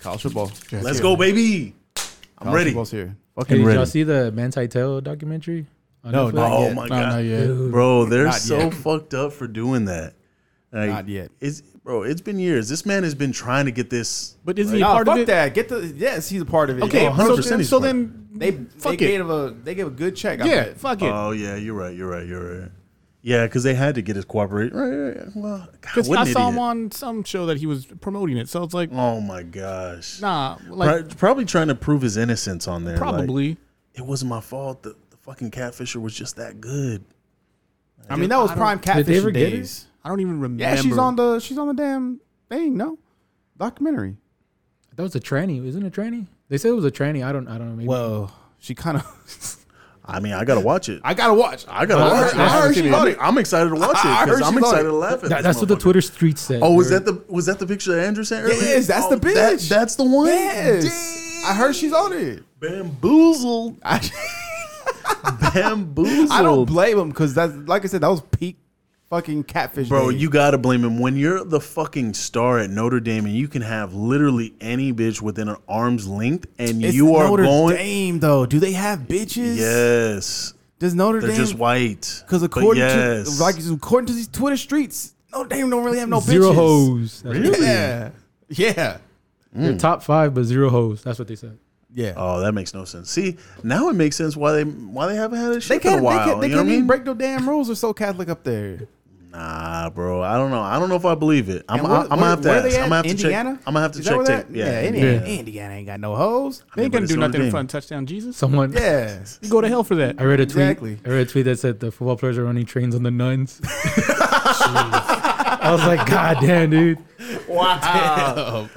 D: College football. College
C: Let's go, baby. I'm ready.
D: football's here.
F: Hey,
D: Fucking
F: did
D: ready.
F: y'all see the Manti Te'o documentary? on
D: No,
F: Netflix?
D: not
C: Oh
D: yet.
C: my
E: No, not
C: god,
E: yet.
C: bro, they're
D: Not
C: so
D: yet.
C: fucked up for doing that. Like,
D: Not yet.
C: It's bro. It's been years. This man has been trying to get this.
E: But isn't he a
D: Nah,
E: part
D: fuck
E: of it?
D: that. Get the yes, he's a part of it.
E: Okay,
C: Oh,
E: so,
C: 100%
E: then,
C: he's
E: so
C: part of
E: then
D: they
E: fuck
D: they gave
E: it.
D: him a they gave a good check. I
E: Yeah,
D: bet.
E: fuck it.
C: Oh yeah, you're right. You're right. You're right. Yeah, because they had to get his cooperation. Right. right, right. Well, God,
E: Because
C: what
E: I
C: an
E: saw
C: idiot.
E: him on some show that he was promoting it, so it's like,
C: Oh my gosh.
E: nah, like
C: Pro- probably trying to prove his innocence on there. like,
E: probably.
C: it wasn't my fault. The, the fucking catfisher was just that good.
D: I mean that was prime
F: Did they
D: catfish
F: ever get it?
D: days.
E: I don't even remember.
D: Yeah, she's on the she's on the damn thing. No documentary.
F: That was a tranny, isn't it? A tranny? They said it was a tranny. I don't. I don't know. Maybe.
D: Well, she kind of.
C: I mean, I gotta watch it. I,
D: I gotta watch. I
C: gotta
D: I
C: watch
D: heard-
C: it.
D: I heard
C: I'm
D: she
C: excited-
D: bought it.
C: I'm excited to watch
D: I- I
C: it because
D: heard
C: I'm
D: she bought
C: excited
D: it.
C: to laugh at
F: That-
C: this
F: that's what the
C: motherfucker.
F: Twitter street said.
C: Oh, was
F: They're-
C: that the was that the picture that Andrew sent
D: It
C: earlier?
D: is, that's the
C: Oh, that-
D: bitch.
C: that's the one.
D: Yes. I heard she's on it.
C: Bamboozled.
D: I,
C: Bamboozled.
D: I don't blame him because that's like I said that was peak fucking catfish.
C: Bro,
D: days.
C: you gotta blame him when you're the fucking star at Notre Dame, and you can have literally any bitch within an arm's length, and
D: It's
C: you are
D: Notre
C: going.
D: Dame though. Do they have bitches?
C: Yes,
D: Does Notre
C: they're
D: Dame?
C: just white.
D: Because
C: But
D: according
C: yes.
D: to like according to these Twitter streets, Notre Dame don't really have no
F: zero
D: bitches.
F: hoes. That's what they said.
D: Yeah. Yeah.
F: They're top five, but zero hoes. That's what they said.
D: Yeah.
C: Oh, that makes no sense. See, now it makes sense why they why they haven't had a
D: they
C: shit in
D: can't.
C: Uh, a
D: They
C: while.
D: can't, they
C: you know
D: can't
C: what I
D: even
C: mean?
D: break no damn rules. They're so Catholic up there.
C: nah, bro. I don't know. I don't know if I believe it. I'm,
D: And where-
C: I'm gonna have to
D: where- where
C: ask.
D: they
C: I'm gonna
D: at?
C: have to
D: Indiana?
C: check. I'm gonna have to
D: Is that
C: check
D: where
C: tape.
D: they're
C: Yeah,
D: at? Yeah,
C: yeah.
D: Indiana, Indiana ain't got no hoes.
E: They ain't
C: but
E: gonna
C: it's
E: do
C: Notre
E: nothing in
C: Dame.
E: front of touchdown Jesus.
F: Someone.
D: Yeah.
E: You go to hell for that.
F: I read a tweet.
D: Exactly.
F: I read a tweet that said the football players are running trains on the nuns. I was like, God damn, dude.
D: Wow.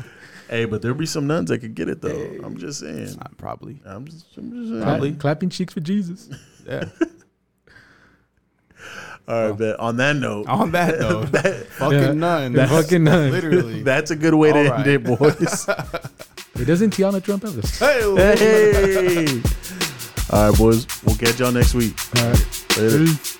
C: Hey, but there'll be some nuns that could get it though. I'm just saying.
D: Probably.
C: I'm just, I'm just saying.
F: Probably. clapping cheeks for Jesus.
D: Yeah.
C: All right, but on that note,
D: On that though, fucking
F: Yeah.
D: none.
F: That fucking nun.
D: Literally.
C: that's a good way to
D: All
C: end
D: right.
C: it, boys.
F: It doesn't Tiana Trump ever.
D: Hey.
C: hey. All right, boys. We'll catch y'all next week.
F: All right.
C: Later.
F: Peace.